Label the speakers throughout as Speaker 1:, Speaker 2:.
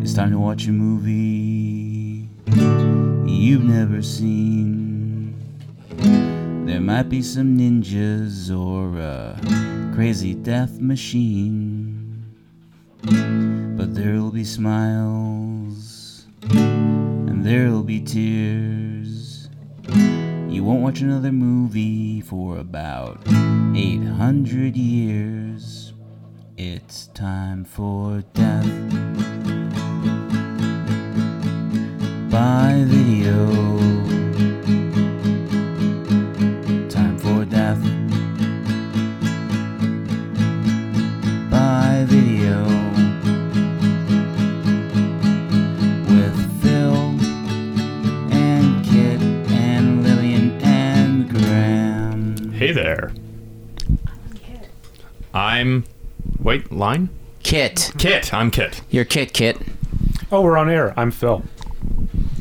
Speaker 1: It's time to watch a movie you've never seen. There might be some ninjas or a crazy death machine, but there'll be smiles and there'll be tears. You won't watch another movie for about 800 years. It's time for death by video. Time for death by video with Phil and Kit and Lillian and Graham.
Speaker 2: Hey there. I'm. Wait, line?
Speaker 3: Kit.
Speaker 2: Kit. I'm Kit.
Speaker 3: You're Kit Kit.
Speaker 4: Oh, we're on air. I'm Phil.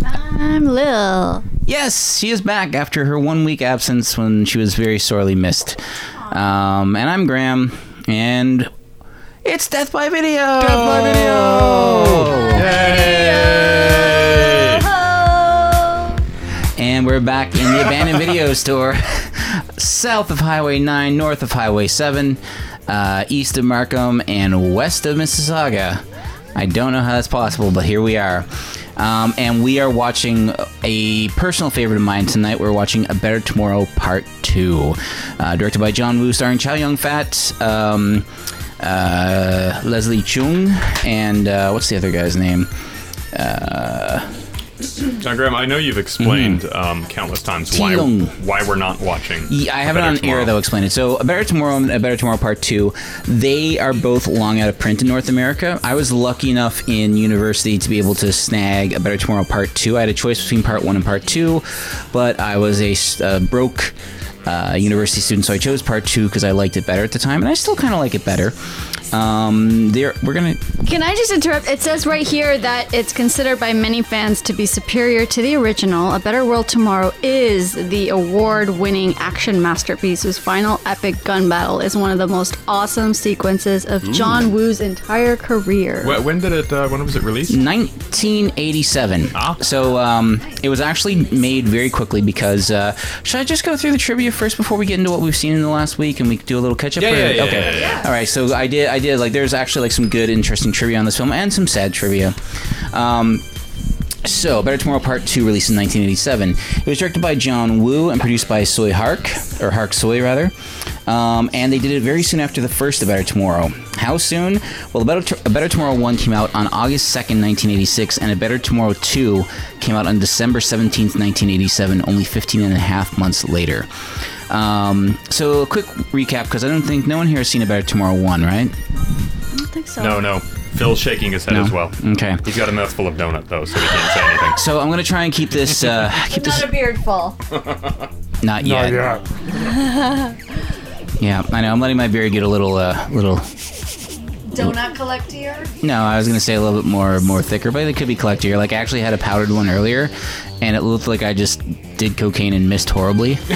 Speaker 5: I'm Lil.
Speaker 3: Yes, she is back after her one week absence when she was very sorely missed. Um, and I'm Graham, and it's Death by Video! Death by Video!
Speaker 2: Hey!
Speaker 3: And we're back in the abandoned video store, south of Highway 9, north of Highway 7, uh, east of Markham, and west of Mississauga. I don't know how that's possible, but here we are. Um, and we are watching a personal favorite of mine tonight. We're watching A Better Tomorrow Part 2, uh, directed by John Woo, starring Chow Yun Fat, um, uh, Leslie Chung, and uh, what's the other guy's name?
Speaker 2: Now, Graham, I know you've explained
Speaker 3: Mm.
Speaker 2: um, countless times why
Speaker 3: Ti-young.
Speaker 2: why we're not watching.
Speaker 3: Yeah, I have it
Speaker 2: Better
Speaker 3: on
Speaker 2: Tomorrow.
Speaker 3: air though. Explain it. So, A Better Tomorrow and A Better Tomorrow Part Two, they are both long out of print in North America. I was lucky enough in university to be able to snag A Better Tomorrow Part Two. I had a choice between Part One and Part Two, but I was a s- uh, broke uh, university student, so I chose Part Two because I liked it better at the time, and I still kind of like it better. Um, there, we're gonna
Speaker 5: Can I just interrupt? It says right here that it's considered by many fans to be superior to the original. A Better World Tomorrow is the award winning action masterpiece whose final epic gun battle is one of the most awesome sequences of John Woo's entire career.
Speaker 2: Wh- When did it? Uh, when was it released?
Speaker 3: Mm. 1987.
Speaker 2: Ah.
Speaker 3: So um, it was actually made very quickly because. Uh, should I just go through the trivia first before we get into what we've seen in the last week and we do a little catch up?
Speaker 2: Yeah, yeah, yeah,
Speaker 3: okay.
Speaker 2: yeah, yeah,
Speaker 3: All right. So I did. I did. Like, there's actually like some good, interesting trivia on this film and some sad trivia. Um, so, Better Tomorrow Part 2 released in 1987. It was directed by John Woo and produced by Soy Hark, or Hark Soy, rather. Um, and they did it very soon after the first A Better Tomorrow. How soon? Well, A Better, T- a Better Tomorrow 1 came out on August 2nd, 1986, and A Better Tomorrow 2 came out on December 17th, 1987, only 15 and a half months later. Um, so, a quick recap, because I don't think no one here has seen A Better Tomorrow 1, right?
Speaker 5: I don't think so.
Speaker 2: No, no. Phil's shaking his head as well.
Speaker 3: Okay.
Speaker 2: He's got a mouthful of donut though, so he can't say anything.
Speaker 3: So, I'm going to try and keep this. Uh, keep this
Speaker 5: Not a beard fall.
Speaker 3: not yet.
Speaker 4: yeah.
Speaker 3: Yeah, I know. I'm letting my beard get a little, uh, little.
Speaker 5: Donut collector.
Speaker 3: No, I was gonna say a little bit more, more thicker, but it could be collect ear. Like I actually had a powdered one earlier, and it looked like I just did cocaine and missed horribly,
Speaker 4: You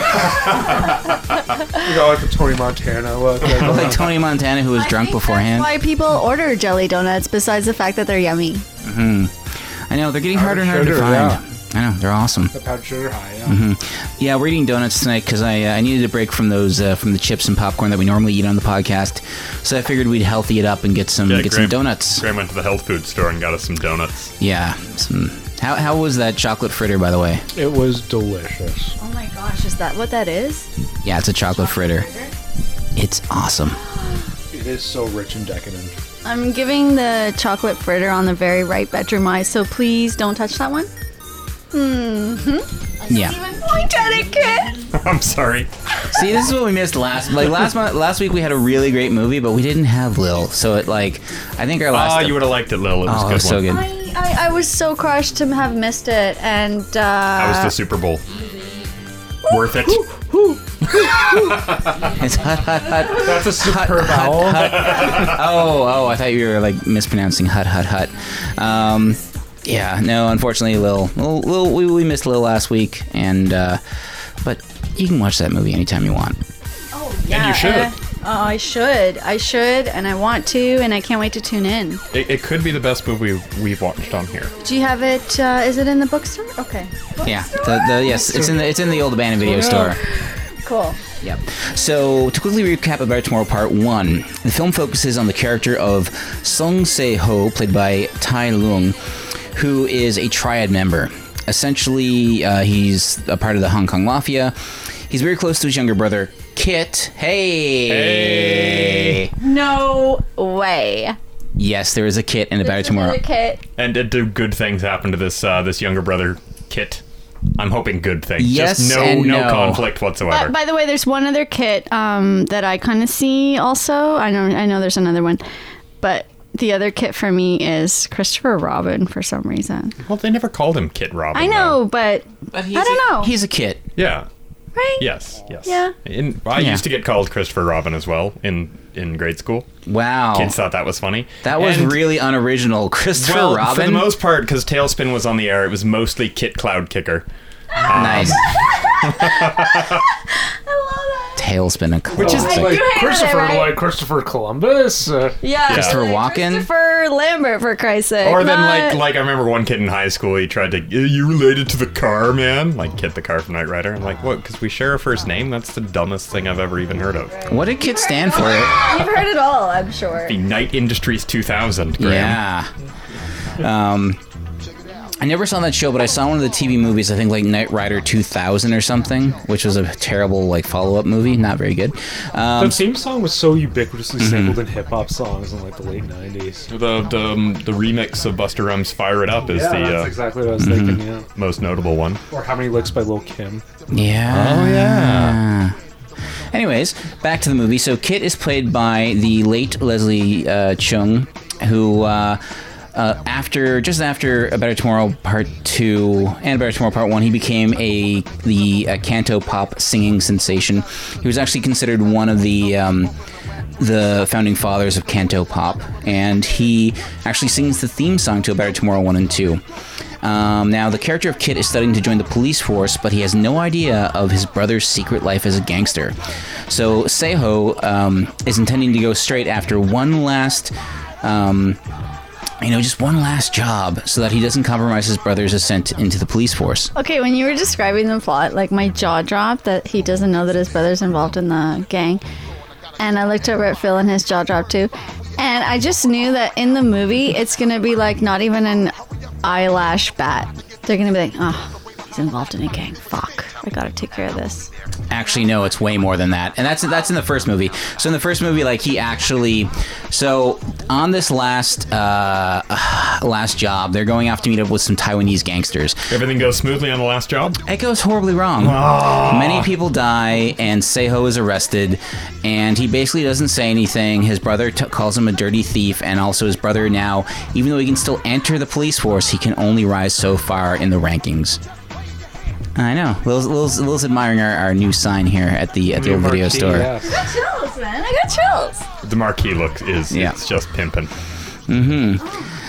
Speaker 4: got like the Tony Montana look. Like,
Speaker 3: like Tony Montana who was drunk beforehand.
Speaker 5: why people order jelly donuts besides the fact that they're yummy.
Speaker 3: I know they're getting harder and harder
Speaker 4: Powdered
Speaker 3: to
Speaker 4: sugar,
Speaker 3: find. I know they're awesome.
Speaker 4: the powdered sugar high. Yeah.
Speaker 3: Yeah, we're eating donuts tonight because I uh, I needed a break from those uh, from the chips and popcorn that we normally eat on the podcast, so I figured we'd healthy it up and get some
Speaker 2: Yeah,
Speaker 3: get
Speaker 2: Graham-
Speaker 3: some donuts.
Speaker 2: Graham went to the health food store and got us some donuts.
Speaker 3: Yeah, some. How how was that chocolate fritter by the way?
Speaker 4: It was delicious.
Speaker 5: Oh my gosh, is that what that is?
Speaker 3: Yeah, it's a chocolate fritter. It's awesome.
Speaker 4: It is so rich and decadent.
Speaker 5: I'm giving the chocolate fritter on the very right bedroom eye, so please don't touch that one.
Speaker 3: Yeah.
Speaker 5: Point at it, kid!
Speaker 2: I'm sorry.
Speaker 3: See, this is what we missed last. Like last month, last week we had a really great movie, but we didn't have Lil. So it like, I think our last.
Speaker 2: Ah, you would have liked it, Lil. It was
Speaker 3: oh,
Speaker 2: a
Speaker 3: it
Speaker 2: good
Speaker 3: was so
Speaker 2: one.
Speaker 3: good.
Speaker 5: I, I, I was so crushed to have missed it, and uh,
Speaker 2: That was the Super Bowl. Worth it.
Speaker 3: It's hut hut hut.
Speaker 4: That's a superb owl.
Speaker 3: Oh oh, I thought you were like mispronouncing hut hut hut. Um, yeah, no, unfortunately, Lil, Lil, Lil we, we missed Lil last week, and uh, but you can watch that movie anytime you want.
Speaker 5: yeah,
Speaker 2: you should.
Speaker 5: uh, Oh, I should. I should, and I want to, and I can't wait to tune in.
Speaker 2: It, it could be the best movie we've, we've watched on here.
Speaker 5: Do you have it? Uh, is it in the bookstore? Okay.
Speaker 3: Yeah, the, the, yes, it's in the it's in the old abandoned video store.
Speaker 5: Oh, Cool.
Speaker 3: Yep. So to quickly recap about Tomorrow Part One, the film focuses on the character of Sung Se Ho, played by Tai Lung, who is a Triad member. Essentially, uh, he's a part of the Hong Kong Mafia. He's very close to his younger brother Kit. Hey.
Speaker 5: No way.
Speaker 3: Yes, there is a Kit in About
Speaker 5: There's
Speaker 3: Tomorrow.
Speaker 5: another Kit.
Speaker 2: And did do good things happen to this uh, this younger brother, Kit? I'm hoping good things.
Speaker 3: Yes
Speaker 2: Just no
Speaker 3: and no.
Speaker 2: conflict whatsoever.
Speaker 5: But by the way, there's one other kit um, that I kind of see. Also, I know I know there's another one, but the other kit for me is Christopher Robin for some reason.
Speaker 2: well, they never called him Kit Robin.
Speaker 5: I
Speaker 2: though.
Speaker 5: know, but
Speaker 3: But he's
Speaker 5: I don't
Speaker 3: a-
Speaker 5: know.
Speaker 3: He's a Kit.
Speaker 2: Yeah.
Speaker 5: right?
Speaker 2: Yes. Yes.
Speaker 5: Yeah.
Speaker 2: In, I
Speaker 3: Yeah.
Speaker 2: used to get called Christopher Robin as well in in grade school.
Speaker 3: Wow.
Speaker 2: Kids thought that was funny.
Speaker 3: That was
Speaker 2: And-
Speaker 3: really unoriginal, Christopher
Speaker 2: well,
Speaker 3: Robin.
Speaker 2: for the most part, because Tailspin was on the air, it was mostly Kit Cloud Kicker.
Speaker 3: nice.
Speaker 5: I love
Speaker 3: Tailspin a
Speaker 4: Which
Speaker 3: classic.
Speaker 4: is
Speaker 5: I do
Speaker 4: like
Speaker 5: hate it,
Speaker 4: Christopher,
Speaker 5: right?
Speaker 4: like Christopher Columbus. Uh,
Speaker 5: it. Yeah,
Speaker 2: Christopher
Speaker 5: like
Speaker 3: Walken?
Speaker 5: Christopher Lambert for Christ's sake.
Speaker 2: Or then,
Speaker 5: Not-
Speaker 2: like, like I remember one kid in high school. He tried to, "Are you related to the car man? Like, Kit the car from Knight Rider. I'm like, what? Because we share a first name. That's the dumbest thing I've ever even heard of.
Speaker 3: What did Kit stand for?
Speaker 5: you've heard it all, I'm sure.
Speaker 2: The Knight Industries 2000. Graham.
Speaker 3: Yeah. Um, I never saw that show, but I saw one of the TV movies. I think like Knight Rider 2000 or something, which was a terrible like follow-up movie, not very good. Um,
Speaker 4: the theme song was so ubiquitously sampled in hip hop songs in like the late '90s.
Speaker 2: The the, um, the remix of Buster Rhymes' "Fire It Up" is
Speaker 4: Yeah,
Speaker 2: the
Speaker 4: that's
Speaker 2: uh,
Speaker 4: exactly what I was thinking. Yeah.
Speaker 2: most notable one.
Speaker 4: Or How Many Licks by Lil Kim.
Speaker 3: yeah. Oh yeah. Anyways, back to the movie. So Kit is played by the late Leslie uh, Chung, who. Uh, uh, after just after A Better Tomorrow Part Two and A Better Tomorrow Part One, he became a the uh, canto pop singing sensation. He was actually considered one of the um, the founding fathers of canto pop, and he actually sings the theme song to A Better Tomorrow One and Two. Um, now, the character of Kit is studying to join the police force, but he has no idea of his brother's secret life as a gangster. So, Seho um, is intending to go straight after one last um, you know, just one last job so that he doesn't compromise his brother's ascent into the police force.
Speaker 5: Okay, when you were describing the plot, like my jaw dropped that he doesn't know that his brother's involved in the gang. And I looked over at Phil and his jaw dropped too. And I just knew that in the movie, it's going to be like not even an eyelash bat. They're going to be like, oh, he's involved in a gang. Fuck. I got to take care of this.
Speaker 3: Actually, no, it's way more than that. And that's that's in the first movie. So in the first movie, like he actually, so on this last uh, last job, they're going off to meet up with some Taiwanese gangsters.
Speaker 2: Everything goes smoothly on the last job.
Speaker 3: It goes horribly wrong. Many people die, and Seho is arrested, and he basically doesn't say anything. His brother t- calls him a dirty thief, and also his brother now, even though he can still enter the police force, he can only rise so far in the rankings. I know. Lil's, Lil's, Lil's admiring our, our new sign here at the at the old video
Speaker 4: Marquee,
Speaker 3: store.
Speaker 4: yes.
Speaker 5: Chills, man. I got chills.
Speaker 2: The marquee look is
Speaker 3: Yeah.
Speaker 2: it's just pimping.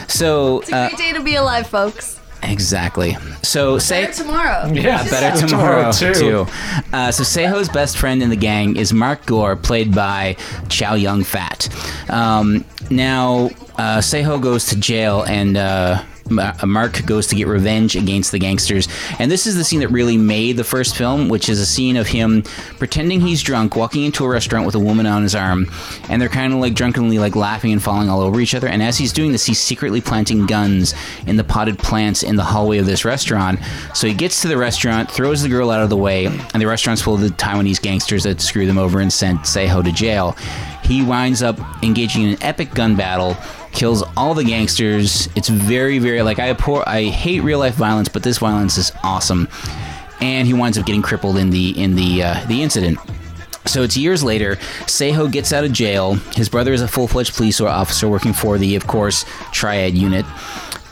Speaker 3: So uh,
Speaker 5: Great day to be alive, folks.
Speaker 3: exactly. So say.
Speaker 5: tomorrow.
Speaker 4: Yeah,
Speaker 3: Better tomorrow, too. Uh, so Seho's best friend in the gang is Mark Gore, played by Chow Yun Fat. Um, now uh, Seho goes to jail, and uh, Ma- Mark goes to get revenge against the gangsters. And this is the scene that really made the first film, which is a scene of him pretending he's drunk, walking into a restaurant with a woman on his arm, and they're kind of like drunkenly like laughing and falling all over each other. And as he's doing this, he's secretly planting guns in the potted plants in the hallway of this restaurant. So he gets to the restaurant, throws the girl out of the way, and the restaurant's full of the Taiwanese gangsters that screw them over and sent Seho to jail. He winds up engaging in an epic gun battle, kills all the gangsters. It's very, very like I abhor, I hate real life violence, but this violence is awesome. And he winds up getting crippled in the in the uh, the incident. So it's years later. Seho gets out of jail. His brother is a full fledged police officer working for the, of course, Triad unit.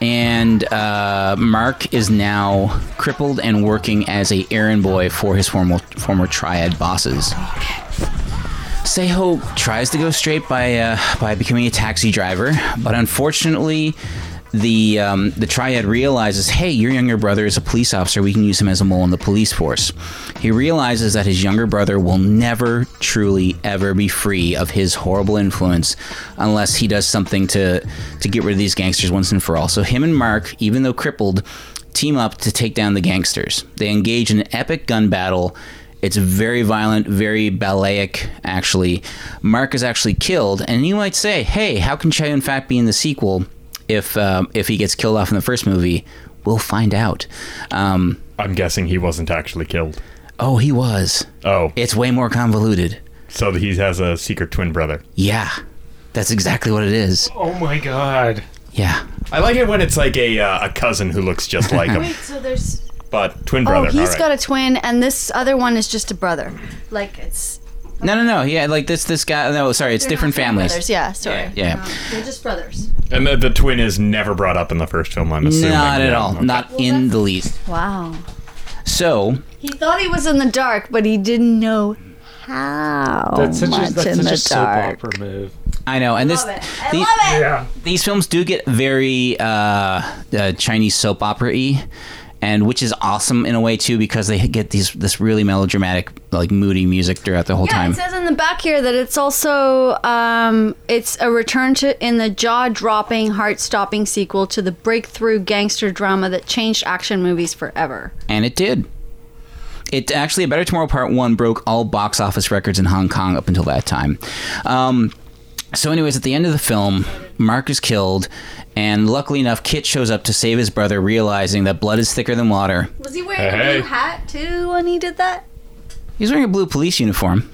Speaker 3: And uh, Mark is now crippled and working as a errand boy for his former former Triad bosses. Seho tries to go straight by uh, by becoming a taxi driver, but unfortunately, the um, the triad realizes, hey, your younger brother is a police officer. We can use him as a mole in the police force. He realizes that his younger brother will never truly ever be free of his horrible influence unless he does something to to get rid of these gangsters once and for all. So him and Mark, even though crippled, team up to take down the gangsters. They engage in an epic gun battle. It's very violent, very balletic, actually. Mark is actually killed, and you might say, hey, how can Chow Yun Fat be in the sequel if um, if he gets killed off in the first movie? We'll find out. Um,
Speaker 2: I'm guessing he wasn't actually killed.
Speaker 3: oh, he was.
Speaker 2: Oh,
Speaker 3: It's way more convoluted.
Speaker 2: so he has a secret twin brother.
Speaker 3: Yeah, that's exactly what it is.
Speaker 4: Oh my god.
Speaker 3: Yeah.
Speaker 2: I like it when it's like a uh, a cousin who looks just like him,
Speaker 5: so there's.
Speaker 2: but twin
Speaker 5: Oh,
Speaker 2: brother.
Speaker 5: he's
Speaker 2: all right.
Speaker 5: got a twin, and this other one is just a brother. Like it's
Speaker 3: No, no, no. Yeah, like this, this guy. No, sorry, it's
Speaker 5: they're
Speaker 3: different
Speaker 5: not twin
Speaker 3: families.
Speaker 5: Brothers. Yeah, sorry.
Speaker 3: Yeah.
Speaker 5: Um, they're just brothers.
Speaker 2: and the, the twin is never brought up in the first film. I'm assuming.
Speaker 3: Not at
Speaker 2: Yeah,
Speaker 3: all.
Speaker 2: okay.
Speaker 3: Not in the least.
Speaker 5: Wow.
Speaker 3: So
Speaker 5: He thought he was in the dark, but he didn't know how
Speaker 4: That's such
Speaker 5: much
Speaker 4: a, that's
Speaker 5: in
Speaker 4: such a
Speaker 5: the
Speaker 4: soap
Speaker 5: dark.
Speaker 4: opera move.
Speaker 3: I know, and this
Speaker 5: Love it. I
Speaker 3: the-
Speaker 5: love it.
Speaker 4: Yeah.
Speaker 3: these films do get very uh, uh, Chinese soap opera y. And which is awesome in a way too, because they get these this really melodramatic, like moody music throughout the whole
Speaker 5: Yeah,
Speaker 3: time.
Speaker 5: it says in the back here that it's also um, it's a return to in the jaw-dropping, heart-stopping sequel to the breakthrough gangster drama that changed action movies forever.
Speaker 3: and it did. It actually, A Better Tomorrow Part One broke all box office records in Hong Kong up until that time. Um, so, anyways, at the end of the film, Mark is killed, and luckily enough, Kit shows up to save his brother, realizing that blood is thicker than water.
Speaker 5: Was he wearing
Speaker 2: Hey,
Speaker 5: a
Speaker 2: hey.
Speaker 5: blue hat too when he did that?
Speaker 3: He's wearing a blue police uniform.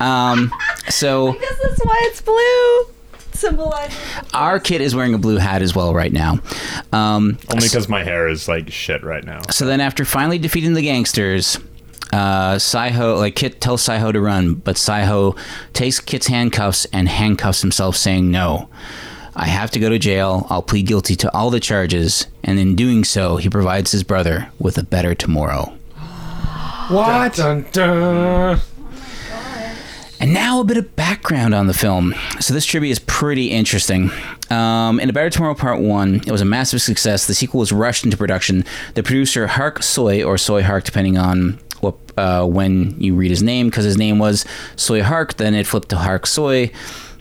Speaker 3: Um, so,
Speaker 5: Because that's why it's blue. Symbolizes.
Speaker 3: our kid is wearing a blue hat as well right now. Um,
Speaker 2: Only because my hair is like shit right now.
Speaker 3: So then, after finally defeating the gangsters, uh, Saiho like Kit tells Saiho to run, but Saiho takes Kit's handcuffs and handcuffs himself, saying, "No, I have to go to jail. I'll plead guilty to all the charges." And in doing so, he provides his brother with a better tomorrow.
Speaker 4: What? Dun, dun, dun.
Speaker 3: And now a bit of background on the film. So this trivia is pretty interesting. Um, in A Better Tomorrow Part 1, it was a massive success. The sequel was rushed into production. The producer, Hark Soy, or Soy Hark, depending on what, uh, when you read his name, because his name was Soy Hark, then it flipped to Hark Soy.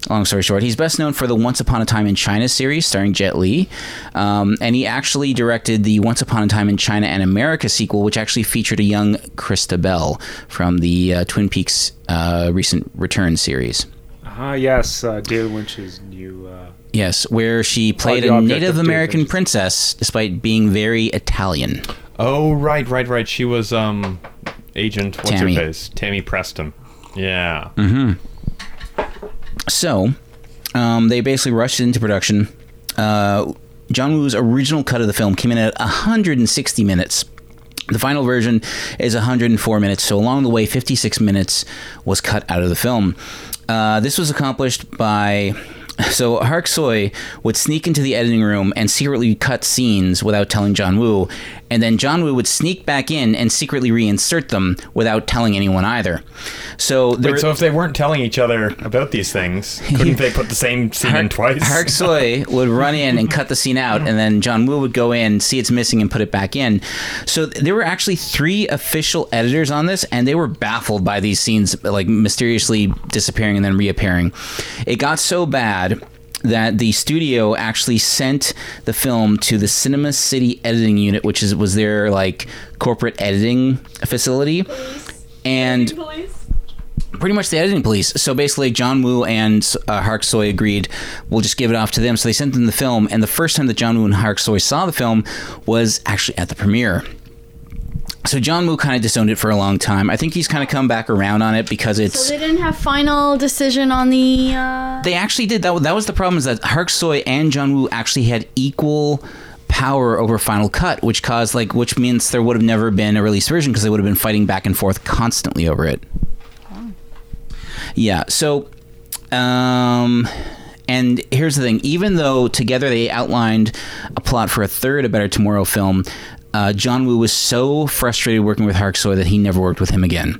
Speaker 3: Long story short, he's best known for the Once Upon a Time in China series starring Jet Li. Um, and he actually directed the Once Upon a Time in China and America sequel, which actually featured a young Krista Bell from the uh, Twin Peaks uh, recent return series.
Speaker 4: Ah, yes, uh, David Lynch's new. Uh,
Speaker 3: Yes, where she played
Speaker 4: Oh, the
Speaker 3: a
Speaker 4: object
Speaker 3: Native
Speaker 4: of
Speaker 3: American
Speaker 4: David.
Speaker 3: princess despite being very Italian.
Speaker 2: Oh right, right, right. She was um agent. What's
Speaker 3: Tammy. Mm-hmm.
Speaker 2: her face? Tammy Preston. Yeah.
Speaker 3: So, um, they basically rushed it into production. Uh, John Woo's original cut of the film came in at 160 minutes. The final version is 104 minutes, so along the way, 56 minutes was cut out of the film. Uh, this was accomplished by. So Hark Soy would sneak into the editing room and secretly cut scenes without telling John Woo, and then John Woo would sneak back in and secretly reinsert them without telling anyone either. So there,
Speaker 2: Wait, so if they weren't telling each other about these things, couldn't they put the same scene in twice?
Speaker 3: Hark Soy would run in and cut the scene out, and then John Woo would go in, see it's missing, and put it back in. So th- there were actually three official editors on this, and they were baffled by these scenes like mysteriously disappearing and then reappearing. It got so bad that the studio actually sent the film to the Cinema City editing unit, which is was their like corporate editing facility. And pretty much the editing police. So basically, John Woo and uh, Hark Soy agreed, we'll just give it off to them. So they sent them the film, and the first time that John Woo and Hark Soy saw the film was actually at the premiere. So John Woo kind of disowned it for a long time. I think he's kind of come back around on it because it's.
Speaker 5: So they didn't have final decision on the. Uh...
Speaker 3: They actually did that. That was the problem is that Hark Soy and John Woo actually had equal power over Final Cut, which caused like, which means there would have never been a release version because they would have been fighting back and forth constantly over it. Yeah. So, um, and here's the thing: even though together they outlined a plot for a third A Better Tomorrow film, uh, John Woo was so frustrated working with Hark Soy that he never worked with him again.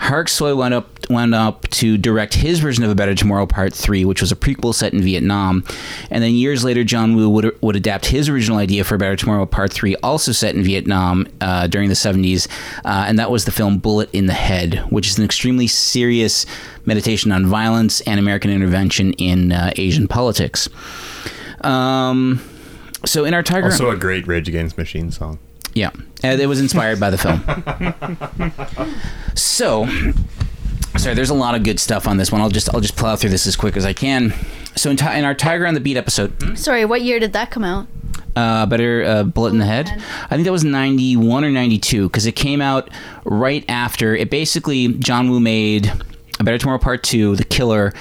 Speaker 3: Hark Soy wound up wound up to direct his version of A Better Tomorrow Part Three, which was a prequel set in Vietnam, and then years later, John Woo would would adapt his original idea for A Better Tomorrow Part Three, also set in Vietnam uh, during the '70s, uh, and that was the film Bullet in the Head, which is an extremely serious meditation on violence and American intervention in uh, Asian politics. Um, so in our Tiger,
Speaker 2: Also a great Rage Against the Machine song.
Speaker 3: yeah, and it was inspired by the film. so, sorry, there's a lot of good stuff on this one. I'll just I'll just plow through this as quick as I can. So in, ti in our Tiger on the Beat episode,
Speaker 5: Sorry, what year did that come out?
Speaker 3: uh, better uh, bullet in the head. I think that was ninety one or ninety two because it came out right after. It basically John Woo made a Better Tomorrow Part Two, The Killer,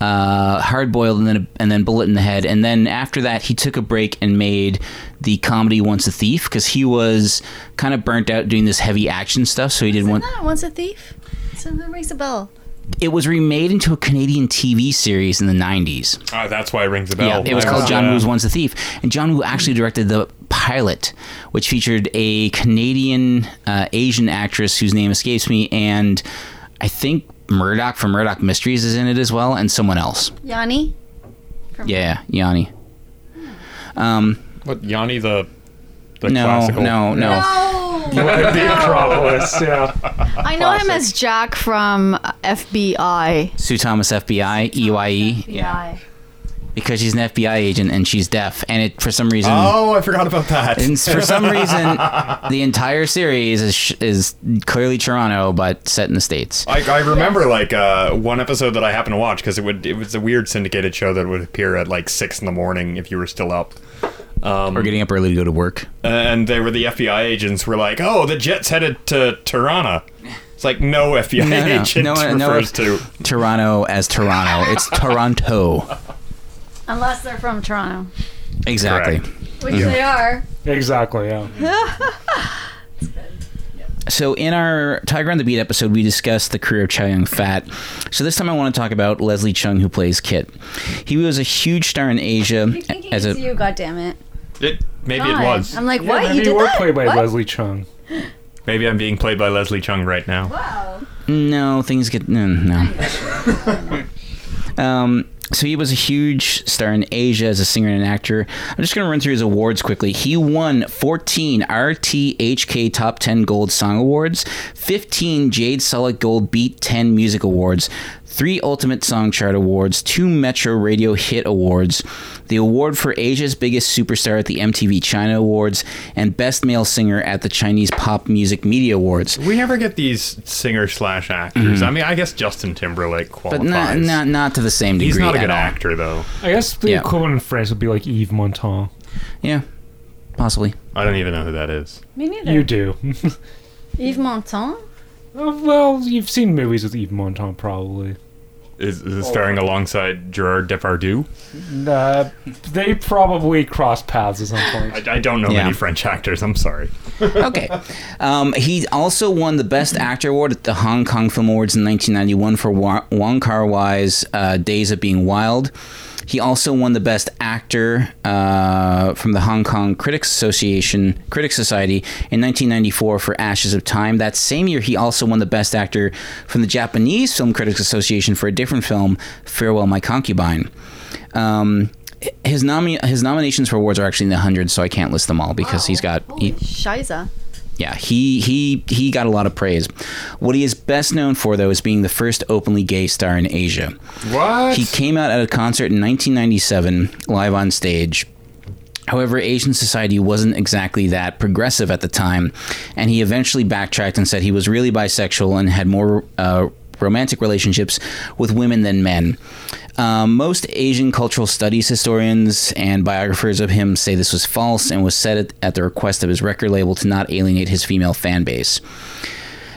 Speaker 3: uh, Hard Boiled, and then and then Bullet in the Head, and then after that he took a break and made the comedy Once a Thief because he was kind of burnt out doing this heavy action stuff. So he did one.
Speaker 5: Not Once a Thief. Something rings a bell.
Speaker 3: It was remade into a Canadian TV series in the nineties.
Speaker 2: Ah, that's why it rings a bell.
Speaker 3: Yeah, it was
Speaker 2: I uh,
Speaker 3: called John
Speaker 2: yeah.
Speaker 3: Woo's Once a Thief, and John Woo actually directed the pilot, which featured a Canadian uh, Asian actress whose name escapes me, and I think Murdoch from Murdoch Mysteries is in it as well, and someone else.
Speaker 5: Yanni?
Speaker 3: Yeah, Yanni. Um,
Speaker 2: What Yanni the the
Speaker 3: no,
Speaker 2: classical?
Speaker 3: no, no,
Speaker 5: No!
Speaker 4: the Acropolis, yeah.
Speaker 5: I know him as Jack from uh, FBI.
Speaker 3: Sue Thomas, FBI, EYE,
Speaker 5: Yeah.
Speaker 3: E. because she's an FBI agent and she's deaf, and it for some reason.
Speaker 2: Oh, I forgot about that.
Speaker 3: And s- for some reason, the entire series is sh- is clearly Toronto, but set in the states.
Speaker 2: I, I remember like uh, one episode that I happened to watch because it would it was a weird syndicated show that would appear at like six in the morning if you were still up.
Speaker 3: We're getting up early to go to work.
Speaker 2: and they were the FBI agents were like, "Oh, the jet's headed to Tirana." It's like no FBI
Speaker 3: No, no,
Speaker 2: agent
Speaker 3: no, no, no.
Speaker 2: refers to.
Speaker 3: Toronto as Toronto. It's Toronto.
Speaker 5: Unless they're from Toronto.
Speaker 3: Exactly.
Speaker 2: Correct.
Speaker 5: Which they are.
Speaker 4: Exactly, yeah.
Speaker 3: So in our Tiger on the Beat episode, we discussed the career of Chow Yun Fat. So this time I want to talk about Leslie Chung, who plays Kit. He was a huge star in Asia
Speaker 5: You're thinking
Speaker 3: as
Speaker 5: it's
Speaker 3: a
Speaker 5: you, goddammit.
Speaker 2: It, maybe it was.
Speaker 5: I'm like,
Speaker 4: Yeah,
Speaker 5: what?
Speaker 4: maybe
Speaker 5: You did
Speaker 4: were
Speaker 5: that?
Speaker 4: played by
Speaker 5: What?
Speaker 4: Leslie Chung.
Speaker 2: Maybe I'm being played by Leslie Chung right now.
Speaker 5: Wow.
Speaker 3: no things get no no. um. So he was a huge star in Asia as a singer and an actor. I'm just going to run through his awards quickly. He won 14 RTHK Top 10 Gold Song Awards, 15 Jade Solid Gold Beat 10 Music Awards, 3 Ultimate Song Chart Awards, 2 Metro Radio Hit Awards, the award for Asia's Biggest Superstar at the MTV China Awards, and Best Male Singer at the Chinese Pop Music Media Awards.
Speaker 2: We never get these singer slash actors. I mean, I guess Justin Timberlake
Speaker 3: Mm-hmm. But
Speaker 2: qualifies.
Speaker 3: not, not not to the same degree.
Speaker 2: He's not a
Speaker 3: at
Speaker 2: good
Speaker 3: all.
Speaker 2: actor though.
Speaker 4: I guess the
Speaker 3: Yeah.
Speaker 4: equivalent in France would be like Yves Montand.
Speaker 3: Yeah, possibly.
Speaker 2: I don't even know who that is.
Speaker 5: Me neither.
Speaker 4: You do.
Speaker 5: Yves Montand?
Speaker 4: Oh, well, you've seen movies with Yves Montand, probably.
Speaker 2: Is, is it starring alongside Gerard Depardieu?
Speaker 4: Uh, they probably crossed paths at some point.
Speaker 2: I, I don't know
Speaker 3: Yeah.
Speaker 2: many French actors. I'm sorry.
Speaker 3: Okay. Um, he also won the Best Actor award at the Hong Kong Film Awards in 1991 for Wa- Wong Kar Wai's uh, Days of Being Wild. He also won the Best Actor uh, from the Hong Kong Critics Association, Critics Society, in 1994 for Ashes of Time. That same year, he also won the Best Actor from the Japanese Film Critics Association for a different film, Farewell My Concubine. Um, his nomi- his nominations for awards are actually in the hundreds, so I can't list them all because he's got e-
Speaker 5: Holy
Speaker 3: he,
Speaker 5: Shiza.
Speaker 3: yeah, he he he got a lot of praise. What he is best known for, though, is being the first openly gay star in Asia.
Speaker 2: What?
Speaker 3: He came out at a concert in 1997, live on stage. However, Asian society wasn't exactly that progressive at the time, and he eventually backtracked and said he was really bisexual and had more uh, romantic relationships with women than men. Um, most Asian cultural studies historians and biographers of him say this was false and was said at, at the request of his record label to not alienate his female fan base.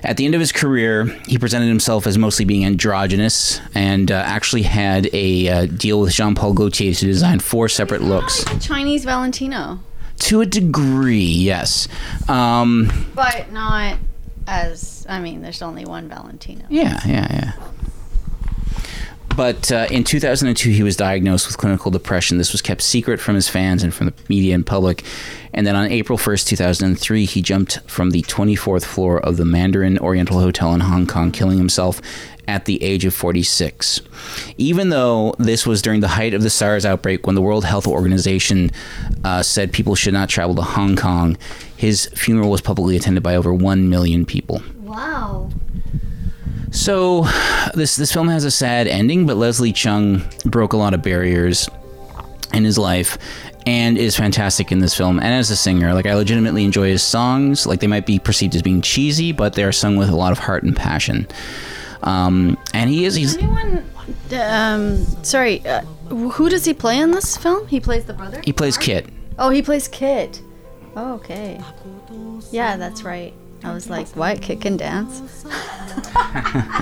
Speaker 3: At the end of his career, he presented himself as mostly being androgynous and uh, actually had a uh, deal with Jean Paul Gaultier to design four separate looks.
Speaker 5: Like a Chinese Valentino.
Speaker 3: To a degree, yes. Um,
Speaker 5: But not as, I mean, there's only one Valentino.
Speaker 3: yeah, yeah, yeah. But uh, in 2002, he was diagnosed with clinical depression. This was kept secret from his fans and from the media and public. And then on April 1st, 2003, he jumped from the 24th floor of the Mandarin Oriental Hotel in Hong Kong, killing himself at the age of 46. Even though this was during the height of the SARS outbreak when the World Health Organization uh, said people should not travel to Hong Kong, his funeral was publicly attended by over 1 million people.
Speaker 6: Wow.
Speaker 3: So, this this film has a sad ending, but Leslie Chung broke a lot of barriers in his life and is fantastic in this film and as a singer like i legitimately enjoy his songs like they might be perceived as being cheesy but they are sung with a lot of heart and passion um, and he is he's,
Speaker 7: Anyone? Um, sorry. Uh, who does he play in this film? He plays the brother.
Speaker 3: he plays kit
Speaker 7: Oh, he plays Kid. Oh, okay. Yeah, that's right. I was like, what? Kid can dance?
Speaker 2: I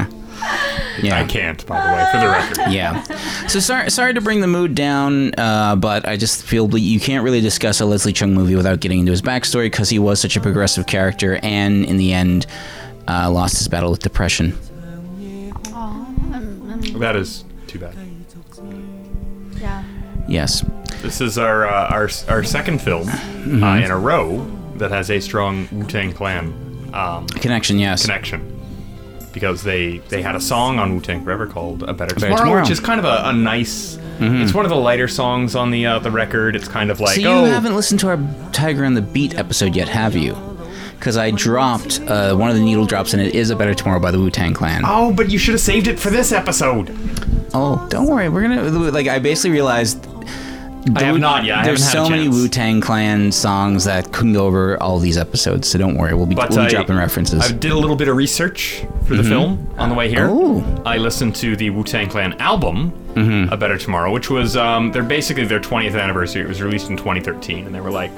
Speaker 3: yeah
Speaker 2: can't, by the way, for the record.
Speaker 3: yeah so sorry sorry to bring the mood down uh, but i just feel that you can't really discuss a leslie chung movie without getting into his backstory because he was such a progressive character and in the end uh, lost his battle with depression
Speaker 7: Um,
Speaker 2: That is too bad.
Speaker 7: Yeah.
Speaker 3: yes
Speaker 2: This is our uh, our our second film uh,
Speaker 3: Mm-hmm.
Speaker 2: in a row that has a strong Wu Tang Clan um,
Speaker 3: connection yes
Speaker 2: connection because they they had a song on Wu Tang Forever called "A Better
Speaker 3: Better
Speaker 2: Tomorrow,",
Speaker 3: Tomorrow. Mm-hmm.
Speaker 2: which is kind of a, a nice. It's one of the lighter songs on the uh, the record. It's kind of like
Speaker 3: So you
Speaker 2: oh,
Speaker 3: haven't listened to our Tiger and the Beat episode yet, have you? Because I dropped uh, one of the needle drops, and it is a Better Tomorrow by the Wu Tang Clan.
Speaker 2: oh, but you should have saved it for this episode.
Speaker 3: Oh, don't worry, we're gonna like. I basically realized
Speaker 2: I have not yet. I
Speaker 3: there's
Speaker 2: haven't had
Speaker 3: so
Speaker 2: a
Speaker 3: many
Speaker 2: chance.
Speaker 3: Wu Tang Clan songs that couldn't go over all these episodes. So don't worry, we'll be,
Speaker 2: But
Speaker 3: we'll be
Speaker 2: I-
Speaker 3: dropping references.
Speaker 2: I did a little bit of research for the film on the way here.
Speaker 3: Oh.
Speaker 2: I listened to the Wu Tang Clan album, A Better Tomorrow, which was um, they're basically their 20th anniversary. It was released in 2013, and they were like,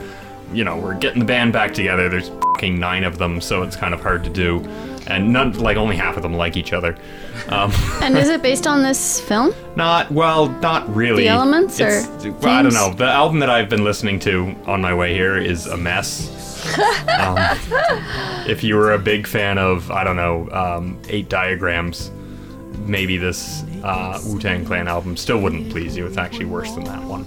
Speaker 2: you know, we're getting the band back together. There's fucking nine of them, so it's kind of hard to do, and none like only half of them like each other. Um,
Speaker 7: And is it based on this film?
Speaker 2: not well, not really.
Speaker 7: The Elements or
Speaker 2: It's- well, I don't
Speaker 7: themes?
Speaker 2: know. The album that I've been listening to on my way here is a mess. um, if you were a big fan of I don't know um, Eight Diagrams, maybe this uh, Wu Tang Clan album still wouldn't please you. It's actually worse than that one.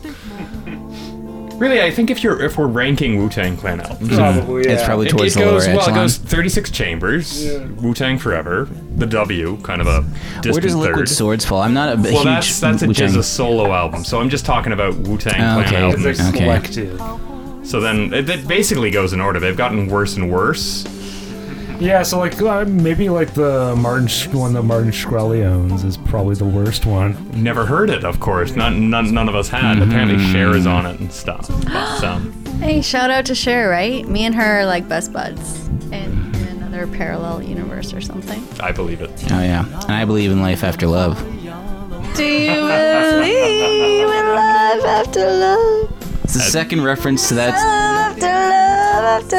Speaker 2: Really, I think if you're if we're ranking Wu Tang Clan albums,
Speaker 3: Hmm.
Speaker 4: Probably. Yeah.
Speaker 3: it's probably
Speaker 2: it,
Speaker 3: towards
Speaker 2: it
Speaker 3: the lower
Speaker 2: goes well. It
Speaker 3: echelon.
Speaker 2: goes 36 Chambers, Wu Tang Forever, The W, kind of a distant
Speaker 3: Where does Liquid
Speaker 2: third.
Speaker 3: Swords fall? I'm not a b-
Speaker 2: Well,
Speaker 3: huge
Speaker 2: that's that's a
Speaker 3: Wu Tang.
Speaker 2: Jizza solo album, so I'm just talking about Wu Tang
Speaker 3: Oh,
Speaker 2: Clan
Speaker 3: okay.
Speaker 4: It's like
Speaker 2: albums.
Speaker 3: Okay.
Speaker 4: selective.
Speaker 2: So then it, it basically goes in order. They've gotten worse and worse.
Speaker 4: Yeah, so like uh, maybe like the Martin Sh- one that Martin Shkreli owns is probably the worst one.
Speaker 2: Never heard it, of course. None none, none of us had. Apparently,
Speaker 3: Mm-hmm.
Speaker 2: Cher is on it and stuff. But, um,
Speaker 7: Hey, shout out to Cher, right? Me and her are like best buds in, in another parallel universe or something.
Speaker 2: I believe it.
Speaker 3: Oh yeah, and I believe in life after love.
Speaker 7: Do you believe in love after love?
Speaker 3: It's the second reference to that
Speaker 7: Love after love after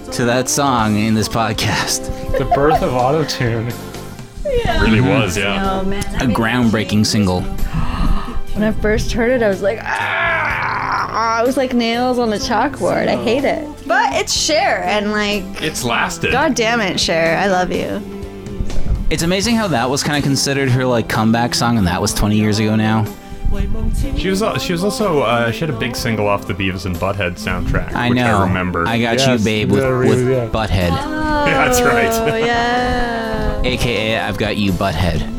Speaker 7: love.
Speaker 3: to that song in this podcast.
Speaker 4: The birth of autotune.
Speaker 2: Really
Speaker 3: Mm-hmm.
Speaker 2: was, yeah.
Speaker 7: Oh man.
Speaker 3: A groundbreaking single.
Speaker 7: When I first heard it, I was like, ah! I was like nails on a chalkboard. I hate it. But it's Cher, and like,
Speaker 2: It's lasted.
Speaker 7: god damn it, Cher, I love you.
Speaker 3: It's amazing how that was kind of considered her like comeback song, and that was 20 years ago now.
Speaker 2: She was al- she was also uh, she had a big single off the Beavis and Butthead soundtrack,
Speaker 3: I
Speaker 2: which
Speaker 3: know.
Speaker 2: I remember.
Speaker 3: I got
Speaker 4: Yes,
Speaker 3: you, babe,
Speaker 4: yeah,
Speaker 3: with,
Speaker 4: really,
Speaker 3: with
Speaker 4: yeah.
Speaker 3: Butthead,
Speaker 2: yeah, that's
Speaker 7: Oh
Speaker 2: right.
Speaker 7: yeah.
Speaker 3: aka I've got you, Butthead.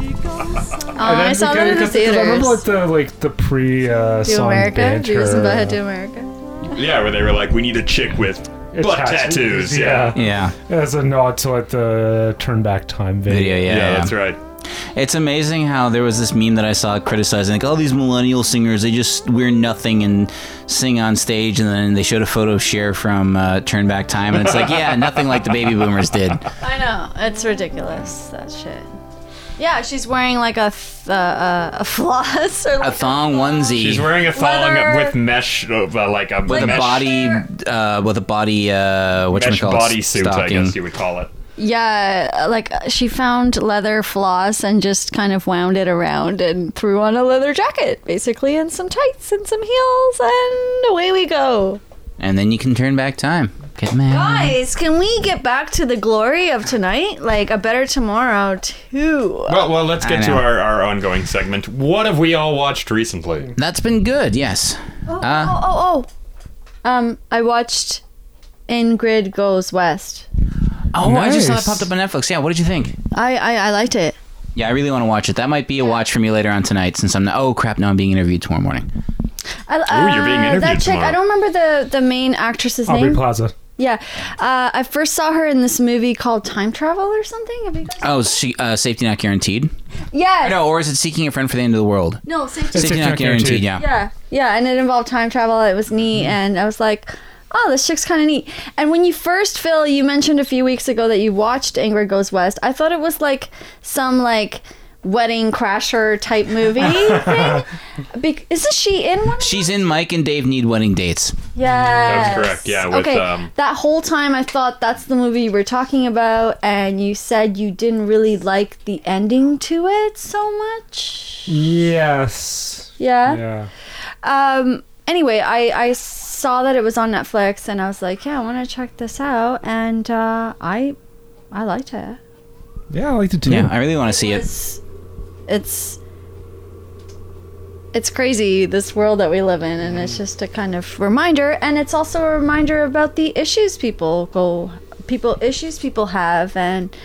Speaker 7: Oh, I saw that in the
Speaker 4: I remember like
Speaker 7: theaters.
Speaker 4: the like the pre uh,
Speaker 7: Do
Speaker 4: song
Speaker 7: America?
Speaker 4: banter.
Speaker 7: Beavis and Butthead Do America?
Speaker 2: yeah, where they were like, we need a chick with
Speaker 4: It's
Speaker 2: butt tattoos. Yeah.
Speaker 3: Yeah,
Speaker 4: As a nod to like the turn back time
Speaker 3: video.
Speaker 4: video.
Speaker 3: Yeah, yeah.
Speaker 2: that's right.
Speaker 3: It's amazing how there was this meme that I saw criticizing like all these millennial singers. They just wear nothing and sing on stage, and then they showed a photo of Cher from uh, Turn Back Time, and it's like, yeah, nothing like the baby boomers did.
Speaker 7: I know. It's ridiculous, that shit. Yeah, she's wearing like a th- uh, uh, a floss or
Speaker 3: A
Speaker 7: like
Speaker 3: thong onesie.
Speaker 2: She's wearing a thong
Speaker 7: Leather-
Speaker 2: with mesh, uh, like a
Speaker 3: with a
Speaker 2: mesh,
Speaker 3: body, uh, with a body, uh, what
Speaker 2: mesh bodysuit, I
Speaker 3: stocking.
Speaker 2: guess you would call it.
Speaker 7: Yeah, like uh, she found leather floss and just kind of wound it around and threw on a leather jacket, basically, and some tights and some heels, and away we go.
Speaker 3: and then you can turn back time. Get mad.
Speaker 7: Guys, can we get back to the glory of tonight? Like a better tomorrow too.
Speaker 2: Well, well, let's get
Speaker 3: I
Speaker 2: to
Speaker 3: know.
Speaker 2: our, our ongoing segment. What have we all watched recently?
Speaker 3: That's been good. Yes.
Speaker 2: Ah.
Speaker 3: Uh,
Speaker 7: Oh, oh, oh. Um, I watched Ingrid Goes West.
Speaker 3: Oh, I just saw that
Speaker 4: Nice.
Speaker 3: popped up on Netflix. Yeah. What did you think?
Speaker 7: I I, I liked it.
Speaker 3: Yeah, I really want to watch it. That might be a watch for me later on tonight, since I'm not. Oh crap! No, I'm being interviewed tomorrow morning.
Speaker 7: I,
Speaker 2: you're being
Speaker 7: uh,
Speaker 2: interviewed
Speaker 7: That chick,
Speaker 2: tomorrow.
Speaker 7: I don't remember the the main actress's
Speaker 4: Aubrey
Speaker 7: name.
Speaker 4: Plaza.
Speaker 7: yeah, uh, I first saw her in this movie called Time Travel or something. Have you guys?
Speaker 3: Oh, she, uh, safety not guaranteed.
Speaker 7: yes.
Speaker 3: No, or is it seeking a friend for the end of the world?
Speaker 7: No. Same
Speaker 4: It's
Speaker 3: Safety
Speaker 4: Safety
Speaker 3: not
Speaker 4: Not
Speaker 3: guaranteed.
Speaker 4: Guaranteed.
Speaker 3: Yeah.
Speaker 7: Yeah, yeah, and it involved time travel. It was neat, and I was like, "Oh, this chick's kind of neat." And when you first, Phil, you mentioned a few weeks ago that you watched *Ingrid Goes West*. I thought it was like some like wedding crasher type movie thing. Bec isn't she in one?
Speaker 3: She's in Mike and Dave need wedding dates.
Speaker 7: Yeah,
Speaker 2: That was correct, yeah, with,
Speaker 7: okay,
Speaker 2: um,
Speaker 7: that whole time I thought that's the movie you were talking about, and you said you didn't really like the ending to it so much.
Speaker 4: Yes.
Speaker 7: Yeah.
Speaker 4: Yeah.
Speaker 7: um anyway i i saw that it was on netflix and i was like yeah i want to check this out and uh i i liked it
Speaker 4: Yeah, I liked it too.
Speaker 3: Yeah, I really want to see it.
Speaker 7: it's it's it's crazy this world that we live in and it's just a kind of reminder and it's also a reminder about the issues people go people issues people have and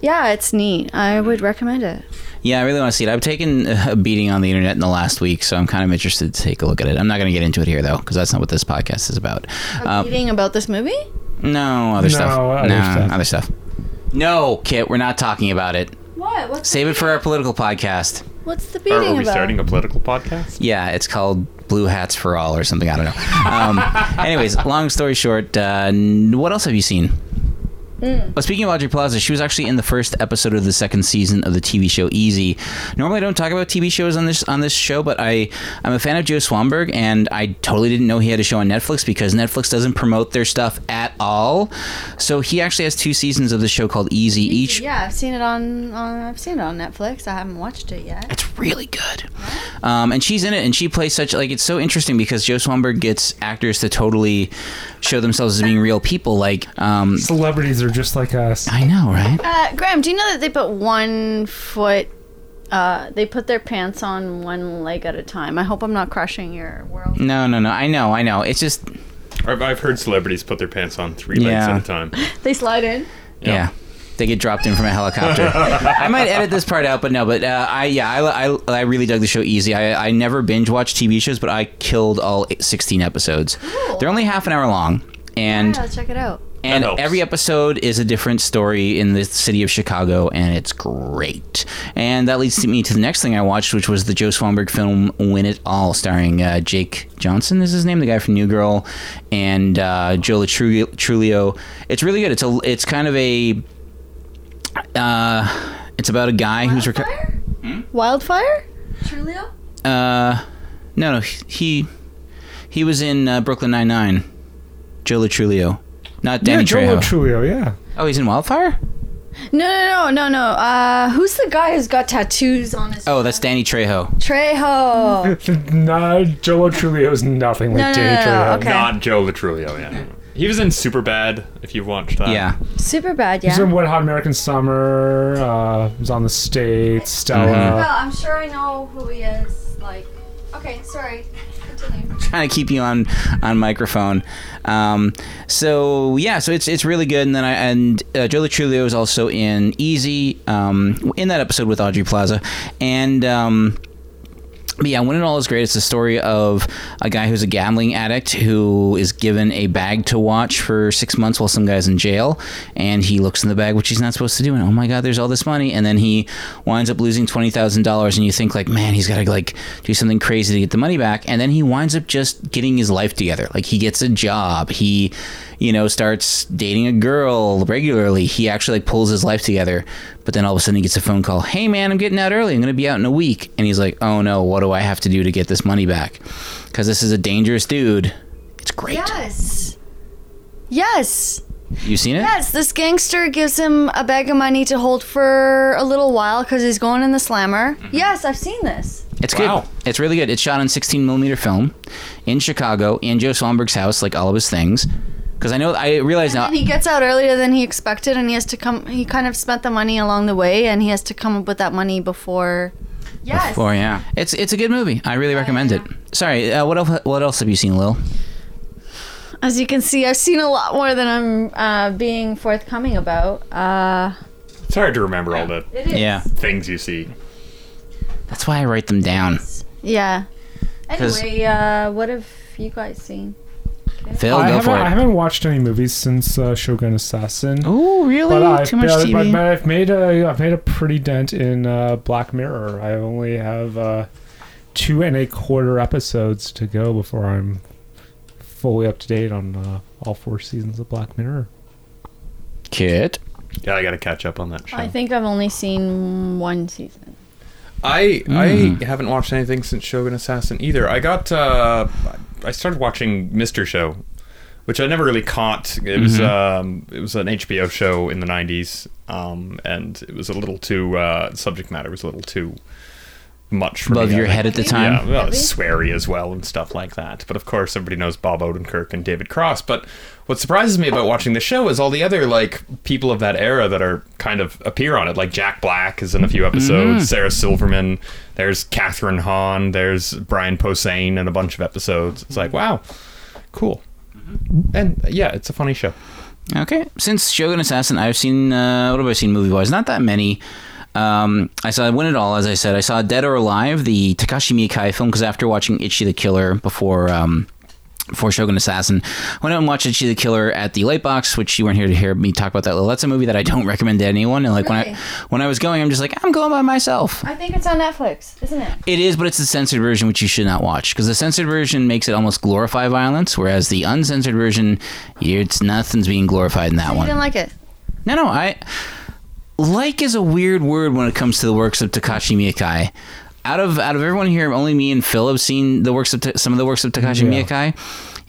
Speaker 7: yeah it's neat i would recommend it
Speaker 3: Yeah, I really want to see it. I've taken a beating on the internet in the last week, so I'm kind of interested to take a look at it. I'm not going to get into it here though, because that's not what this podcast is about. Um,
Speaker 7: reading about this movie
Speaker 3: No, other
Speaker 4: No,
Speaker 3: stuff.
Speaker 4: other
Speaker 3: no,
Speaker 4: stuff.
Speaker 3: other stuff. No, Kit, we're not talking about it.
Speaker 7: what what's
Speaker 3: Save it for our political podcast.
Speaker 7: what's the
Speaker 2: Are,
Speaker 7: beating
Speaker 2: are we
Speaker 7: about
Speaker 2: starting a political podcast?
Speaker 3: Yeah, it's called Blue Hats for All or something. I don't know. Um, anyways, long story short, uh, n- what else have you seen? Well, speaking of Audrey Plaza, she was actually in the first episode of the second season of the TV show Easy. Normally, I don't talk about TV shows on this on this show, but I I'm a fan of Joe Swanberg, and I totally didn't know he had a show on Netflix because Netflix doesn't promote their stuff at all. So he actually has two seasons of the show called Easy. Each
Speaker 7: Yeah, I've seen it on, on I've seen it on Netflix. I haven't watched it yet.
Speaker 3: It's really good. Um, and she's in it, and she plays such like it's so interesting because Joe Swanberg gets actors to totally show themselves as being real people. Like, um,
Speaker 4: Celebrities are just like us.
Speaker 3: I know, right?
Speaker 7: Uh, Graham, do you know that they put one foot uh, they put their pants on one leg at a time. I hope I'm not crushing your world.
Speaker 3: No, no, no. I know, I know. It's just
Speaker 2: I've, I've heard celebrities put their pants on three legs
Speaker 3: Yeah.
Speaker 2: at a time.
Speaker 7: They slide in.
Speaker 3: yeah. They get dropped in from a helicopter. I might edit this part out, but no. But uh, I, yeah, I, I, I really dug the show easy. I, I never binge watched TV shows, but I killed all 16 episodes. They're only half an hour long, and
Speaker 7: Yeah, check it out.
Speaker 3: and
Speaker 2: helps.
Speaker 3: every episode is a different story in the city of Chicago, and it's great. And that leads to me to the next thing I watched, which was the Joe Swanberg film "Win It All," starring uh, Jake Johnson is his name, the guy from New Girl, and uh, Joe Latru- Trulio. It's really good. It's a it's kind of a uh, it's about a guy who's reco-
Speaker 7: Wildfire? Trulio?
Speaker 3: uh no no he he was in uh, Brooklyn Nine Nine, Joe Latrulio, not Danny
Speaker 4: yeah, Joe
Speaker 3: Trejo.
Speaker 4: Trulio, yeah.
Speaker 3: oh, he's in Wildfire.
Speaker 7: No, no, no, no, no. Uh, who's the guy who's got tattoos on his
Speaker 3: Oh, that's Danny Trejo.
Speaker 7: Trejo?
Speaker 4: no, Joe Trulio is nothing like
Speaker 7: No, no,
Speaker 4: Danny
Speaker 7: no, no,
Speaker 4: Trejo.
Speaker 7: okay.
Speaker 2: Not Joe Latrulio, yeah. He was in Superbad, if you've watched that.
Speaker 3: Yeah.
Speaker 7: Super bad, yeah.
Speaker 4: He's in One Hot American Summer. Uh, he was on the States.
Speaker 3: Mm-hmm.
Speaker 4: Stella.
Speaker 7: I'm sure I know who he is. Like, okay, sorry. Continue.
Speaker 3: trying to keep you on on microphone. Um, so yeah, so it's it's really good. And then I and uh, Joe Latrulio is also in Easy um, in that episode with Audrey Plaza, and. Um, but yeah, When It All Is Great, it's the story of a guy who's a gambling addict who is given a bag to watch for six months while some guy's in jail. And he looks in the bag, which he's not supposed to do. And oh my God, there's all this money. And then he winds up losing $20,000. And you think, like, man, he's got to, like, do something crazy to get the money back. And then he winds up just getting his life together. Like, he gets a job. He, you know, starts dating a girl regularly. He actually, like, pulls his life together. But then all of a sudden he gets a phone call. Hey man, I'm getting out early. I'm gonna be out in a week. And he's like, Oh no, what do I have to do to get this money back? Because this is a dangerous dude. It's great.
Speaker 7: Yes. Yes.
Speaker 3: You seen it?
Speaker 7: Yes, this gangster gives him a bag of money to hold for a little while because he's going in the slammer. Yes, I've seen this.
Speaker 3: It's
Speaker 2: Wow.
Speaker 3: good. It's really good. It's shot on 16 millimeter film in Chicago in Joe Swanberg's house, like all of his things. because I know I realize now.
Speaker 7: And he gets out earlier than he expected, and he has to come. He kind of spent the money along the way, and he has to come up with that money before. Yes.
Speaker 3: Or yeah, it's it's a good movie. I really recommend it. Sorry, uh, what else? What else have you seen, Lil?
Speaker 7: As you can see, I've seen a lot more than I'm uh, being forthcoming about. Uh,
Speaker 2: It's hard to remember all the
Speaker 3: Yeah,
Speaker 2: things you see.
Speaker 3: that's why I write them down.
Speaker 7: yeah.
Speaker 3: 'Cause-
Speaker 7: Anyway, uh, what have you guys seen?
Speaker 3: Phil,
Speaker 4: I,
Speaker 3: go
Speaker 4: haven't,
Speaker 3: for
Speaker 4: I
Speaker 3: it.
Speaker 4: haven't watched any movies since uh, Shogun Assassin.
Speaker 3: Oh, really?
Speaker 4: But I've,
Speaker 3: Too much
Speaker 4: but-
Speaker 3: TV.
Speaker 4: But, but I've made a I've made a pretty dent in uh, Black Mirror. I only have uh, two and a quarter episodes to go before I'm fully up to date on uh, all four seasons of Black Mirror.
Speaker 3: Kid.
Speaker 2: Yeah, I gotta catch up on that show.
Speaker 7: I think I've only seen one season.
Speaker 8: I
Speaker 3: Mm.
Speaker 8: I haven't watched anything since Shogun Assassin either. I got uh, I started watching Mister Show, which I never really caught. It was
Speaker 3: Mm-hmm.
Speaker 8: um, it was an HBO show in the '90s, um, and it was a little too uh, subject matter was a little too much for
Speaker 3: Above
Speaker 8: me, I
Speaker 3: your
Speaker 8: think.
Speaker 3: head at the
Speaker 8: Yeah,
Speaker 3: time.
Speaker 8: well, it's sweary as well and stuff like that. But of course, everybody knows Bob Odenkirk and David Cross. But what surprises me about watching the show is all the other like people of that era that are kind of appear on it. Like Jack Black is in a few episodes.
Speaker 3: Mm-hmm.
Speaker 8: Sarah Silverman. There's Catherine Hahn. There's Brian Posehn in a bunch of episodes. It's like wow,
Speaker 3: Mm-hmm.
Speaker 8: cool. And yeah, it's a funny show.
Speaker 3: Okay. Since Shogun Assassin, I've seen uh, what have I seen movie wise? Not that many. Um, I saw Win It All, as I said. I saw Dead or Alive, the Takashi Miike film, because after watching Itchy the Killer before. Um, for Shogun Assassin. I went out and watched Itchy the Killer at the Lightbox, which you weren't here to hear me talk about that. Well, that's a movie that I don't recommend to anyone. And like when
Speaker 7: Really?
Speaker 3: I when I was going, I'm just like, I'm going by myself.
Speaker 7: I think it's on Netflix, isn't it?
Speaker 3: It is, but it's the censored version, which you should not watch because the censored version makes it almost glorify violence, whereas the uncensored version, it's nothing's being glorified in that
Speaker 7: You
Speaker 3: one.
Speaker 7: didn't like it.
Speaker 3: No, no, I like is a weird word when it comes to the works of Takashi Miike. Out of out of everyone here, only me and Phil have seen the works of Ta- some of the works of Takashi Miike.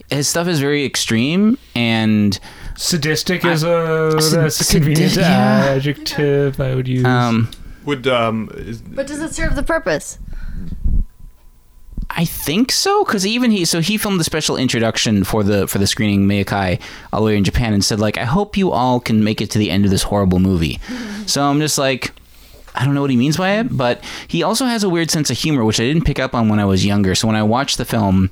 Speaker 3: His stuff is very extreme, and
Speaker 4: Sadistic is a,
Speaker 3: Sad-
Speaker 4: that's a convenient
Speaker 3: sadi- yeah.
Speaker 4: adjective I would use.
Speaker 3: um,
Speaker 2: Would um, is,
Speaker 7: But does it serve the purpose?
Speaker 3: I think so, because even he, so he filmed the special introduction for the for the screening Meikai all the way in Japan and said like, I hope you all can make it to the end of this horrible movie. so I'm just like, I don't know what he means by it, but he also has a weird sense of humor, which I didn't pick up on when I was younger. So when I watched the film,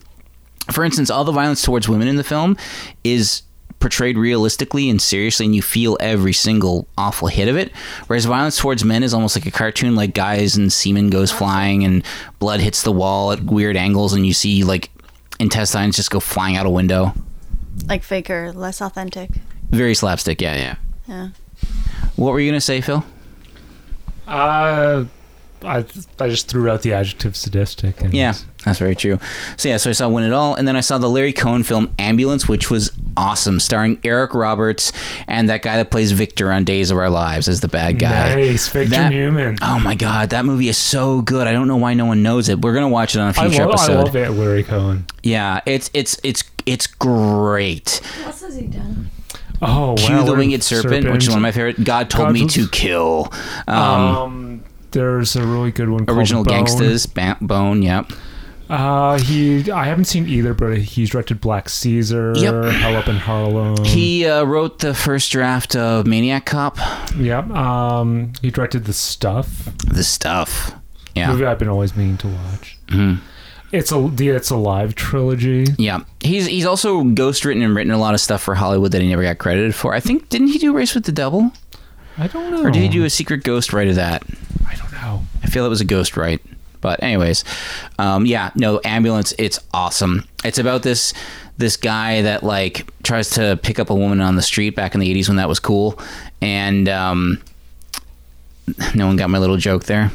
Speaker 3: for instance, all the violence towards women in the film is portrayed realistically and seriously and you feel every single awful hit of it whereas violence towards men is almost like a cartoon like guys and semen goes flying and blood hits the wall at weird angles and you see like intestines just go flying out a window
Speaker 7: Like faker, less authentic.
Speaker 3: very slapstick yeah yeah
Speaker 7: Yeah.
Speaker 3: what were you gonna say phil
Speaker 4: uh, I I just threw out the adjective sadistic. And
Speaker 3: Yeah, that's very true. So yeah, so I saw Win It All, and then I saw the Larry Cohen film Ambulance, which was awesome, starring Eric Roberts and that guy that plays Victor on Days of Our Lives as the bad guy.
Speaker 4: Nice, Victor
Speaker 3: That-
Speaker 4: Newman.
Speaker 3: Oh my god, that movie is so good. I don't know why no one knows it. We're gonna watch it on a
Speaker 4: I
Speaker 3: future
Speaker 4: love, I
Speaker 3: episode.
Speaker 4: love it, Larry Cohen.
Speaker 3: Yeah, it's it's it's it's great.
Speaker 4: Oh,
Speaker 3: Cue
Speaker 4: wow,
Speaker 3: the
Speaker 4: we're-
Speaker 3: Winged Serpent, which is one of my favorite. God told
Speaker 4: God
Speaker 3: me
Speaker 4: Told-
Speaker 3: to kill. Um,
Speaker 4: Um, there's a really good one. called
Speaker 3: original
Speaker 4: Bone.
Speaker 3: gangsters, Ba- Bone. Yep.
Speaker 4: Uh, he. I haven't seen either, but he's directed Black Caesar,
Speaker 3: Yep.
Speaker 4: Hell Up in Harlem.
Speaker 3: He uh, wrote the first draft of Maniac Cop.
Speaker 4: Yep. Um, he directed The Stuff,
Speaker 3: The stuff. Yeah. Mm-hmm.
Speaker 4: movie I've been always meaning to watch. It's a the It's Alive trilogy.
Speaker 3: Yeah, he's he's also ghostwritten and written a lot of stuff for Hollywood that he never got credited for. I think didn't he do Race with the Devil,
Speaker 4: I don't know.
Speaker 3: or did he do a secret ghost write of that?
Speaker 4: I don't know.
Speaker 3: I feel it was a ghost write. But anyways, um, yeah, no ambulance. It's awesome. It's about this this guy that like tries to pick up a woman on the street back in the '80s when that was cool, and um, no one got my little joke there.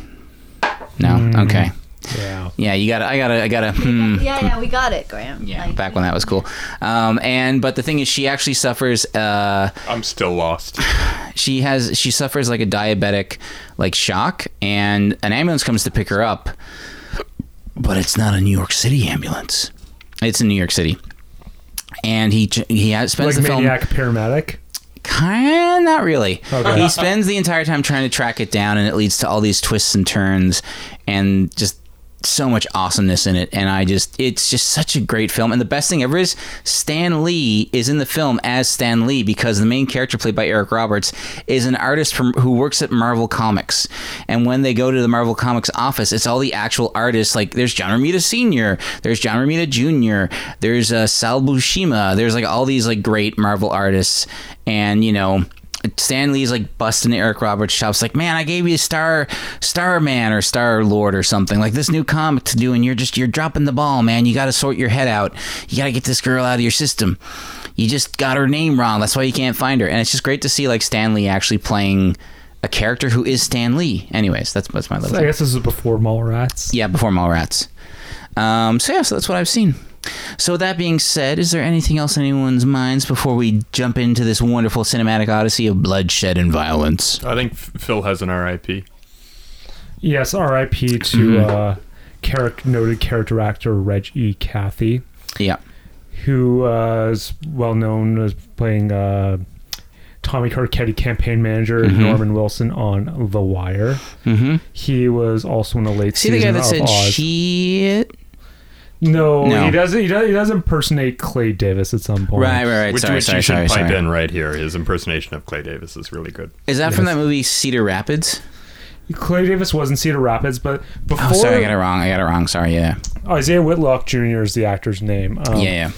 Speaker 3: No, okay,
Speaker 4: Yeah.
Speaker 3: yeah, you got to I gotta, I gotta. Hmm.
Speaker 7: Yeah, yeah, we got it, Graham.
Speaker 3: Yeah, back when that was cool. Um, and but the thing is, she actually suffers. Uh,
Speaker 8: I'm still lost.
Speaker 3: she has she suffers like a diabetic like shock, and an ambulance comes to pick her up. But it's not a New York City ambulance. It's in New York City, and he he has, spends
Speaker 4: Like
Speaker 3: the film
Speaker 4: Maniac Paramedic.
Speaker 3: kind not really.
Speaker 4: Okay.
Speaker 3: He spends the entire time trying to track it down, and it leads to all these twists and turns, and just so much awesomeness in it and i just it's just such a great film and the best thing ever is stan lee is in the film as stan lee because the main character played by eric roberts is an artist from who works at marvel comics and when they go to the marvel comics office it's all the actual artists like there's john romita senior there's john romita jr there's uh, sal buscema there's like all these like great marvel artists and you know Stan Lee's like busting at Eric Roberts' shops, like, man, I gave you Star Starman or Star Lord or something. Like this new comic to do, and you're just you're dropping the ball, man. You gotta sort your head out. You gotta get this girl out of your system. You just got her name wrong. That's why you can't find her. And it's just great to see like Stan Lee actually playing a character who is Stan Lee. Anyways, that's that's my little
Speaker 4: I guess this is before Mallrats.
Speaker 3: yeah, before Mallrats. Um, so yeah, so that's what I've seen. So with that being said, is there anything else in anyone's minds before we jump into this wonderful cinematic odyssey of bloodshed and violence?
Speaker 2: I think F- Phil has an RIP.
Speaker 4: Yes, R.I.P. to
Speaker 3: Mm-hmm.
Speaker 4: uh, charac- noted character actor Reg E. Cathy,
Speaker 3: Yeah.
Speaker 4: who uh, is well known as playing uh, Tommy Carcetti, campaign manager Norman Wilson on The Wire.
Speaker 3: Mm-hmm.
Speaker 4: He was also in the late
Speaker 3: See the guy
Speaker 4: season
Speaker 3: that
Speaker 4: of
Speaker 3: said
Speaker 4: Oz.
Speaker 3: shit.
Speaker 4: no,
Speaker 3: No.
Speaker 4: he doesn't. He does, he does impersonate Clay Davis at some point.
Speaker 3: Right, right, right.
Speaker 2: Which,
Speaker 3: sorry,
Speaker 2: which
Speaker 3: sorry,
Speaker 2: you should
Speaker 3: sorry,
Speaker 2: pipe
Speaker 3: sorry.
Speaker 2: in right here. His impersonation of Clay Davis is really good.
Speaker 3: Is that from that movie Cedar Rapids?
Speaker 4: Clay Davis was in Cedar Rapids, but before
Speaker 3: Oh, sorry, I got it wrong. I got it wrong. Sorry, yeah,
Speaker 4: Isaiah Whitlock Jr. is the actor's name. Um,
Speaker 3: yeah, yeah.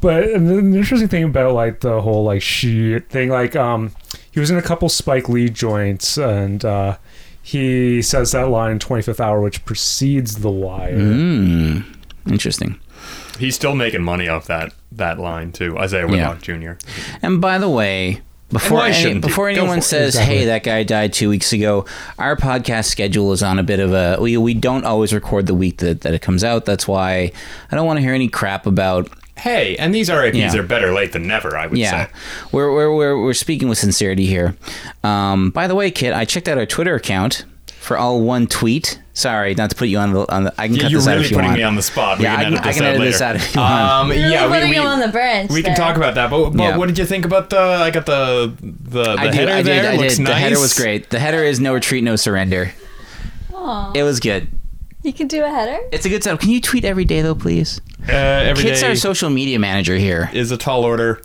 Speaker 4: But an an interesting thing about like the whole like shit thing, like um, he was in a couple Spike Lee joints, and uh, he says that line in Twenty Fifth Hour, which precedes The Wire.
Speaker 3: Mm, interesting.
Speaker 2: He's still making money off that that line too. Isaiah Whitlock Jr.
Speaker 3: And by the way, before
Speaker 2: why
Speaker 3: any,
Speaker 2: shouldn't you?
Speaker 3: before
Speaker 2: Go for
Speaker 3: anyone
Speaker 2: it.
Speaker 3: says,
Speaker 4: Exactly.
Speaker 3: "Hey, that guy died two weeks ago," our podcast schedule is on a bit of a. We, we don't always record the week that, that it comes out. That's why I don't want to hear any crap about.
Speaker 2: Hey, and these RIPs
Speaker 3: Yeah.
Speaker 2: are better late than never. I would
Speaker 3: Yeah,
Speaker 2: say.
Speaker 3: we're we're we're, we're speaking with sincerity here. Um, by the way, Kit, I checked out our Twitter account for all one tweet. Sorry, not to put you on the on the. I can
Speaker 2: Yeah,
Speaker 3: cut
Speaker 2: you're
Speaker 3: this out
Speaker 2: really
Speaker 3: if you
Speaker 2: putting
Speaker 3: want.
Speaker 2: me on the spot.
Speaker 3: yeah,
Speaker 2: we
Speaker 3: I
Speaker 2: can
Speaker 3: can, I
Speaker 2: edit this
Speaker 3: can
Speaker 2: out
Speaker 3: edit
Speaker 2: later.
Speaker 3: this out if you want.
Speaker 8: Um,
Speaker 7: Really
Speaker 8: yeah, we,
Speaker 7: putting
Speaker 8: we,
Speaker 7: him on the bench.
Speaker 8: we can
Speaker 7: there.
Speaker 8: talk about that. But, but
Speaker 3: Uh-huh. Yeah.
Speaker 8: what did you think about the? I got the the, the
Speaker 3: I did.
Speaker 8: header
Speaker 3: I did.
Speaker 8: there.
Speaker 3: I did.
Speaker 8: Looks
Speaker 3: The
Speaker 8: nice.
Speaker 3: header was great. The header is no retreat, no surrender.
Speaker 7: Aw.
Speaker 3: It was good.
Speaker 7: You can do a header.
Speaker 3: It's a good setup. Can you tweet every day though, please?
Speaker 8: Uh, every
Speaker 3: Kit's
Speaker 8: day
Speaker 3: our social media manager here.
Speaker 8: is a tall order.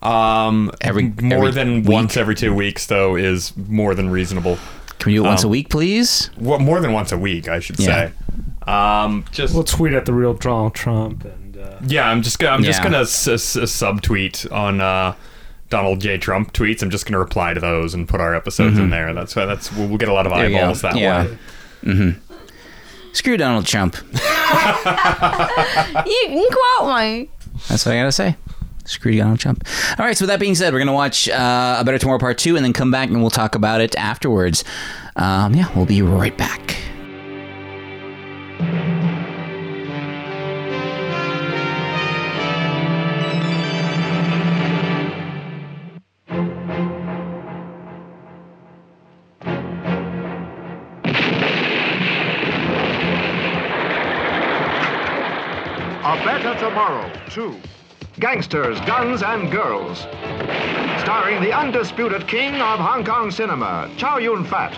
Speaker 8: Um,
Speaker 3: Every-
Speaker 8: more
Speaker 3: every
Speaker 8: than
Speaker 2: And once every two weeks, though, is more than reasonable.
Speaker 3: Can we do it
Speaker 8: Oh.
Speaker 3: once a week, please?
Speaker 2: Well, more than once a week, I should
Speaker 3: Yeah.
Speaker 2: say. Um, just
Speaker 4: We'll tweet at the real Donald Trump, and uh,
Speaker 2: yeah, I'm just gonna I'm just
Speaker 3: Yeah.
Speaker 2: gonna s- s- subtweet on uh, Donald J. Trump tweets. I'm just gonna reply to those and put our episodes in there. That's why that's we'll, we'll get a lot of
Speaker 3: Mm-hmm. There you go.
Speaker 2: eyeballs that
Speaker 3: yeah.
Speaker 2: way.
Speaker 3: hmm Screw Donald Trump.
Speaker 7: You can quote me.
Speaker 3: That's what I gotta say. Screw Donald Trump. All right. So with that being said, we're gonna watch uh, A Better Tomorrow Part Two, and then come back and we'll talk about it afterwards. Um, yeah, we'll be right back.
Speaker 9: A Better Tomorrow 2. Gangsters, Guns, and Girls. Starring the undisputed king of Hong Kong cinema, Chow Yun Fat.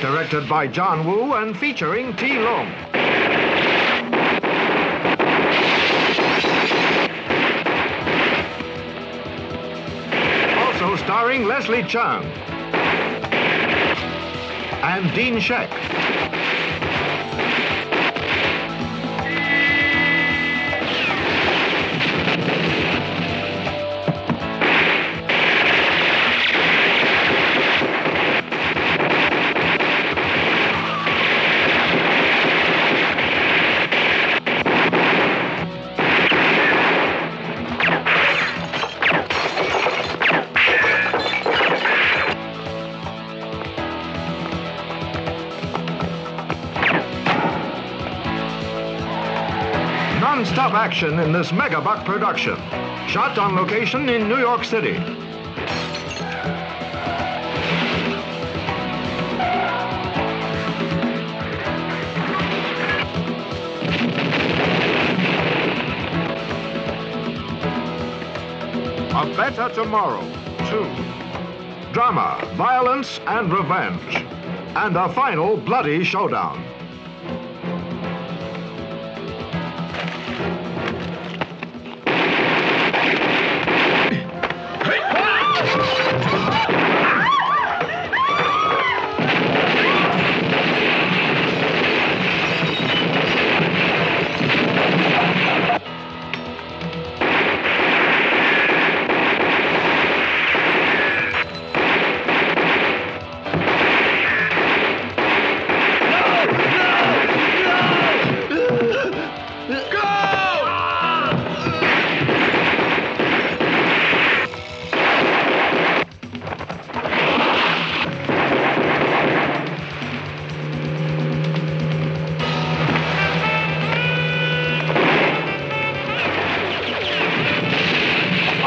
Speaker 9: Directed by John Woo and featuring T. Lung. Also starring Leslie Chung and Dean Sheck. Non-stop action in this megabuck production. Shot on location in New York City. A Better Tomorrow 2. drama, violence, and revenge. And the final bloody showdown.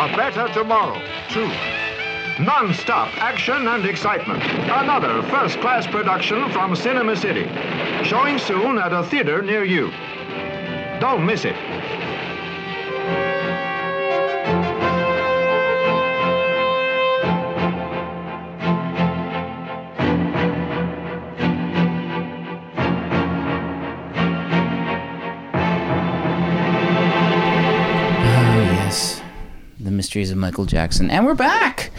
Speaker 9: A Better Tomorrow 2. Non-stop action and excitement. Another first-class production from Cinema City. Showing soon at a theater near you. Don't miss it.
Speaker 3: Oh, yes. The Mysteries of Michael Jackson. And we're back!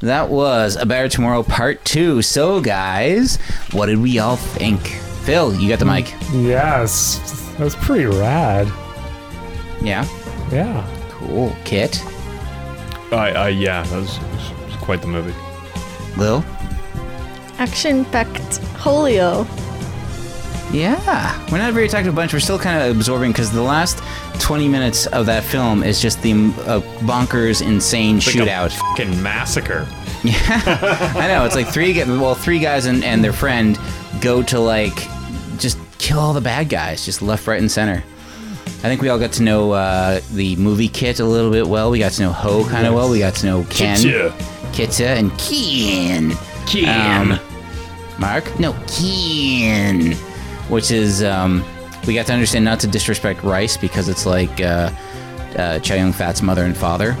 Speaker 3: That was A Better Tomorrow Part 2. So, guys, what did we all think? Phil, you got the mic.
Speaker 4: Yes, that was pretty rad.
Speaker 3: Yeah?
Speaker 4: Yeah,
Speaker 3: Cool. Kit?
Speaker 8: I, I yeah, that was, was quite the movie.
Speaker 3: Lil?
Speaker 7: Action packed Holio.
Speaker 3: Yeah, we're not very talkative bunch. We're still kind of absorbing because the last 20 minutes of that film is just the uh, bonkers, insane shootout.
Speaker 8: Fucking massacre.
Speaker 3: I know it's like three, gu- well, three guys and, and their friend go to like just kill all the bad guys, just left, right, and center. I think we all got to know uh, the movie kit a little bit well. We got to know Ho kind of well. We got to know Ken,
Speaker 8: Kitya.
Speaker 3: Kitya, and Ken.
Speaker 8: Ken.
Speaker 3: Um, Mark? No, Ken. Which is, um, we got to understand not to disrespect Rice because it's like uh, uh, Chow Yun Fat's mother and father.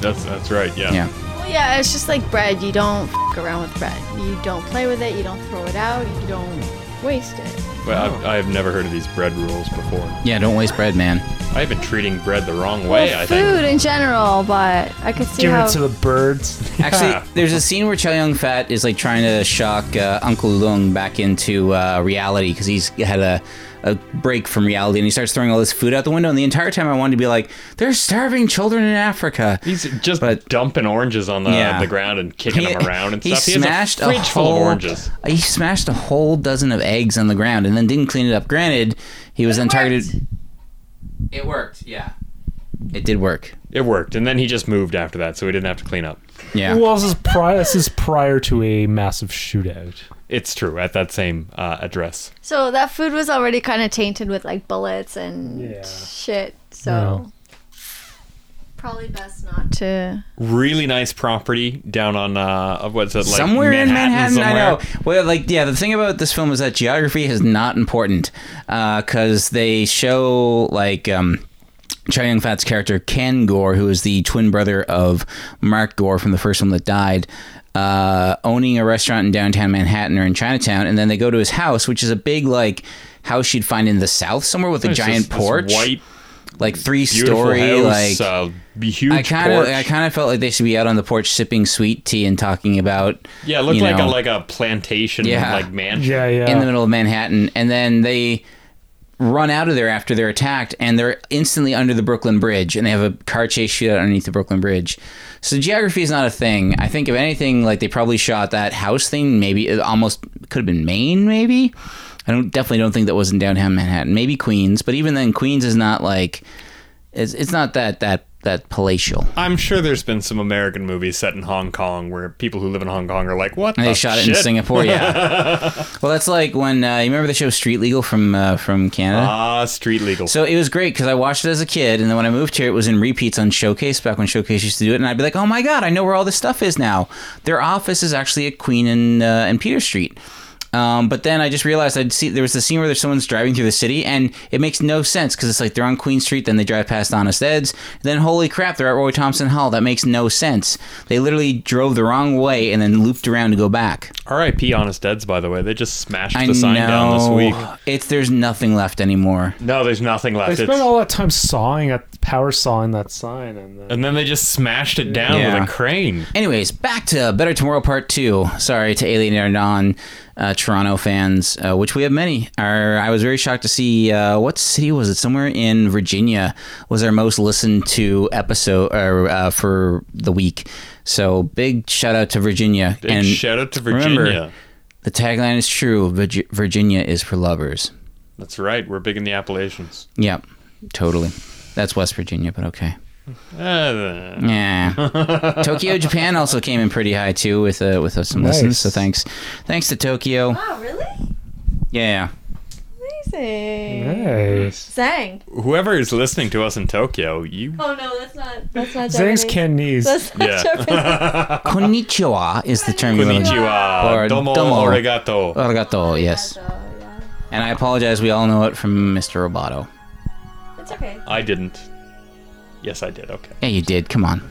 Speaker 8: That's that's right. Yeah.
Speaker 3: Yeah.
Speaker 7: Well, yeah, it's just like bread. You don't f- around with bread. You don't play with it. You don't throw it out. You don't waste it.
Speaker 8: But I've, I've never heard of these bread rules before.
Speaker 3: Yeah, don't waste bread, man.
Speaker 8: I've been treating bread the wrong way. I think.
Speaker 7: food in general, but I could see
Speaker 4: giving
Speaker 7: how.
Speaker 4: it to the birds.
Speaker 8: Yeah.
Speaker 3: Actually, there's a scene where Chow Yun Fat is like trying to shock uh, Uncle Lung back into uh, reality because he's had a, a break from reality and he starts throwing all this food out the window. And the entire time I wanted to be like, they're starving children in Africa.
Speaker 8: He's just
Speaker 3: But-
Speaker 8: dumping oranges on the,
Speaker 3: Yeah.
Speaker 8: the ground and kicking them around and
Speaker 3: he
Speaker 8: stuff.
Speaker 3: Smashed
Speaker 8: he has a fridge full
Speaker 3: whole-
Speaker 8: of oranges.
Speaker 3: He smashed a whole dozen of eggs on the ground and then didn't clean it up. Granted, he was then targeted. It worked, yeah. It did work.
Speaker 8: It worked, and then he just moved after that, so he didn't have to clean up.
Speaker 3: Yeah.
Speaker 4: Well, this is prior. This is prior to a massive shootout.
Speaker 8: It's true at that same uh, address.
Speaker 7: so that food was already kind of tainted with like bullets and
Speaker 4: Yeah.
Speaker 7: shit. So
Speaker 4: No.
Speaker 7: probably best not to.
Speaker 8: Really nice property down on uh, of what's it like
Speaker 3: somewhere in Manhattan.
Speaker 8: somewhere.
Speaker 3: I know. Well, like yeah, the thing about this film is that geography is not important because they show like. Um, Chow Yun Fat's character Ken Gore, who is the twin brother of Mark Gore from the first one that died, uh, owning a restaurant in downtown Manhattan or in Chinatown, and then they go to his house, which is a big like house you'd find in the South somewhere with a
Speaker 8: It's just
Speaker 3: giant
Speaker 8: this
Speaker 3: porch,
Speaker 8: white,
Speaker 3: like three
Speaker 8: beautiful
Speaker 3: story,
Speaker 8: house,
Speaker 3: like
Speaker 8: uh, huge
Speaker 3: I kind of
Speaker 8: porch.
Speaker 3: I kind of felt like they should be out on the porch sipping sweet tea and talking about
Speaker 8: yeah, it looked
Speaker 3: you
Speaker 8: like
Speaker 3: know,
Speaker 8: a like a plantation,
Speaker 3: Yeah.
Speaker 8: like mansion.
Speaker 4: Yeah, yeah.
Speaker 3: in the middle of Manhattan, and then they run out of there after they're attacked, and they're instantly under the Brooklyn Bridge, and they have a car chase shootout underneath the Brooklyn Bridge. So geography is not a thing. I think if anything, like they probably shot that house thing. Maybe it almost could have been Maine. Maybe I don't definitely don't think that was in downtown Manhattan. Maybe Queens, but even then, Queens is not like it's, it's not that that that palatial.
Speaker 8: I'm sure there's been some American movies set in Hong Kong where people who live in Hong Kong are like, "What?"
Speaker 3: And
Speaker 2: Oh,
Speaker 8: the
Speaker 3: they shot it in
Speaker 8: shit?
Speaker 3: Singapore, yeah. well, that's like when uh, you remember the show Street Legal from uh, from Canada.
Speaker 8: Ah, street legal.
Speaker 3: So it was great because I watched it as a kid, and then when I moved here, it was in repeats on Showcase back when Showcase used to do it, and I'd be like, "Oh my god, I know where all this stuff is now." Their office is actually at Queen and uh, and Peter Street, Um, but then I just realized I'd see there was the scene where there's someone's driving through the city, and it makes no sense because it's like they're on Queen Street, then they drive past Honest Ed's, then holy crap, they're at Roy Thompson Hall. That makes no sense. They literally drove the wrong way and then looped around to go back.
Speaker 10: R.I.P. Honest Deads, by the way. They just smashed
Speaker 3: I
Speaker 10: the sign
Speaker 3: know
Speaker 10: down this week.
Speaker 3: it's there's nothing left anymore.
Speaker 10: No, there's nothing
Speaker 4: They
Speaker 10: left.
Speaker 4: spent
Speaker 10: It's-
Speaker 4: all that time sawing at power sawing that sign, and then
Speaker 2: And then they just smashed it down
Speaker 3: Yeah.
Speaker 2: with a crane.
Speaker 3: Anyways, back to Better Tomorrow Part 2. Sorry to alienate our non uh, Toronto fans, uh, which we have many. Our, I was very shocked to see uh, what city was it? Somewhere in Virginia was our most listened to episode or, uh, for the week. So big shout out to Virginia.
Speaker 2: Big
Speaker 3: and
Speaker 2: shout out to Virginia.
Speaker 3: remember, the tagline is true Virgi- Virginia is for lovers.
Speaker 2: That's right. We're big in the Appalachians.
Speaker 3: Yep, totally. That's West Virginia, but okay.
Speaker 2: Uh,
Speaker 3: Yeah. Tokyo, Japan also came in pretty high too with uh, with uh, some
Speaker 4: Nice.
Speaker 3: listens. So thanks, thanks to Tokyo.
Speaker 7: Oh, really?
Speaker 3: Yeah.
Speaker 7: Amazing.
Speaker 4: nice.
Speaker 7: Zang.
Speaker 2: whoever is listening to us in Tokyo, you
Speaker 7: Oh no, that's not. That's not.
Speaker 4: Zang's Cantonese.
Speaker 7: That's not
Speaker 2: Yeah.
Speaker 7: Japanese.
Speaker 3: Konnichiwa is the term. you were looking-
Speaker 2: konnichiwa,
Speaker 3: Or
Speaker 2: uh, domo,
Speaker 3: domo. Uh.
Speaker 2: arigato.
Speaker 3: Arigato, yes.
Speaker 7: yeah.
Speaker 3: And I apologize. We all know it from Mr. Roboto.
Speaker 7: It's okay.
Speaker 2: I didn't. Yes, I did. Okay.
Speaker 3: Yeah, you did. Come on.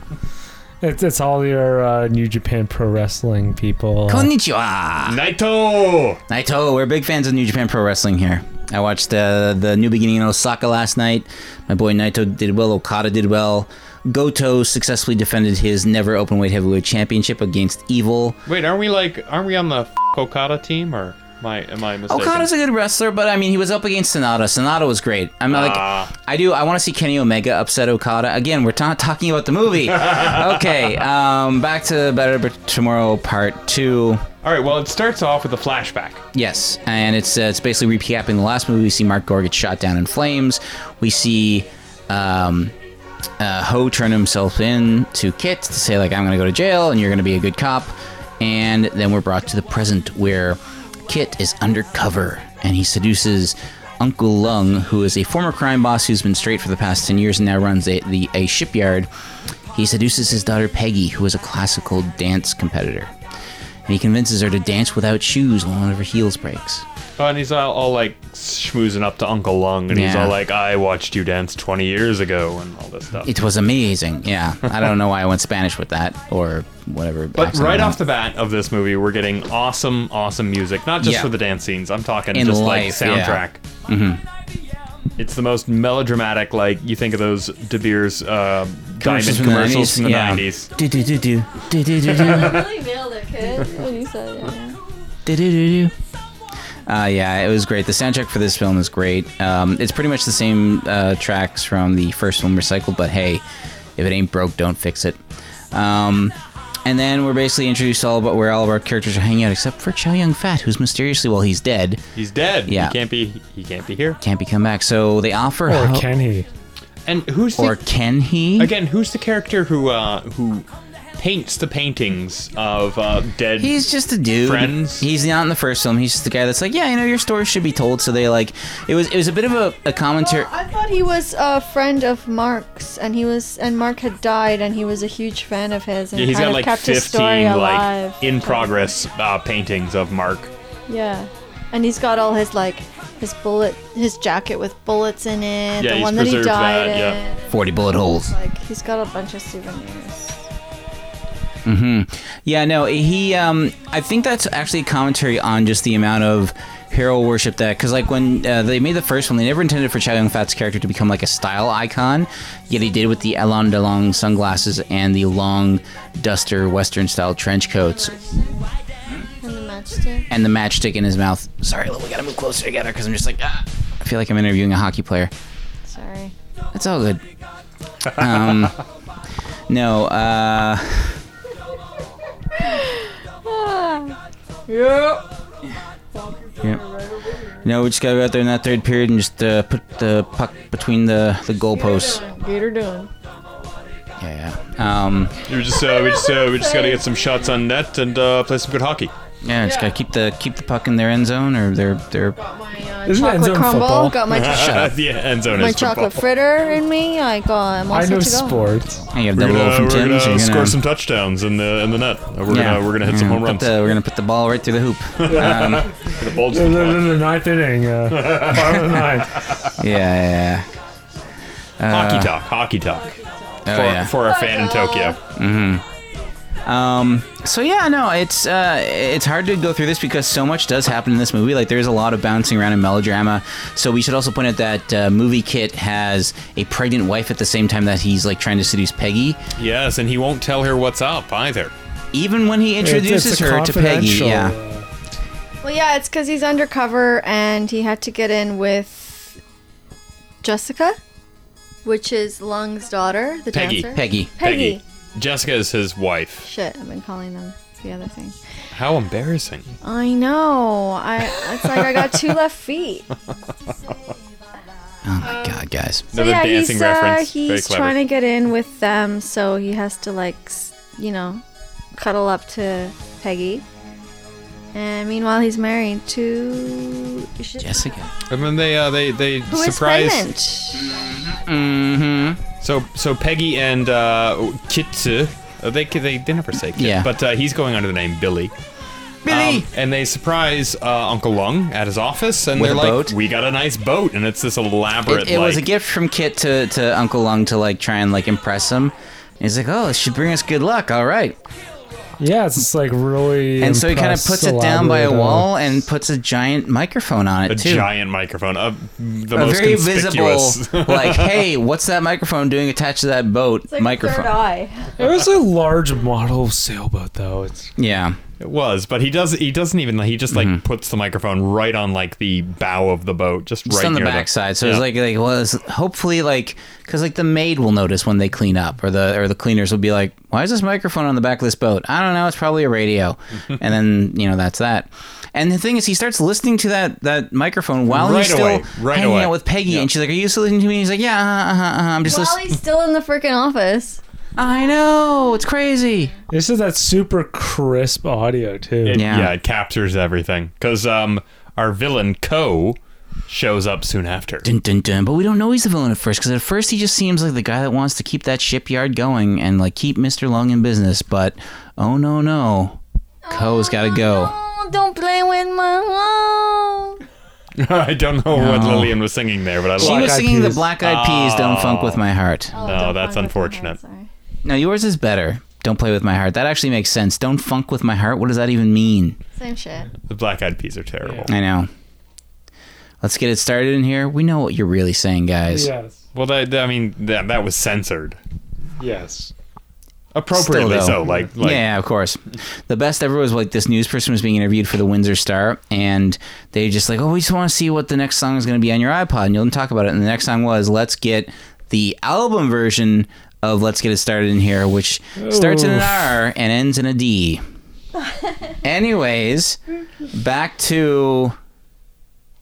Speaker 4: It's, it's all your uh, New Japan Pro Wrestling people.
Speaker 3: Konnichiwa.
Speaker 2: Naito.
Speaker 3: Naito, we're big fans of New Japan Pro Wrestling here. I watched uh, the New Beginning in Osaka last night. My boy Naito did well. Okada did well. Goto successfully defended his never open weight heavyweight championship against Evil.
Speaker 2: Wait, aren't we like? Aren't we on the f- Okada team or? Am I, am I mistaken?
Speaker 3: Okada's Oh, a good wrestler, but I mean, he was up against Sonata. Sonata was great. I'm not
Speaker 2: Ah.
Speaker 3: like, I do. I want to see Kenny Omega upset Okada again. We're not talking about the movie. okay, um, back to Better B- Tomorrow Part Two.
Speaker 2: All right. Well, it starts off with a flashback.
Speaker 3: Yes, and it's uh, it's basically recapping the last movie. We see Mark Gore get shot down in flames. We see. Um, uh, Ho turn himself in to Kit to say like I'm going to go to jail and you're going to be a good cop, and then we're brought to the present where Kit is undercover and he seduces Uncle Lung, who is a former crime boss who's been straight for the past ten years and now runs a, the, a shipyard. He seduces his daughter Peggy, who is a classical dance competitor, and he convinces her to dance without shoes while one of her heels breaks.
Speaker 2: Oh, and he's all, all like schmoozing up to Uncle Lung, and he's
Speaker 3: Yeah.
Speaker 2: all like, "I watched you dance 20 years ago," and all this stuff.
Speaker 3: It was amazing. Yeah, I don't know why I went Spanish with that or whatever.
Speaker 2: But
Speaker 3: accent I
Speaker 2: right
Speaker 3: went.
Speaker 2: off the bat of this movie, we're getting awesome, awesome music. Not just
Speaker 3: Yeah.
Speaker 2: for the dance scenes. I'm talking
Speaker 3: In
Speaker 2: just like
Speaker 3: life, Mm-hmm.
Speaker 2: soundtrack. It's the most melodramatic. Like you think of those De Beers uh, diamond commercials from the 90s.
Speaker 3: Do do do do do do do do.
Speaker 7: really nailed it, kid. When you said it. Yeah.
Speaker 3: Do-do-do-do. Uh, yeah, it was great. The soundtrack for this film is great. Um, it's pretty much the same uh, tracks from the first film recycled, but hey, if it ain't broke, don't fix it. Um, and then we're basically introduced to all about where all of our characters are hanging out, except for Chow Yun Fat, who's mysteriously, well, he's dead,
Speaker 2: He's dead.
Speaker 3: Yeah.
Speaker 2: He can't be. He can't be here.
Speaker 3: can't be come back. So they offer
Speaker 4: or
Speaker 3: help-
Speaker 4: can he?
Speaker 2: And who's
Speaker 3: or
Speaker 2: the,
Speaker 3: can he?
Speaker 2: again? Who's the character who uh, who paints the paintings of uh, dead?
Speaker 3: He's just a dude.
Speaker 2: Friends?
Speaker 3: He's not in the first film. He's just the guy that's like, yeah, you know, your story should be told. So they like, it was it was a bit of a, a commentary.
Speaker 7: I thought he was a friend of Mark's, and he was, and Mark had died, and he was a huge fan of his, and
Speaker 2: Yeah, he's
Speaker 7: kind
Speaker 2: got
Speaker 7: of
Speaker 2: like
Speaker 7: kept his story
Speaker 2: 15
Speaker 7: alive.
Speaker 2: like in progress uh, paintings of Mark.
Speaker 7: Yeah, and he's got all his like his bullet, his jacket with bullets in it,
Speaker 2: Yeah,
Speaker 7: the
Speaker 2: he's
Speaker 7: one that he
Speaker 2: preserved
Speaker 7: died
Speaker 2: that, yeah.
Speaker 7: in.
Speaker 3: 40 bullet holes.
Speaker 7: Like he's got a bunch of souvenirs.
Speaker 3: Yeah, no, he. Um, I think that's actually a commentary on just the amount of hero worship that, because like when uh, they made the first one, they never intended for Chow Yun Fat's character to become like a style icon. Yet he did with the Elon DeLong sunglasses and the long duster Western style trench coats
Speaker 7: And the matchstick.
Speaker 3: and the matchstick in his mouth. Sorry, Lil, we gotta move closer together because I'm just like, ah. I feel like I'm interviewing a hockey player.
Speaker 7: Sorry.
Speaker 3: It's all good. Um, no, uh,
Speaker 7: Yeah.
Speaker 3: no, we just gotta go out there in that third period and just uh, put the puck between the the goalposts.
Speaker 7: Gator doing.
Speaker 3: Yeah, yeah. Um,
Speaker 2: We just uh, we just uh, we just gotta get some shots on net and uh, play some good hockey.
Speaker 3: yeah, just gotta keep the keep the puck in their end zone or their their
Speaker 7: Got my my
Speaker 4: Isn't that
Speaker 7: chocolate
Speaker 4: zone
Speaker 7: crumble.
Speaker 4: football?
Speaker 7: Got my,
Speaker 2: Uh,
Speaker 11: yeah, end zone
Speaker 7: my
Speaker 11: is
Speaker 7: chocolate
Speaker 11: football.
Speaker 7: fritter in me. I go. I'm all
Speaker 4: I
Speaker 7: set
Speaker 4: know
Speaker 7: to go.
Speaker 4: sports.
Speaker 3: Hey, you have
Speaker 11: We're
Speaker 3: that
Speaker 11: gonna,
Speaker 3: roll from
Speaker 11: we're
Speaker 3: Tim's.
Speaker 11: gonna
Speaker 3: you're
Speaker 11: score
Speaker 3: gonna-
Speaker 11: some touchdowns in the in the net. Uh, We're
Speaker 3: yeah,
Speaker 11: gonna we're gonna hit some home
Speaker 3: yeah,
Speaker 2: Mm.
Speaker 3: put
Speaker 11: runs.
Speaker 3: the- we're gonna put the ball right through the hoop. Um, yeah,
Speaker 11: Gonna bulge
Speaker 4: In the,
Speaker 11: the
Speaker 4: in the ninth inning, uh, bottom of the ninth.
Speaker 3: yeah, Oh, yeah. Uh,
Speaker 11: hockey talk, hockey talk
Speaker 3: oh,
Speaker 11: for,
Speaker 3: yeah.
Speaker 11: for a fan in Tokyo.
Speaker 3: Um, so yeah, no, it's uh, it's hard to go through this because so much does happen in this movie. Like there's a lot of bouncing around and melodrama. So we should also point out that uh, movie Kit has a pregnant wife at the same time that he's like trying to seduce Peggy.
Speaker 2: Yes, and he won't tell her what's up either.
Speaker 3: Even when he
Speaker 4: It's- it's
Speaker 3: introduces
Speaker 4: a
Speaker 3: her to Peggy,
Speaker 4: confidential,
Speaker 3: yeah,
Speaker 4: uh,
Speaker 7: Well, yeah, it's because he's undercover and he had to get in with Jessica, which is Lung's daughter, the
Speaker 2: Peggy.
Speaker 7: dancer.
Speaker 3: Peggy.
Speaker 7: Peggy.
Speaker 2: Jessica is his wife.
Speaker 7: Shit, I've been calling them the other thing.
Speaker 2: How embarrassing.
Speaker 7: I know. I it's like I got two left feet.
Speaker 3: Oh my god, guys.
Speaker 7: So
Speaker 2: Another
Speaker 7: yeah,
Speaker 2: dancing
Speaker 7: he's,
Speaker 2: reference.
Speaker 7: Uh,
Speaker 2: Very
Speaker 7: he's
Speaker 2: clever.
Speaker 7: trying to get in with them, so he has to like, s- you know, cuddle up to Peggy. And meanwhile, he's married to
Speaker 3: Jessica.
Speaker 11: Um,
Speaker 2: And then they uh, they they
Speaker 7: who is
Speaker 2: surprise.
Speaker 7: pregnant.
Speaker 3: Mm-hmm.
Speaker 2: So so Peggy and uh, Kitsu. uh, They they they never say Kit,
Speaker 3: Yeah.
Speaker 2: but uh, he's going under the name Billy.
Speaker 3: Billy.
Speaker 2: Um, and they surprise uh, Uncle Lung at his office, and
Speaker 3: With
Speaker 2: they're
Speaker 3: a
Speaker 2: like,
Speaker 3: boat?
Speaker 2: "We got a nice boat," and it's this elaborate.
Speaker 3: it, it was a
Speaker 2: like-
Speaker 3: gift from Kit to, to Uncle Lung to like try and like impress him. And he's like, oh, this should bring us good luck. All right.
Speaker 4: Yeah, it's just like really.
Speaker 3: and so he kind of
Speaker 4: impressed,
Speaker 3: puts it down by a
Speaker 4: elaborate, uh,
Speaker 3: wall and puts a giant microphone on it
Speaker 2: a
Speaker 3: too.
Speaker 2: giant microphone, a, the
Speaker 3: a
Speaker 2: most
Speaker 3: very visible,
Speaker 2: conspicuous.
Speaker 3: like, hey, what's that microphone doing attached to that boat? microphone.
Speaker 4: It was a large model sailboat, though. It's
Speaker 3: Yeah.
Speaker 2: It was, but he does. He doesn't even. He just like
Speaker 3: Mm-hmm.
Speaker 2: puts the microphone right on like the bow of the boat, just,
Speaker 3: Just
Speaker 2: right
Speaker 3: on the
Speaker 2: near
Speaker 3: backside. So it's
Speaker 2: Yeah.
Speaker 3: like, like, well, it's hopefully, like, because like the maid will notice when they clean up, or the or the cleaners will be like, why is this microphone on the back of this boat? I don't know. It's probably a radio. and then you know that's that. And the thing is, he starts listening to that that microphone while
Speaker 2: Right
Speaker 3: he's still
Speaker 2: away, right
Speaker 3: hanging
Speaker 2: away.
Speaker 3: out with Peggy, and she's like, "Are you still listening to me?" And he's like, "Yeah, uh-huh, uh-huh, uh-huh. I'm just
Speaker 7: While
Speaker 3: listening."
Speaker 7: he's still in the freaking office.
Speaker 3: I know it's crazy.
Speaker 4: this is that super crisp audio too.
Speaker 2: It-
Speaker 3: Yeah.
Speaker 2: yeah. it captures everything because um our villain Co shows up soon after.
Speaker 3: Dun, dun, dun. But we don't know he's the villain at first because at first he just seems like the guy that wants to keep that shipyard going and like keep Mr. Long in business. But oh no, no, Ko's got to go.
Speaker 7: Oh, don't play with my love.
Speaker 2: I don't know what
Speaker 3: No.
Speaker 2: Lillian was singing there, but I
Speaker 3: She
Speaker 2: like.
Speaker 3: was
Speaker 4: Eyed
Speaker 3: singing the
Speaker 4: Peas.
Speaker 3: Black Eyed Peas "Don't Funk with My Heart."
Speaker 7: Oh,
Speaker 2: No,
Speaker 7: don't
Speaker 2: that's
Speaker 7: fuck with my
Speaker 2: unfortunate.
Speaker 7: love, sorry.
Speaker 3: No, yours is better. Don't play with my heart. That actually makes sense. Don't funk with my heart. What does that even mean?
Speaker 7: Same shit.
Speaker 2: The Black Eyed Peas are terrible.
Speaker 3: I know. Let's get it started in here. We know what you're really saying, guys.
Speaker 4: Yes.
Speaker 2: Well, that, I mean that that was censored
Speaker 4: Yes.
Speaker 2: appropriately.
Speaker 3: though.
Speaker 2: so, like, like
Speaker 3: yeah, yeah, of course. The best ever was like this news person was being interviewed for the Windsor Star, and they just like, oh, we just want to see what the next song is going to be on your iPod, and you'll talk about it. And the next song was "Let's Get the Album Version of Let's Get It Started in Here," which starts in an
Speaker 4: Oof.
Speaker 3: R and ends in a D. Anyways, back to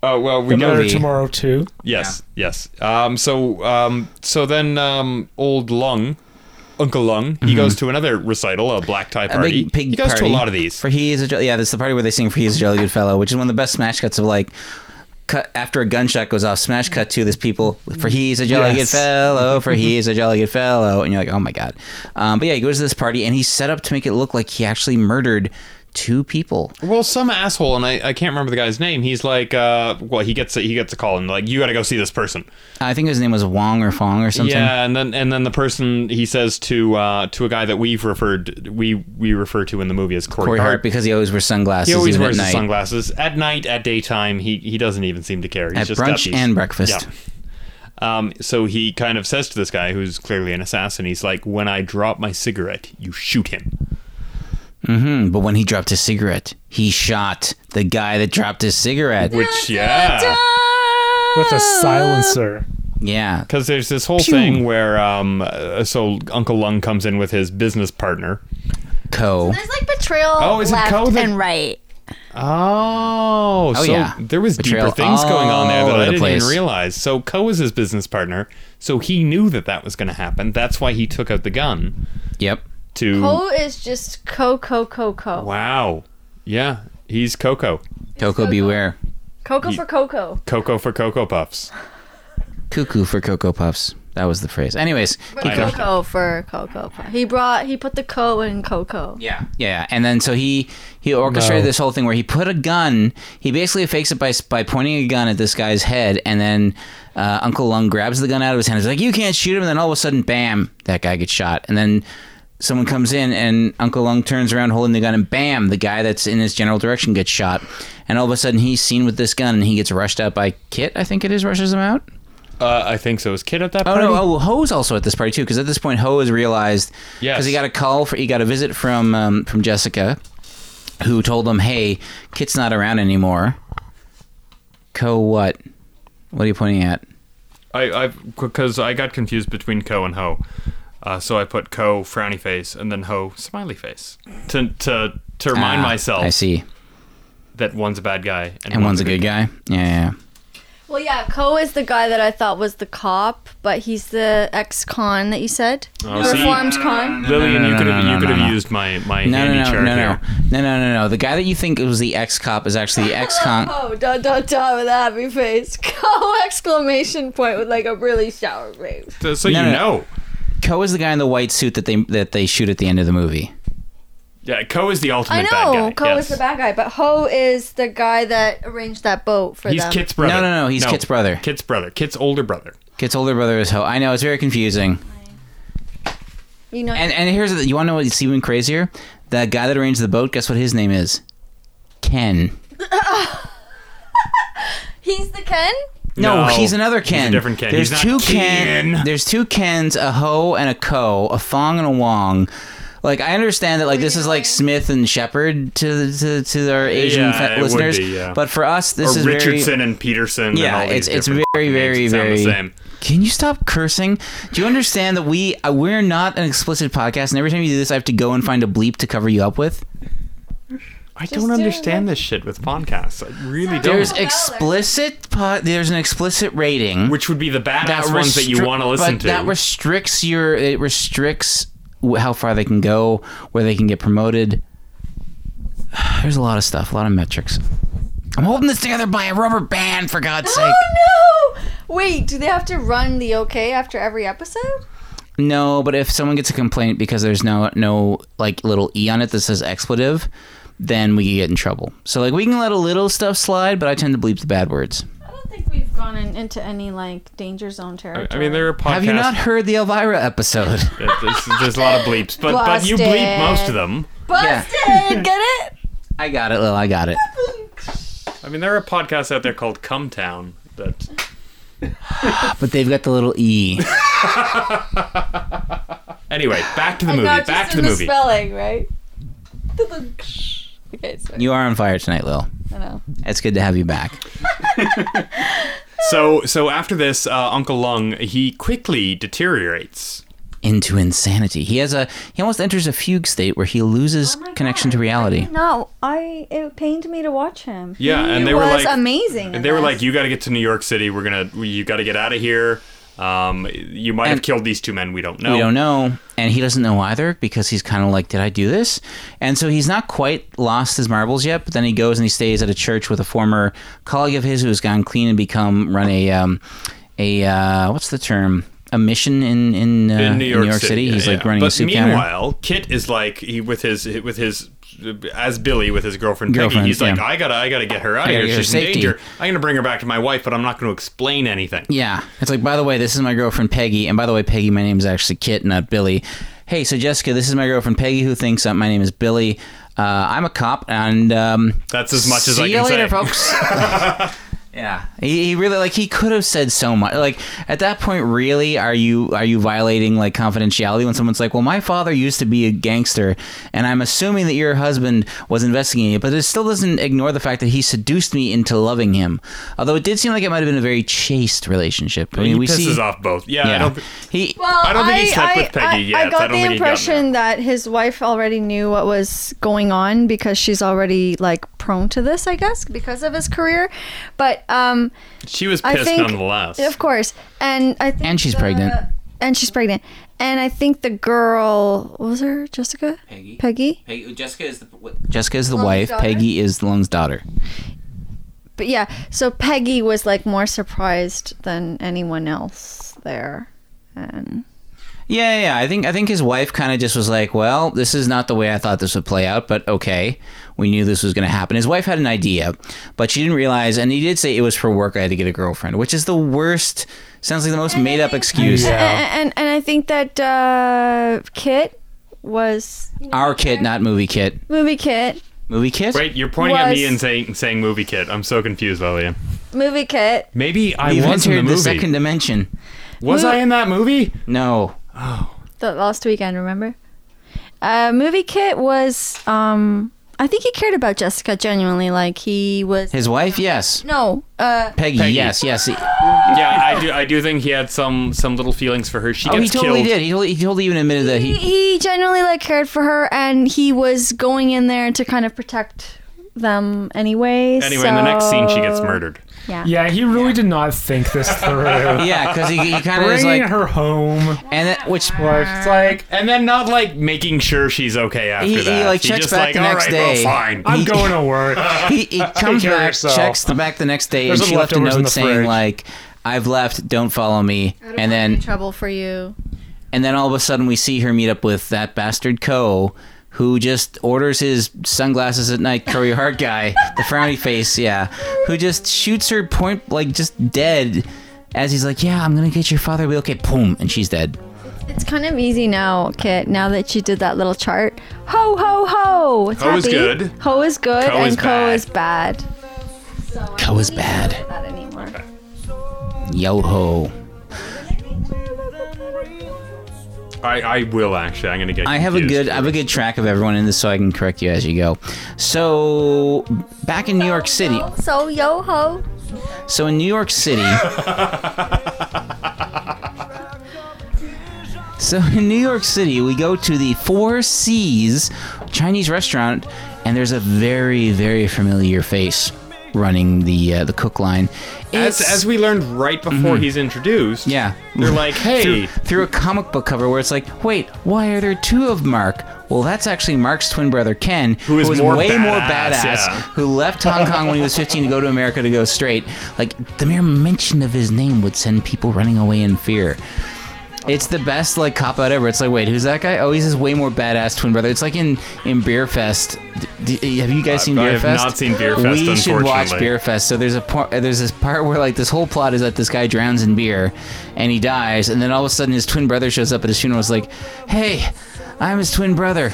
Speaker 2: oh well, we
Speaker 3: The
Speaker 2: got
Speaker 4: Better
Speaker 3: movie.
Speaker 4: tomorrow too.
Speaker 2: Yes, yes. Um, so, um, so then, um, old Lung, Uncle Lung, he goes to another recital, a black tie
Speaker 3: Mm-hmm. a
Speaker 2: party.
Speaker 3: big pig
Speaker 2: he goes
Speaker 3: party
Speaker 2: to a lot of these.
Speaker 3: For he is a jo- yeah, that's the party where they sing for he is a jolly good fellow, which is one of the best smash cuts of like cut after a gunshot goes off. Smash cut to this people for he's a jolly good
Speaker 4: Yes.
Speaker 3: fellow, for he is a jolly good fellow, and you're like oh my god. Um, but yeah, he goes to this party and he's set up to make it look like he actually murdered two people.
Speaker 2: Well, some asshole, and I, I can't remember the guy's name. He's like, uh, well, he gets a, he gets a call, and like, you got to go see this person.
Speaker 3: I think his name was Wong or Fong or something.
Speaker 2: Yeah, and then and then the person he says to uh, to a guy that we've referred we we refer to in the movie as Corey,
Speaker 3: Corey Hart
Speaker 2: Hart.
Speaker 3: because he always wears sunglasses.
Speaker 2: he always
Speaker 3: even
Speaker 2: wears
Speaker 3: at
Speaker 2: his
Speaker 3: night.
Speaker 2: sunglasses at night, at daytime. He he doesn't even seem to care. He's
Speaker 3: At
Speaker 2: just got
Speaker 3: brunch
Speaker 2: these-
Speaker 3: and breakfast.
Speaker 2: Yeah. Um, so he kind of says to this guy, who's clearly an assassin, he's like, "When I drop my cigarette, you shoot him."
Speaker 3: Hmm, But when he dropped his cigarette, he shot the guy that dropped his cigarette.
Speaker 2: Which yeah,
Speaker 4: With a
Speaker 3: Ah.
Speaker 4: silencer.
Speaker 3: Yeah,
Speaker 2: because there's this whole
Speaker 3: Pew.
Speaker 2: thing where um, uh, so Uncle Lung comes in with his business partner.
Speaker 3: Co.
Speaker 7: There's like betrayal
Speaker 2: Oh, is it
Speaker 7: left
Speaker 2: code that-
Speaker 7: and right.
Speaker 2: Oh, so
Speaker 3: yeah.
Speaker 2: there was
Speaker 3: Betrayal
Speaker 2: deeper things going on there
Speaker 3: all
Speaker 2: that
Speaker 3: over
Speaker 2: I
Speaker 3: the
Speaker 2: didn't
Speaker 3: place.
Speaker 2: even realize. So Ko was his business partner, so he knew that that was going to happen. That's why he took out the gun
Speaker 3: Yep.
Speaker 2: to.
Speaker 7: Ho is just co co co co.
Speaker 2: Wow. Yeah, he's Coco.
Speaker 3: Coco, beware.
Speaker 7: Coco
Speaker 8: Ye-
Speaker 7: for Coco.
Speaker 8: Cocoa for Cocoa Puffs.
Speaker 3: Cuckoo for Cocoa Puffs. That was the phrase. Anyways,
Speaker 7: But
Speaker 3: keep going.
Speaker 7: Coco for Coco. He brought he put the co in Coco.
Speaker 3: Yeah, yeah, and then so he he orchestrated
Speaker 4: No.
Speaker 3: this whole thing where he put a gun. He basically fakes it by by pointing a gun at this guy's head, and then uh, Uncle Lung grabs the gun out of his hand. He's like, "You can't shoot him!" And then all of a sudden, bam! That guy gets shot, and then someone comes in, and Uncle Lung turns around holding the gun, and bam! The guy that's in his general direction gets shot, and all of a sudden he's seen with this gun, and he gets rushed out by Kit. I think it is rushes him out.
Speaker 8: Uh, I think so. Is Kid at that
Speaker 3: Oh
Speaker 8: party?
Speaker 3: no! Oh, Ho's also at this party too, because at this point Ho has realized because
Speaker 8: Yes.
Speaker 3: he got a call for he got a visit from um, from Jessica, who told him, "Hey, Kit's not around anymore." Co what? What are you pointing at?
Speaker 2: I, I, because I got confused between Co and Ho, uh, so I put Co frowny face and then Ho smiley face to to to remind
Speaker 3: Ah,
Speaker 2: myself
Speaker 3: I see.
Speaker 2: that one's a bad guy
Speaker 3: And one's a good guy. Yeah, yeah.
Speaker 7: Well, yeah, Co is the guy that I thought was the cop, but he's the ex-con that you said,
Speaker 2: Oh, see?
Speaker 7: reformed con.
Speaker 2: Lillian,
Speaker 3: No, no,
Speaker 2: you
Speaker 3: no,
Speaker 2: could have
Speaker 3: no,
Speaker 2: you
Speaker 3: no,
Speaker 2: could have
Speaker 3: no.
Speaker 2: used my my
Speaker 3: No,
Speaker 2: handy
Speaker 3: no, no,
Speaker 2: chart
Speaker 3: no, no,
Speaker 2: here.
Speaker 3: no, no, no, no. The guy that you think was the ex cop is actually the ex con.
Speaker 7: Oh, dot dot dot with a happy face. Co exclamation point with like a really sour face.
Speaker 2: So, so
Speaker 3: No,
Speaker 2: you
Speaker 3: no, no.
Speaker 2: know,
Speaker 3: Co is the guy in the white suit that they that they shoot at the end of the movie.
Speaker 2: yeah, Co is the ultimate
Speaker 7: I
Speaker 2: bad guy.
Speaker 7: know Co
Speaker 2: yes.
Speaker 7: is the bad guy, but Ho is the guy that arranged that boat for
Speaker 2: He's
Speaker 7: them.
Speaker 2: Kit's brother.
Speaker 3: No, no, no, he's Kit's brother.
Speaker 2: Kit's brother. Kit's older brother.
Speaker 3: Kit's older brother is Ho. I know it's very confusing.
Speaker 7: you know,
Speaker 3: And and here's the, you want to know what's even crazier? That guy that arranged the boat. Guess what his name is? Ken.
Speaker 7: he's the Ken.
Speaker 3: No,
Speaker 2: No,
Speaker 3: he's another
Speaker 2: he's a
Speaker 3: Ken.
Speaker 2: different Ken.
Speaker 3: There's
Speaker 2: He's
Speaker 3: two
Speaker 2: not
Speaker 3: Ken.
Speaker 2: Ken.
Speaker 3: There's two Kens, a Ho and a Ko, a Fong and a Wong. Like I understand that, like this is like Smith and Shepard to to, to our Asian
Speaker 2: Yeah,
Speaker 3: fa-
Speaker 2: it would
Speaker 3: listeners,
Speaker 2: be, yeah.
Speaker 3: but for us, this
Speaker 2: or
Speaker 3: is very.
Speaker 2: Richardson and Peterson. and
Speaker 3: Yeah,
Speaker 2: all
Speaker 3: it's
Speaker 2: these
Speaker 3: it's
Speaker 2: different
Speaker 3: very very
Speaker 2: names that sound
Speaker 3: very.
Speaker 2: the same.
Speaker 3: Can you stop cursing? Do you understand that we uh, we're not an explicit podcast, and every time you do this, I have to go and find a bleep to cover you up with.
Speaker 2: I don't understand this shit with podcasts. I really
Speaker 3: There's
Speaker 2: don't.
Speaker 3: explicit. Po- there's an explicit rating.
Speaker 2: Which would be the badass
Speaker 3: that
Speaker 2: ones that you
Speaker 3: restric-
Speaker 2: want to listen
Speaker 3: Uh, but
Speaker 2: to.
Speaker 3: That restricts your. It restricts wh- how far they can go, where they can get promoted. There's a lot of stuff, a lot of metrics. I'm holding this together by a rubber band, for God's sake.
Speaker 7: Oh no! Wait, do they have to run the okay after every episode?
Speaker 3: No, but if someone gets a complaint because there's no no like little e on it that says expletive, then we get in trouble. So like we can let a little stuff slide, but I tend to bleep the bad words.
Speaker 7: I don't think we've gone in, into any like danger zone territory.
Speaker 2: I mean, there are podcasts.
Speaker 3: Have you not heard the Elvira episode?
Speaker 2: that- there's, there's a lot of bleeps, but but you
Speaker 7: Busted.
Speaker 2: bleep most of them.
Speaker 3: yeah,
Speaker 7: Busted! Get it?
Speaker 3: I got it, Lil. I got it.
Speaker 2: I mean, there are podcasts out there called Come Town that
Speaker 3: But they've got the little e.
Speaker 2: Anyway, back to the movie.
Speaker 7: Not just
Speaker 2: Back to
Speaker 7: in
Speaker 2: the movie.
Speaker 7: spelling, right? Okay, sorry.
Speaker 3: You are on fire tonight, Lil.
Speaker 7: I know.
Speaker 3: It's good to have you back.
Speaker 2: So so after this, uh, Uncle Lung he quickly deteriorates.
Speaker 3: Into insanity. He has a he almost enters a fugue state where he loses connection to reality.
Speaker 7: No, I. It pained me to watch him.
Speaker 2: Yeah,
Speaker 7: He
Speaker 2: and they were
Speaker 7: was
Speaker 2: like-
Speaker 7: amazing. in
Speaker 2: And they were
Speaker 7: this.
Speaker 2: like, "You got to get to New York City. We're gonna we- you got to get out of here. Um, you might
Speaker 3: And-
Speaker 2: have killed these two men. We don't know.
Speaker 3: We don't know, and he doesn't know either because he's kind of like, "Did I do this?" And so he's not quite lost his marbles yet. But then he goes and he stays at a church with a former colleague of his who's gone clean and become run a um, a uh, what's the term? A mission in in, uh,
Speaker 2: In New York,
Speaker 3: City.
Speaker 2: yeah,
Speaker 3: He's like
Speaker 2: yeah.
Speaker 3: running
Speaker 2: but
Speaker 3: a soup counter.
Speaker 2: meanwhile, Kit is like he with his with his as Billy with his girlfriend,
Speaker 3: Girlfriend,
Speaker 2: Peggy. He's like,
Speaker 3: yeah.
Speaker 2: "I gotta I gotta get her out
Speaker 3: I
Speaker 2: of
Speaker 3: gotta
Speaker 2: here.
Speaker 3: get her
Speaker 2: She's in
Speaker 3: safety."
Speaker 2: danger. I'm gonna bring her back to my wife, but I'm not gonna explain anything."
Speaker 3: Yeah, it's like, by the way, this is my girlfriend Peggy, and by the way, Peggy, my name's actually Kit, not Billy. Hey, so Jessica, this is my girlfriend Peggy, who thinks that my name is Billy. Uh, I'm a cop, and um,
Speaker 2: That's as much as
Speaker 3: see
Speaker 2: I
Speaker 3: you
Speaker 2: can
Speaker 3: later,
Speaker 2: say.
Speaker 3: folks. yeah, he, he really like he could have said so much. Like at that point, really, are you are you violating like confidentiality when someone's like, well, my father used to be a gangster, and I'm assuming that your husband was investigating it, but it still doesn't ignore the fact that he seduced me into loving him. Although it did seem like it might have been a very chaste relationship. I mean,
Speaker 2: he
Speaker 3: we
Speaker 2: pisses
Speaker 3: see,
Speaker 2: off both. Yeah,
Speaker 3: Yeah,
Speaker 2: I don't,
Speaker 3: he.
Speaker 7: Well,
Speaker 2: I don't think he slept with Peggy
Speaker 7: I,
Speaker 2: yet.
Speaker 7: I
Speaker 2: I
Speaker 7: got
Speaker 2: don't
Speaker 7: the
Speaker 2: think he got
Speaker 7: impression that his wife already knew what was going on because she's already like prone to this, I guess, because of his career. But um,
Speaker 2: she was
Speaker 7: I
Speaker 2: pissed
Speaker 7: think-
Speaker 2: nonetheless.
Speaker 7: of course, and I think
Speaker 3: And she's
Speaker 7: the-
Speaker 3: pregnant.
Speaker 7: And she's pregnant. And I think the girl what was her Jessica
Speaker 3: Peggy.
Speaker 7: Peggy.
Speaker 3: Jessica is the Jessica is the
Speaker 7: Long's
Speaker 3: wife.
Speaker 7: daughter?
Speaker 3: Peggy is Long's daughter.
Speaker 7: but yeah, so Peggy was like more surprised than anyone else there, and
Speaker 3: Yeah, yeah, yeah. I think I think his wife kind of just was like, "Well, this is not the way I thought this would play out, but okay, we knew this was going to happen." His wife had an idea, but she didn't realize, and he did say it was for work. I had to get a girlfriend, which is the worst. Sounds like the most made up excuse.
Speaker 7: and, and and I think that uh, Kit was
Speaker 3: Our kit, not movie kit.
Speaker 7: movie Kit,
Speaker 3: Movie kit.
Speaker 2: Wait, you're pointing at me
Speaker 7: Was-
Speaker 2: and saying saying movie kit. I'm so confused, Lillian.
Speaker 7: movie Kit.
Speaker 8: Maybe I
Speaker 3: You've
Speaker 8: was in the
Speaker 3: entered the,
Speaker 8: movie.
Speaker 3: second dimension.
Speaker 8: was I in that movie?
Speaker 3: No.
Speaker 7: the last weekend, remember? Uh, movie Kit was, um, I think he cared about Jessica genuinely. Like he was.
Speaker 3: His wife, yes.
Speaker 7: no, uh,
Speaker 3: Peggy,
Speaker 8: Peggy.
Speaker 3: yes, yes.
Speaker 2: Yeah, I do. I do think he had some some little feelings for her. She
Speaker 3: oh, he
Speaker 2: gets
Speaker 3: totally
Speaker 2: killed.
Speaker 3: did. He totally, he totally even admitted that
Speaker 7: he,
Speaker 3: he.
Speaker 7: he genuinely like cared for her, and he was going in there to kind of protect them anyway.
Speaker 2: Anyway, in the next scene, she gets
Speaker 7: so-
Speaker 2: murdered.
Speaker 7: Yeah.
Speaker 4: Yeah, he really did not think this through.
Speaker 3: Yeah, because he, he kind of is
Speaker 4: Bringing
Speaker 3: like,
Speaker 4: her home,
Speaker 3: and that, which
Speaker 4: like it's like
Speaker 2: And then not like making sure she's okay after
Speaker 3: He- he,
Speaker 2: that.
Speaker 3: like, checks
Speaker 2: just
Speaker 3: back
Speaker 2: like,
Speaker 3: the
Speaker 2: "All
Speaker 3: next
Speaker 2: right, well,
Speaker 3: day."
Speaker 2: fine.
Speaker 4: I'm
Speaker 7: Oh,
Speaker 3: He-
Speaker 4: going to work.
Speaker 3: he, he comes
Speaker 4: care of
Speaker 3: back,
Speaker 4: yourself.
Speaker 3: checks the back the next day,
Speaker 4: There's
Speaker 3: and
Speaker 4: some
Speaker 3: she left a
Speaker 4: leftovers in
Speaker 3: note
Speaker 4: the
Speaker 3: saying
Speaker 4: fridge.
Speaker 3: like, "I've left, don't follow me." And then,
Speaker 5: trouble for you.
Speaker 3: and then all of a sudden, we see her meet up with that bastard Co, who just orders his sunglasses at night, curly hard guy, the frowny face, yeah, who just shoots her point like just dead. As he's like, "Yeah, I'm gonna get your father." We okay? Boom, and she's dead.
Speaker 7: It's kind of easy now, Kit. Now that she did that little chart, ho ho ho. It's
Speaker 2: Ho is
Speaker 7: happy.
Speaker 2: good.
Speaker 7: Ho is good,
Speaker 2: Co
Speaker 7: and
Speaker 2: is
Speaker 7: co
Speaker 2: bad.
Speaker 7: is bad.
Speaker 3: Co was bad.
Speaker 7: Not anymore.
Speaker 3: Yo ho.
Speaker 2: I, I will actually. I'm gonna get.
Speaker 3: I have a
Speaker 2: confused.
Speaker 3: good I have a good track of everyone in this, so I can correct you as you go. So back in New York City.
Speaker 7: So yo ho.
Speaker 3: So in New York City. so in New York City, we go to the Four C's Chinese restaurant, and there's a very very familiar face running the uh, the cook line.
Speaker 2: As,
Speaker 3: It's-
Speaker 2: as we learned right before
Speaker 8: Mm-hmm.
Speaker 2: he's introduced.
Speaker 3: yeah, Mm-hmm.
Speaker 2: They're like,
Speaker 3: through,
Speaker 2: hey,
Speaker 3: through a comic book cover where it's like, wait, why are there two of Mark? Well, that's actually Mark's twin brother Ken,
Speaker 2: Who is
Speaker 3: was
Speaker 2: more
Speaker 3: way more
Speaker 2: badass,
Speaker 3: badass,
Speaker 2: yeah.
Speaker 3: who left Hong Kong when he was 15 to go to America to go straight. Like the mere mention of his name would send people running away in fear. It's the best like cop out ever. It's like, wait, who's that guy? Oh, he's his way more badass twin brother. It's like in in Beer Fest. D- d- eh, have you guys seen
Speaker 2: Uh, I
Speaker 3: Beer
Speaker 2: have
Speaker 3: Fest?
Speaker 2: not seen Beer Fest,
Speaker 3: We should watch
Speaker 2: unfortunately.
Speaker 3: Beer Beer Fest. So there's a part, there's this part where like this whole plot is that this guy drowns in beer, and he dies, and then all of a sudden his twin brother shows up at his funeral. Is like, hey, I'm his twin brother.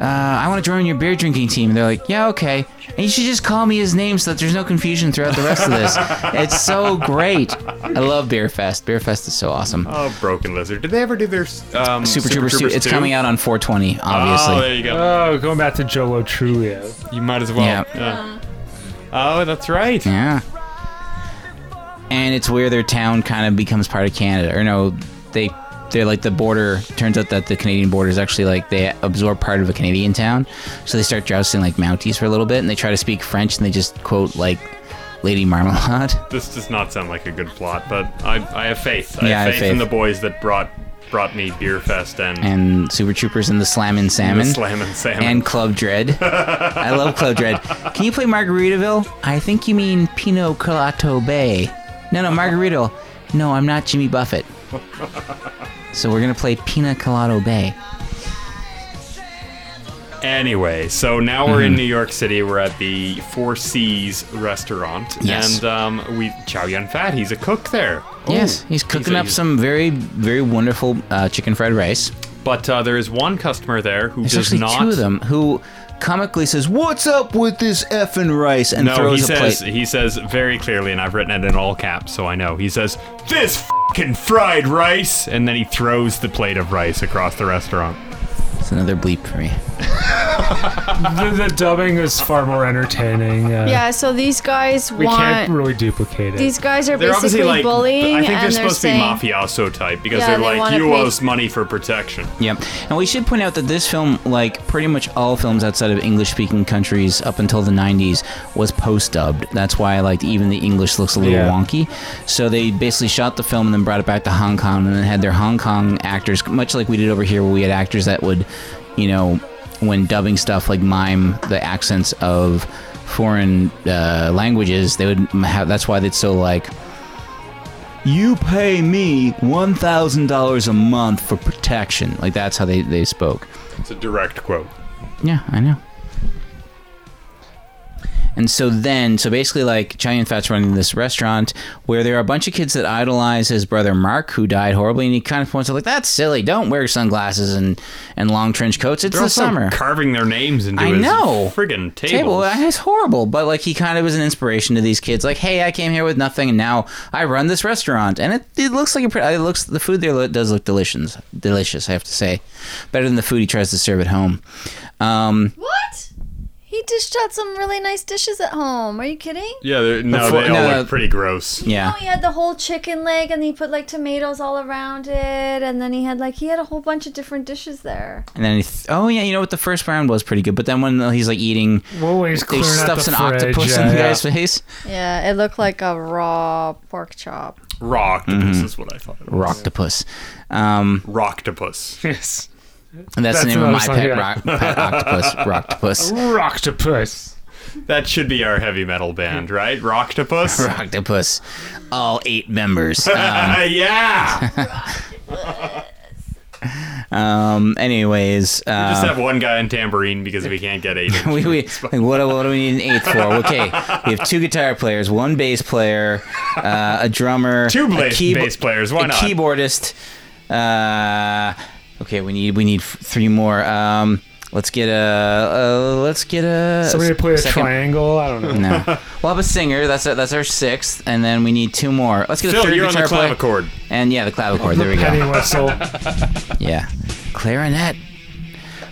Speaker 3: Uh, I want to join your beer drinking team. And they're like, yeah, okay. And you should just call me his name so that there's no confusion throughout the rest of this. it's so great. I love Beer Fest. Beer Fest is so awesome.
Speaker 2: oh, broken lizard. Did they ever do their um,
Speaker 3: Super, Troopers, 2. It's coming out on 420,
Speaker 2: Oh,
Speaker 3: obviously.
Speaker 2: there you go.
Speaker 4: Oh, going back to Jolo Trulio.
Speaker 2: You might as well.
Speaker 3: Yeah.
Speaker 2: Yeah. Oh, that's right.
Speaker 3: Yeah. And it's where their town kind of becomes part of Canada. Or no, they they're like the border. Turns out that the Canadian border is actually like they absorb part of a Canadian town. So they start jousting like Mounties for a little bit, and they try to speak French, and they just quote like Lady Marmalade.
Speaker 2: This does not sound like a good plot, but I, I have faith. I
Speaker 3: Yeah,
Speaker 2: have faith, in the boys that brought brought me Beer Fest and,
Speaker 3: and Super Troopers and the Slammin' Salmon.
Speaker 2: the Slam and Salmon.
Speaker 3: and Club Dread. I love Club Dread. Can you play Margaritaville? I think you mean Pino Colato Bay. No, no, Margaritaville. No, I'm not Jimmy Buffett. So we're gonna play Pina Colado Bay.
Speaker 2: Anyway, so now we're
Speaker 3: Mm-hmm.
Speaker 2: in New York City. We're at the Four Seas restaurant,
Speaker 3: Yes.
Speaker 2: and um, we Chow Yun Fat. He's a cook there.
Speaker 3: yes,
Speaker 2: Ooh,
Speaker 3: he's cooking
Speaker 2: a-
Speaker 3: up some very, very wonderful uh, chicken fried rice.
Speaker 2: But uh, there is one customer there who
Speaker 3: There's
Speaker 2: does
Speaker 3: actually
Speaker 2: not.
Speaker 3: two of them who comically says, "What's up with this effing rice?" and
Speaker 2: No,
Speaker 3: throws
Speaker 2: he
Speaker 3: a
Speaker 2: says
Speaker 3: plate.
Speaker 2: he says very clearly, and I've written it in all caps, so I know. He says this fucking fried rice, and then he throws the plate of rice across the restaurant.
Speaker 3: It's another bleep for me.
Speaker 4: The, the dubbing is far more entertaining. Uh,
Speaker 5: Yeah, so these guys
Speaker 4: we
Speaker 5: want.
Speaker 4: can't really duplicate it.
Speaker 5: these guys are
Speaker 2: They're
Speaker 5: basically
Speaker 2: obviously like
Speaker 5: bullying,
Speaker 2: I think they're
Speaker 5: and they're
Speaker 2: supposed
Speaker 5: saying,
Speaker 2: to be mafioso type because
Speaker 5: Yeah,
Speaker 2: they're
Speaker 5: they
Speaker 2: like
Speaker 5: wanna
Speaker 2: you
Speaker 5: pay-
Speaker 2: owe us money for protection.
Speaker 3: Yep. And we should point out that this film, like pretty much all films outside of English speaking countries up until the 90s, was post dubbed. That's why, like, even the English looks a little
Speaker 4: Yeah.
Speaker 3: wonky. So they basically shot the film and then brought it back to Hong Kong and then had their Hong Kong actors, much like we did over here, where we had actors that would, you know, when dubbing stuff, like mime the accents of foreign uh, languages, they would m- have. That's why it's so like. You pay me one thousand dollars a month for protection. Like that's how they, they spoke.
Speaker 2: It's a direct quote.
Speaker 3: Yeah, I know. And so then, so basically, like Johnny and Fat's running this restaurant where there are a bunch of kids that idolize his brother Mark, who died horribly, and he kind of points out like, "That's silly. Don't wear sunglasses and and long trench coats. It's
Speaker 2: They're
Speaker 3: the
Speaker 2: also
Speaker 3: summer."
Speaker 2: carving their names into
Speaker 3: I
Speaker 2: his
Speaker 3: know.
Speaker 2: friggin' tables.
Speaker 3: Table. uh, It's horrible, but like he kind of was an inspiration to these kids. Like, hey, I came here with nothing, and now I run this restaurant, and it, it looks like a pretty. It looks the food there lo- does look delicious. Delicious, I have to say, better than the food he tries to serve at home. Um,
Speaker 7: What? He dished out some really nice dishes at home. Are you kidding?
Speaker 2: Yeah, they're- no,
Speaker 3: Before-
Speaker 2: they all
Speaker 3: no.
Speaker 2: look pretty gross.
Speaker 3: yeah.
Speaker 7: No, Oh, he had the whole chicken leg, and he put like tomatoes all around it, and then he had like he had a whole bunch of different dishes there.
Speaker 3: And then, he th- oh yeah, you know what? The first round was pretty good, but then when he's like eating,
Speaker 4: Well, he's
Speaker 3: he
Speaker 4: clearing out
Speaker 3: stuffs
Speaker 4: the
Speaker 3: an
Speaker 4: fridge,
Speaker 3: octopus
Speaker 4: yeah,
Speaker 3: in the
Speaker 4: yeah.
Speaker 3: guy's face.
Speaker 7: Yeah, it looked like a raw pork chop.
Speaker 2: Raw octopus
Speaker 3: Mm-hmm.
Speaker 2: is what I thought. it was.
Speaker 3: Rocktopus. Um,
Speaker 2: Rocktopus.
Speaker 4: Yes.
Speaker 3: and that's,
Speaker 4: That's
Speaker 3: the name of
Speaker 4: what I
Speaker 3: my
Speaker 4: was
Speaker 3: pet,
Speaker 4: like,
Speaker 3: rock, pet octopus. Rocktopus.
Speaker 4: Rocktopus.
Speaker 3: Uh,
Speaker 2: That should be our heavy metal band, right? Rocktopus?
Speaker 3: Rocktopus. All eight members. Um,
Speaker 2: yeah!
Speaker 3: um, anyways,
Speaker 2: We just
Speaker 3: uh,
Speaker 2: have one guy on tambourine because we can't get eight.
Speaker 3: we, we like, what, do- what do we need an eighth for? Okay, we have two guitar players, one bass player, uh, a drummer,
Speaker 2: Two
Speaker 3: a
Speaker 2: bass,
Speaker 3: keybo-
Speaker 2: bass players, why
Speaker 3: a
Speaker 2: not?
Speaker 3: keyboardist. Uh, okay, we need we need f- three more. Um, let's get a uh, let's get a
Speaker 4: Somebody play a
Speaker 3: second-
Speaker 4: triangle. I don't know.
Speaker 3: No, we'll have a singer. That's our, that's our sixth, and then we need two more. Let's get a
Speaker 2: Phil,
Speaker 3: third
Speaker 2: you're on the
Speaker 3: guitar player.
Speaker 2: clavichord.
Speaker 3: And yeah, the clavichord. There we
Speaker 4: Penny
Speaker 3: go.
Speaker 4: whistle.
Speaker 3: Yeah, clarinet.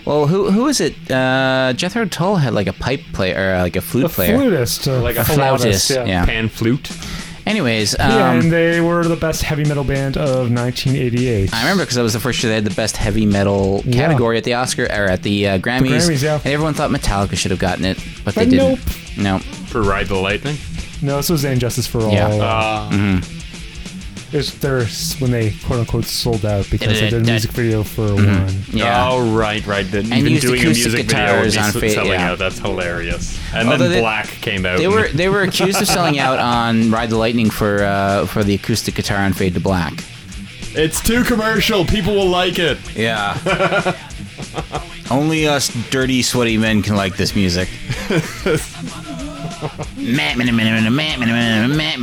Speaker 3: Well, who who is it? Uh, Jethro Tull had like a pipe player, or uh, like a flute
Speaker 4: The
Speaker 3: player,
Speaker 4: flutist. uh,
Speaker 8: Like a
Speaker 4: flautist,
Speaker 3: flautist. Yeah.
Speaker 2: Pan flute.
Speaker 3: Anyways, um,
Speaker 4: Yeah, and they were the best heavy metal band of 1988.
Speaker 3: I remember because that was the first year they had the best heavy metal
Speaker 4: Yeah.
Speaker 3: category at the Oscar or at the uh, Grammys,
Speaker 4: Grammys, yeah.
Speaker 3: and everyone thought Metallica should have gotten it, but, they
Speaker 4: But
Speaker 3: didn't. No,
Speaker 2: For Ride the Lightning. Uh,
Speaker 4: No, this was Injustice for All.
Speaker 3: Yeah. Uh, Mm-hmm.
Speaker 4: It's their when they quote unquote sold out because they did a music video for
Speaker 3: Mm-hmm.
Speaker 4: one.
Speaker 3: yeah,
Speaker 8: Oh, right, right. Then
Speaker 3: And
Speaker 2: Even
Speaker 3: used
Speaker 2: doing a
Speaker 3: acoustic
Speaker 2: music video would
Speaker 3: guitars
Speaker 2: be
Speaker 3: on
Speaker 2: s-
Speaker 3: fa-
Speaker 2: selling
Speaker 3: yeah.
Speaker 2: out. That's hilarious. And
Speaker 3: Although
Speaker 2: then
Speaker 3: they-
Speaker 2: Black came out.
Speaker 3: they
Speaker 2: and-
Speaker 3: were they were accused of selling out on Ride the Lightning for uh, for the acoustic guitar on Fade to Black.
Speaker 2: It's too commercial. People will like it.
Speaker 3: Yeah. Only us dirty, sweaty men can like this music.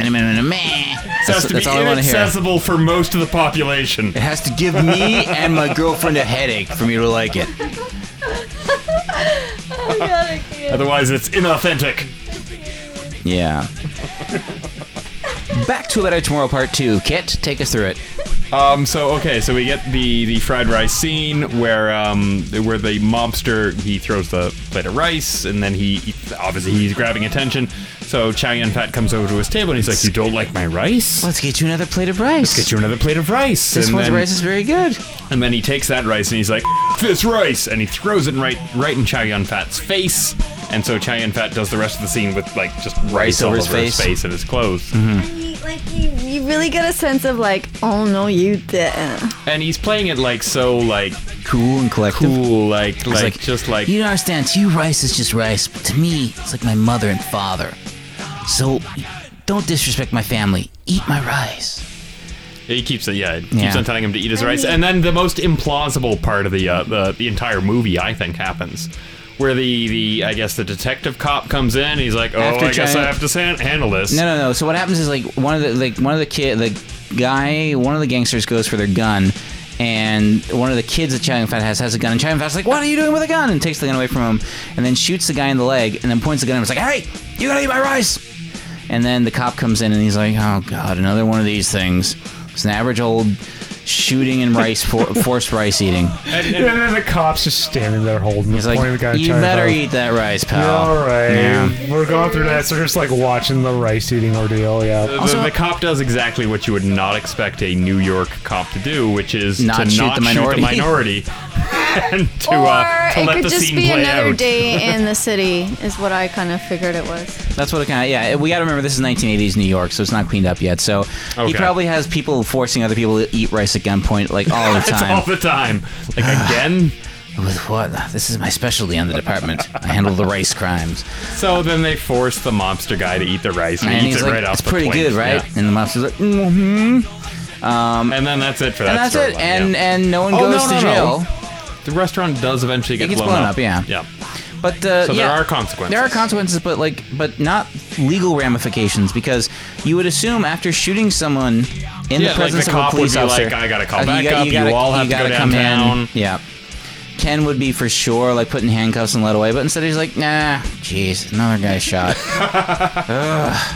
Speaker 2: It has
Speaker 3: that's,
Speaker 2: to
Speaker 3: that's
Speaker 2: be
Speaker 3: all I want to hear.
Speaker 2: inaccessible for most of the population.
Speaker 3: It has to give me and my girlfriend a headache for me to like it.
Speaker 2: Otherwise, it's inauthentic.
Speaker 3: Yeah. Back to a Better Tomorrow Part 2. Kit, take us through it.
Speaker 8: Um, so okay, so we get the the fried rice scene where um where the mobster he throws the plate of rice and then he obviously he's grabbing attention. So Chow Yun Fat comes over to his table and he's like, "You don't like my rice?
Speaker 3: Let's get you another plate of rice.
Speaker 8: Get you another plate of rice."
Speaker 3: this
Speaker 8: and
Speaker 3: one's
Speaker 8: then,
Speaker 3: rice is very good.
Speaker 8: And then he takes that rice and he's like, "F "This rice!" and he throws it right right in Chow Yun Fat's face. And so Chow Yun Fat does the rest of the scene with like just rice all
Speaker 3: over
Speaker 8: over
Speaker 3: his
Speaker 8: his face,
Speaker 3: face.
Speaker 8: and his clothes.
Speaker 7: And he like you, you really get a sense of like, oh no, you didn't.
Speaker 8: And he's playing it like so like
Speaker 3: Cool and collective.
Speaker 8: cool, like like,
Speaker 3: like,
Speaker 8: just like
Speaker 3: You don't understand. To you, rice is just rice, but to me, it's like my mother and father. So don't disrespect my family. Eat my rice.
Speaker 8: He keeps it, yeah, it keeps
Speaker 3: Yeah.
Speaker 8: on telling him to eat his rice. And then the most implausible part of the uh, the, the entire movie, I think, happens, where the, the I guess the detective cop comes in. he's like, oh,
Speaker 3: After
Speaker 8: I guess
Speaker 3: trying-
Speaker 8: I have to san- handle this.
Speaker 3: No, no, no. So what happens is like one of the like one of the kid, the guy, one of the gangsters goes for their gun. And one of the kids that Chang Fat has has a gun, and Chang Fat's like, "What are you doing with a gun?" and takes the gun away from him, and then shoots the guy in the leg, and then points the gun and was like, "Hey, you gotta eat my rice!" And then the cop comes in and he's like, "Oh God, another one of these things." It's an average old shooting and rice for, forced rice eating.
Speaker 8: And,
Speaker 4: And
Speaker 8: and
Speaker 4: then the cops just standing there holding
Speaker 3: He's
Speaker 4: the point of the guy
Speaker 3: like, you
Speaker 4: trying to
Speaker 3: better
Speaker 4: help.
Speaker 3: eat that rice, pal.
Speaker 4: All right,
Speaker 3: Yeah.
Speaker 4: we're going through that. So they're just like watching the rice eating ordeal.
Speaker 8: the,
Speaker 4: Yeah,
Speaker 8: the-
Speaker 3: Also-
Speaker 8: the cop does exactly what you would not expect a New York cop to do, which is
Speaker 3: Not
Speaker 8: to
Speaker 3: shoot
Speaker 8: not
Speaker 3: the minority.
Speaker 8: shoot the minority and to, uh, to
Speaker 7: or
Speaker 8: let
Speaker 7: it
Speaker 8: the
Speaker 7: could just
Speaker 8: scene
Speaker 7: be
Speaker 8: play
Speaker 7: another
Speaker 8: out.
Speaker 7: day in the city, is what I kind of figured it was.
Speaker 3: That's what it kind of yeah. We got to remember this is 1980s New York, so it's not cleaned up yet. So he
Speaker 8: Okay.
Speaker 3: probably has people forcing other people to eat rice at gunpoint like all the
Speaker 8: It's
Speaker 3: time.
Speaker 8: all the time. Like again,
Speaker 3: With what? This is my specialty on the department. I handle the race crimes.
Speaker 2: So then they force the mobster guy to eat the rice. And,
Speaker 3: And
Speaker 2: he eats
Speaker 3: he's
Speaker 2: it
Speaker 3: like,
Speaker 2: right off
Speaker 3: it's
Speaker 2: the
Speaker 3: pretty
Speaker 2: plate.
Speaker 3: good, right?
Speaker 2: Yeah.
Speaker 3: And the mobster's like, mm-hmm.
Speaker 2: And then that's it for that.
Speaker 3: And that's it.
Speaker 2: storyline,
Speaker 3: And
Speaker 2: yeah.
Speaker 3: and no one
Speaker 2: Oh,
Speaker 3: goes
Speaker 2: no, no,
Speaker 3: to jail.
Speaker 2: no. the restaurant does eventually get
Speaker 3: gets
Speaker 2: blown,
Speaker 3: blown up, yeah.
Speaker 2: Yeah.
Speaker 3: But uh,
Speaker 2: So there
Speaker 3: yeah,
Speaker 2: are consequences.
Speaker 3: There are consequences, but like, but not legal ramifications because you would assume after shooting someone in
Speaker 2: Yeah,
Speaker 3: the
Speaker 2: like
Speaker 3: presence
Speaker 2: the
Speaker 3: of
Speaker 2: cop
Speaker 3: a
Speaker 2: would
Speaker 3: police
Speaker 2: be
Speaker 3: officer,
Speaker 2: like, "I gotta call
Speaker 3: uh,
Speaker 2: back
Speaker 3: got-
Speaker 2: up, you
Speaker 3: gotta-
Speaker 2: all have to go
Speaker 3: gotta come in."
Speaker 2: downtown.
Speaker 3: Yeah. Ken would be for sure like put in handcuffs and led away, but instead he's like, nah, jeez, another guy shot.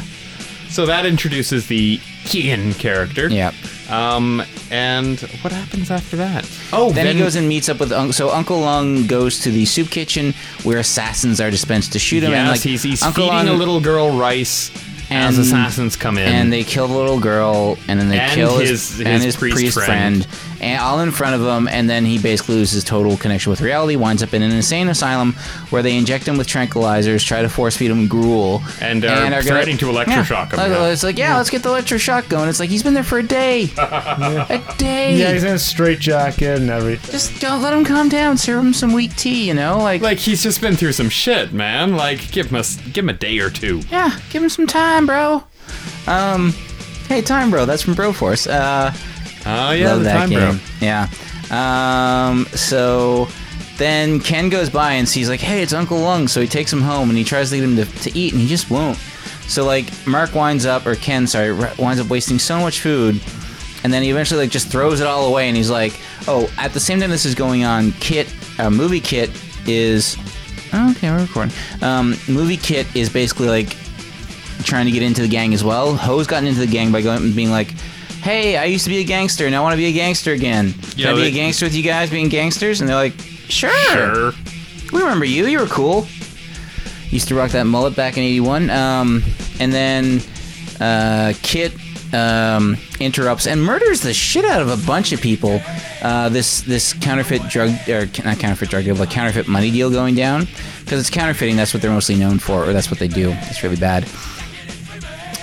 Speaker 2: So that introduces the Ian character.
Speaker 3: yeah.
Speaker 2: Um, and what happens after that? Oh,
Speaker 3: Then, he goes and meets up with Uncle. So Uncle Lung goes to the soup kitchen where assassins are dispensed to shoot him.
Speaker 2: Yes,
Speaker 3: and like
Speaker 2: he's, he's
Speaker 3: Uncle
Speaker 2: feeding
Speaker 3: Lung,
Speaker 2: a little girl rice as
Speaker 3: And-
Speaker 2: assassins come in.
Speaker 3: and they kill the little girl, and then they
Speaker 2: And
Speaker 3: kill his,
Speaker 2: his-
Speaker 3: and
Speaker 2: his
Speaker 3: his priest,
Speaker 2: priest friend.
Speaker 3: friend, and all in front of him, and then he basically loses total connection with reality. Winds up in an insane asylum where they inject him with tranquilizers, try to force feed him gruel,
Speaker 2: And are threatening to electroshock him,
Speaker 3: yeah.
Speaker 2: yeah.
Speaker 3: It's like, yeah, let's get the electroshock going. It's like he's been there for a day, a day.
Speaker 4: Yeah, he's in a straitjacket and everything.
Speaker 3: Just don't let him calm down. Serve him some weak tea, you know, like.
Speaker 2: like he's just been through some shit, man. Like give him a s- give him a day or two.
Speaker 3: Yeah, give him some time, bro. Um, hey, time, bro. That's from Broforce. Uh,
Speaker 2: Oh yeah,
Speaker 3: love
Speaker 2: the
Speaker 3: that
Speaker 2: time
Speaker 3: game.
Speaker 2: bro.
Speaker 3: Yeah. Um, so then Ken goes by and sees like, hey, it's Uncle Lung. So he takes him home and he tries to get him to, to eat, and he just won't. So like, Mark winds up, or Ken, sorry, ri- winds up wasting so much food. And then he eventually like just throws it all away, and he's like, "Oh!" At the same time, this is going on. Kit, uh, movie Kit is okay. We're recording. Um, movie Kit is basically like trying to get into the gang as well. Ho's gotten into the gang by going being like, "Hey, I used to be a gangster. Now I want to be a gangster again. Can
Speaker 2: Yeah,
Speaker 3: I be
Speaker 2: they-
Speaker 3: a gangster with you guys being gangsters?" And they're like, "Sure,
Speaker 2: Sure.
Speaker 3: we remember you. You were cool. Used to rock that mullet back in '81." Um, and then uh, Kit um, interrupts and murders the shit out of a bunch of people. Uh, this this counterfeit drug or not counterfeit drug deal, but counterfeit money deal going down because it's counterfeiting. That's what they're mostly known for, or that's what they do. It's really bad.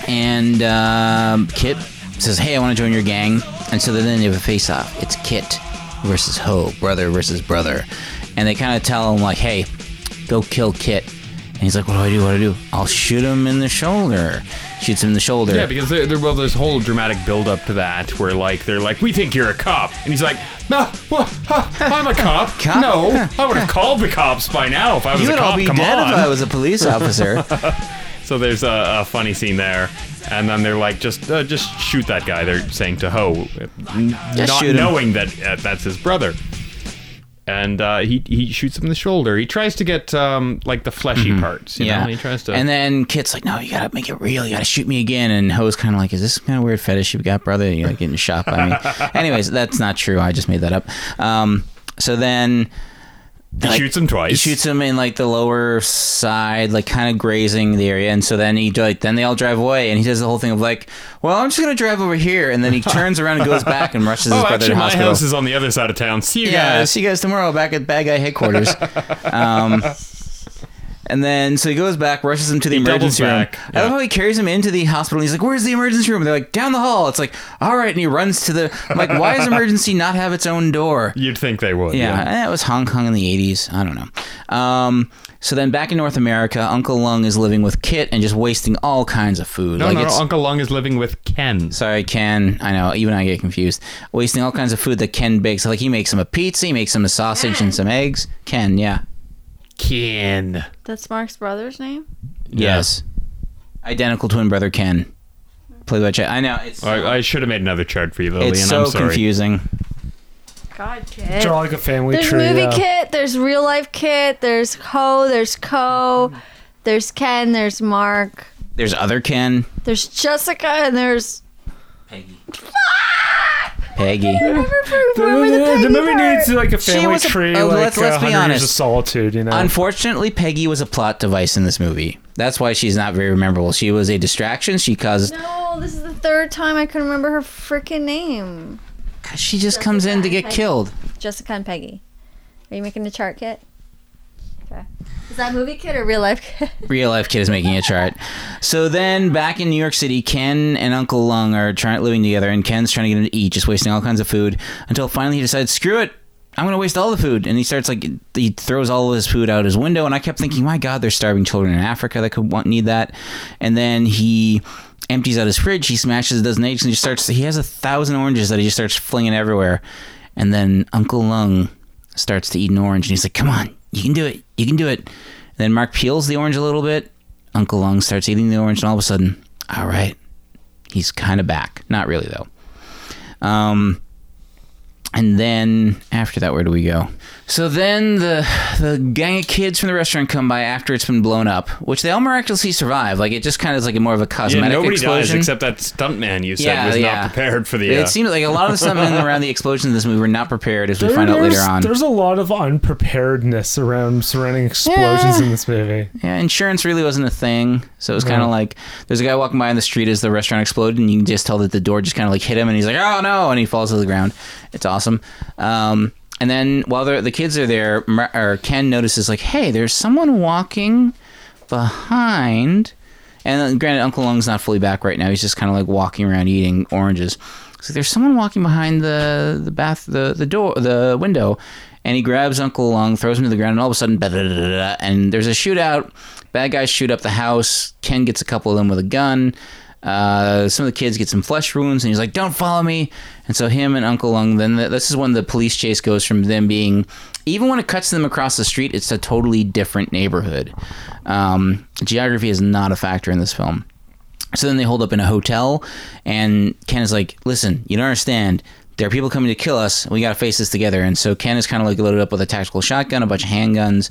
Speaker 3: And um, Kit says, "Hey, I want to join your gang." And so then they have a face-off. It's Kit versus Ho, brother versus brother, and they kind of tell him like, "Hey, go kill Kit." And he's like, "What do I do? What do I do? I'll shoot him in the shoulder." Shoots him in the shoulder.
Speaker 2: Yeah, because there, there well, there's whole dramatic build up to that where like they're like, we think you're a cop, and he's like, no, wha- huh, I'm a cop.
Speaker 3: Cop?
Speaker 2: No, I would have called the cops by now if I was
Speaker 3: you
Speaker 2: a
Speaker 3: would
Speaker 2: cop.
Speaker 3: all be
Speaker 2: Come
Speaker 3: dead
Speaker 2: on.
Speaker 3: if I was a police officer.
Speaker 2: So there's a, a funny scene there, and then they're like, just uh, just shoot that guy. They're saying to Ho, n- not
Speaker 3: shoot him.
Speaker 2: knowing that uh, that's his brother. And uh, he he shoots him in the shoulder. He tries to get um, like the fleshy parts. You
Speaker 3: Mm-hmm. yeah.
Speaker 2: know? he tries to.
Speaker 3: And then Kit's like, "No, you gotta make it real. You gotta shoot me again." And Ho's kind of like, "Is this kind of weird fetish you got, brother? You're like getting shot by me." Anyways, that's not true. I just made that up. Um, so then
Speaker 2: he shoots him twice.
Speaker 3: He shoots him in like the lower side, like kind of grazing the area, and so then he like then they all drive away, and he does the whole thing of like, "Well, I'm just gonna drive over here," and then he turns around and goes back and rushes his
Speaker 2: Oh,
Speaker 3: brother to
Speaker 2: actually, my
Speaker 3: hospital.
Speaker 2: house is on the other side of town. See you
Speaker 3: Yeah,
Speaker 2: guys.
Speaker 3: see you guys tomorrow back at Bad Guy headquarters. um, and then so he goes back, rushes him to the
Speaker 2: doubles
Speaker 3: emergency room.
Speaker 2: back,
Speaker 3: I love
Speaker 2: yeah.
Speaker 3: how he carries him into the hospital. And he's like, "Where's the emergency room?" And they're like, "Down the hall." It's like, "All right," and he runs to the. I'm like, why does emergency not have its own door?
Speaker 2: You'd think they would.
Speaker 3: Yeah, and that was Hong Kong in the 80s. I don't know. Um, so then back in North America, Uncle Lung is living with Kit and just wasting all kinds of food.
Speaker 2: No,
Speaker 3: like
Speaker 2: no, no,
Speaker 3: it's,
Speaker 2: Uncle Lung is living with Ken.
Speaker 3: Sorry, Ken. I know, even I get confused. Wasting all kinds of food that Ken bakes. Like, he makes him a pizza, he makes him a sausage and some eggs. Ken, yeah.
Speaker 2: Ken.
Speaker 7: That's Mark's brother's name.
Speaker 3: Yes. Identical twin brother Ken. Played by Chad. I know, it's,
Speaker 2: I, I should have made another chart for you, though,
Speaker 3: it's
Speaker 2: Leon.
Speaker 3: so
Speaker 2: I'm sorry.
Speaker 3: confusing.
Speaker 7: God,
Speaker 4: It's
Speaker 7: kid.
Speaker 4: all like a family
Speaker 7: There's
Speaker 4: tree.
Speaker 7: movie
Speaker 4: yeah.
Speaker 7: kit. There's real life kit. There's Ho. There's Co. There's Ken. There's Mark.
Speaker 3: There's other Ken.
Speaker 7: There's Jessica. And there's
Speaker 3: Peggy.
Speaker 4: The movie, the movie needs like a
Speaker 3: She
Speaker 4: family
Speaker 3: was a-
Speaker 4: tree,
Speaker 3: oh,
Speaker 4: like
Speaker 3: let's-
Speaker 4: uh,
Speaker 3: let's be
Speaker 4: 100 years
Speaker 3: honest.
Speaker 4: of solitude. You know,
Speaker 3: Unfortunately, Peggy was a plot device in this movie. That's why she's not very memorable. She was a distraction. She caused
Speaker 7: No, this is the third time I can remember her freaking name.
Speaker 3: She just comes in to get killed.
Speaker 7: Jessica and Peggy. Are you making the chart kit? Okay. Is that movie kit or real life kit?
Speaker 3: Real life kid is making a chart. So then, back in New York City, Ken and Uncle Lung are trying living together, and Ken's trying to get him to eat, just wasting all kinds of food until finally he decides, "Screw it, I'm gonna waste all the food, and he starts like he throws all of his food out his window, and I kept thinking, my God, there's starving children in Africa that could want need that, and then he empties out his fridge, he smashes a dozen eggs, and he just starts. He has a thousand oranges that he just starts flinging everywhere, and then Uncle Lung starts to eat an orange, and he's like, "Come on, you can do it, you can do it." And then Mark peels the orange a little bit. Uncle Lung starts eating the orange, and all of a sudden, all right, he's kind of back. Not really though. Um. And then after that, where do we go? So then the the gang of kids from the restaurant come by after it's been blown up, which they all miraculously survive. Like it just kind of is like a more of a
Speaker 2: Yeah,
Speaker 3: cosmetic
Speaker 2: nobody dies
Speaker 3: explosion.
Speaker 2: except that stuntman you said
Speaker 3: Yeah,
Speaker 2: was
Speaker 3: yeah.
Speaker 2: not prepared for the. Uh,
Speaker 3: It seemed like a lot of the stuff in and around the explosions in this movie were not prepared, as we find out later
Speaker 4: there's,
Speaker 3: on.
Speaker 4: there's a lot of unpreparedness around surrounding explosions in this movie.
Speaker 3: Yeah, insurance really wasn't a thing, so it was kind of like there's a guy walking by in the street as the restaurant exploded, and you can just tell that the door just kind of like hit him, and he's like, "Oh no!" and he falls to the ground. It's awesome. Um, and then while they're- the kids are there, Mar- or Ken notices like, "Hey, there's someone walking behind." And granted, Uncle Lung's not fully back right now. He's just kind of like walking around eating oranges. So there's someone walking behind the the bath the the door the window, and he grabs Uncle Lung, throws him to the ground, and all of a sudden, da da da da da, and there's a shootout. Bad guys shoot up the house. Ken gets a couple of them with a gun. Uh, some of the kids get some flesh wounds, and he's like, "Don't follow me." And so him and Uncle Lung. Then the, this is when the police chase goes from them being, even when it cuts them across the street, it's a totally different neighborhood. Um, geography is not a factor in this film. So then they hold up in a hotel, and Ken is like, "Listen, you don't understand. There are people coming to kill us. We got to face this together." And so Ken is kind of like loaded up with a tactical shotgun, a bunch of handguns,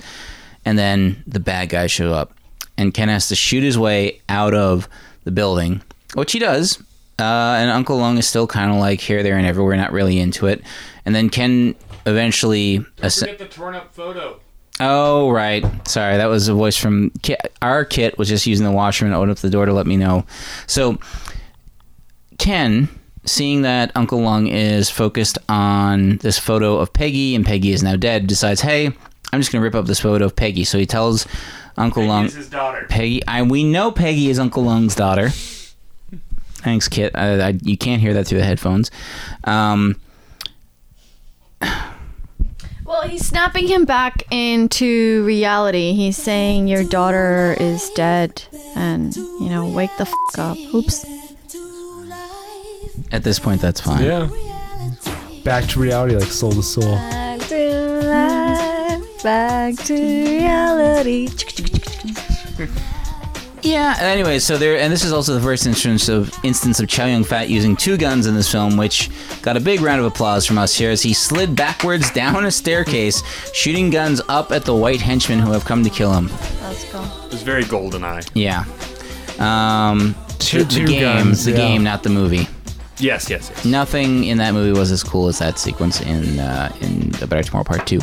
Speaker 3: and then the bad guys show up, and Ken has to shoot his way out of the building, which he does. Uh, and Uncle Lung is still kind of like here, there, and everywhere, not really into it. And then Ken eventually. asc-
Speaker 8: the torn up photo.
Speaker 3: Oh right, sorry. That was a voice from Kit. Our Kit was just using the washroom and opened up the door to let me know. So Ken, seeing that Uncle Lung is focused on this photo of Peggy and Peggy is now dead, decides, "Hey, I'm just gonna rip up this photo of Peggy." So he tells Uncle Lung,
Speaker 2: daughter.
Speaker 3: "Peggy, I we know Peggy is Uncle Lung's daughter." Thanks, Kit. I, I, you can't hear that through the headphones. Um,
Speaker 7: Well, he's snapping him back into reality. He's saying your daughter is dead, and you know, wake the fuck up. Oops.
Speaker 3: at this point, that's fine.
Speaker 4: Yeah. Back to reality, like soul to soul.
Speaker 7: Back to life, back to reality.
Speaker 3: Yeah. Anyway, so there, and this is also the first instance of instance of Chow Yun Fat using two guns in this film, which got a big round of applause from us here as he slid backwards down a staircase, shooting guns up at the white henchmen who have come to kill him.
Speaker 7: Let's go.
Speaker 2: It was very golden eye.
Speaker 3: Yeah. Um,
Speaker 4: Two-
Speaker 3: the
Speaker 4: two
Speaker 3: game,
Speaker 4: guns,
Speaker 3: the
Speaker 4: yeah.
Speaker 3: game, not the movie.
Speaker 2: Yes, yes, yes.
Speaker 3: Nothing in that movie was as cool as that sequence in uh, in The Better Tomorrow Part Two.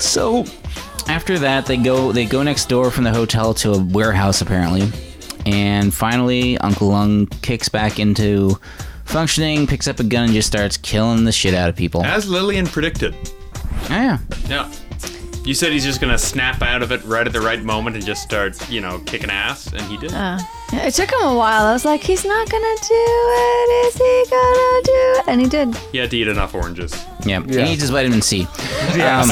Speaker 3: So after that, they go they go next door from the hotel to a warehouse apparently, and finally Uncle Lung kicks back into functioning, picks up a gun, and just starts killing the shit out of people. Oh,
Speaker 8: As Lillian predicted.
Speaker 3: yeah,
Speaker 8: Yeah. You said he's just gonna snap out of it right at the right moment and just start, you know, kicking ass, and he did.
Speaker 7: Uh, Yeah, it took him a while. I was like, he's not gonna do it. Is he gonna do it? And he did.
Speaker 8: He had to eat enough oranges.
Speaker 3: yeah. He needs his vitamin C. Um,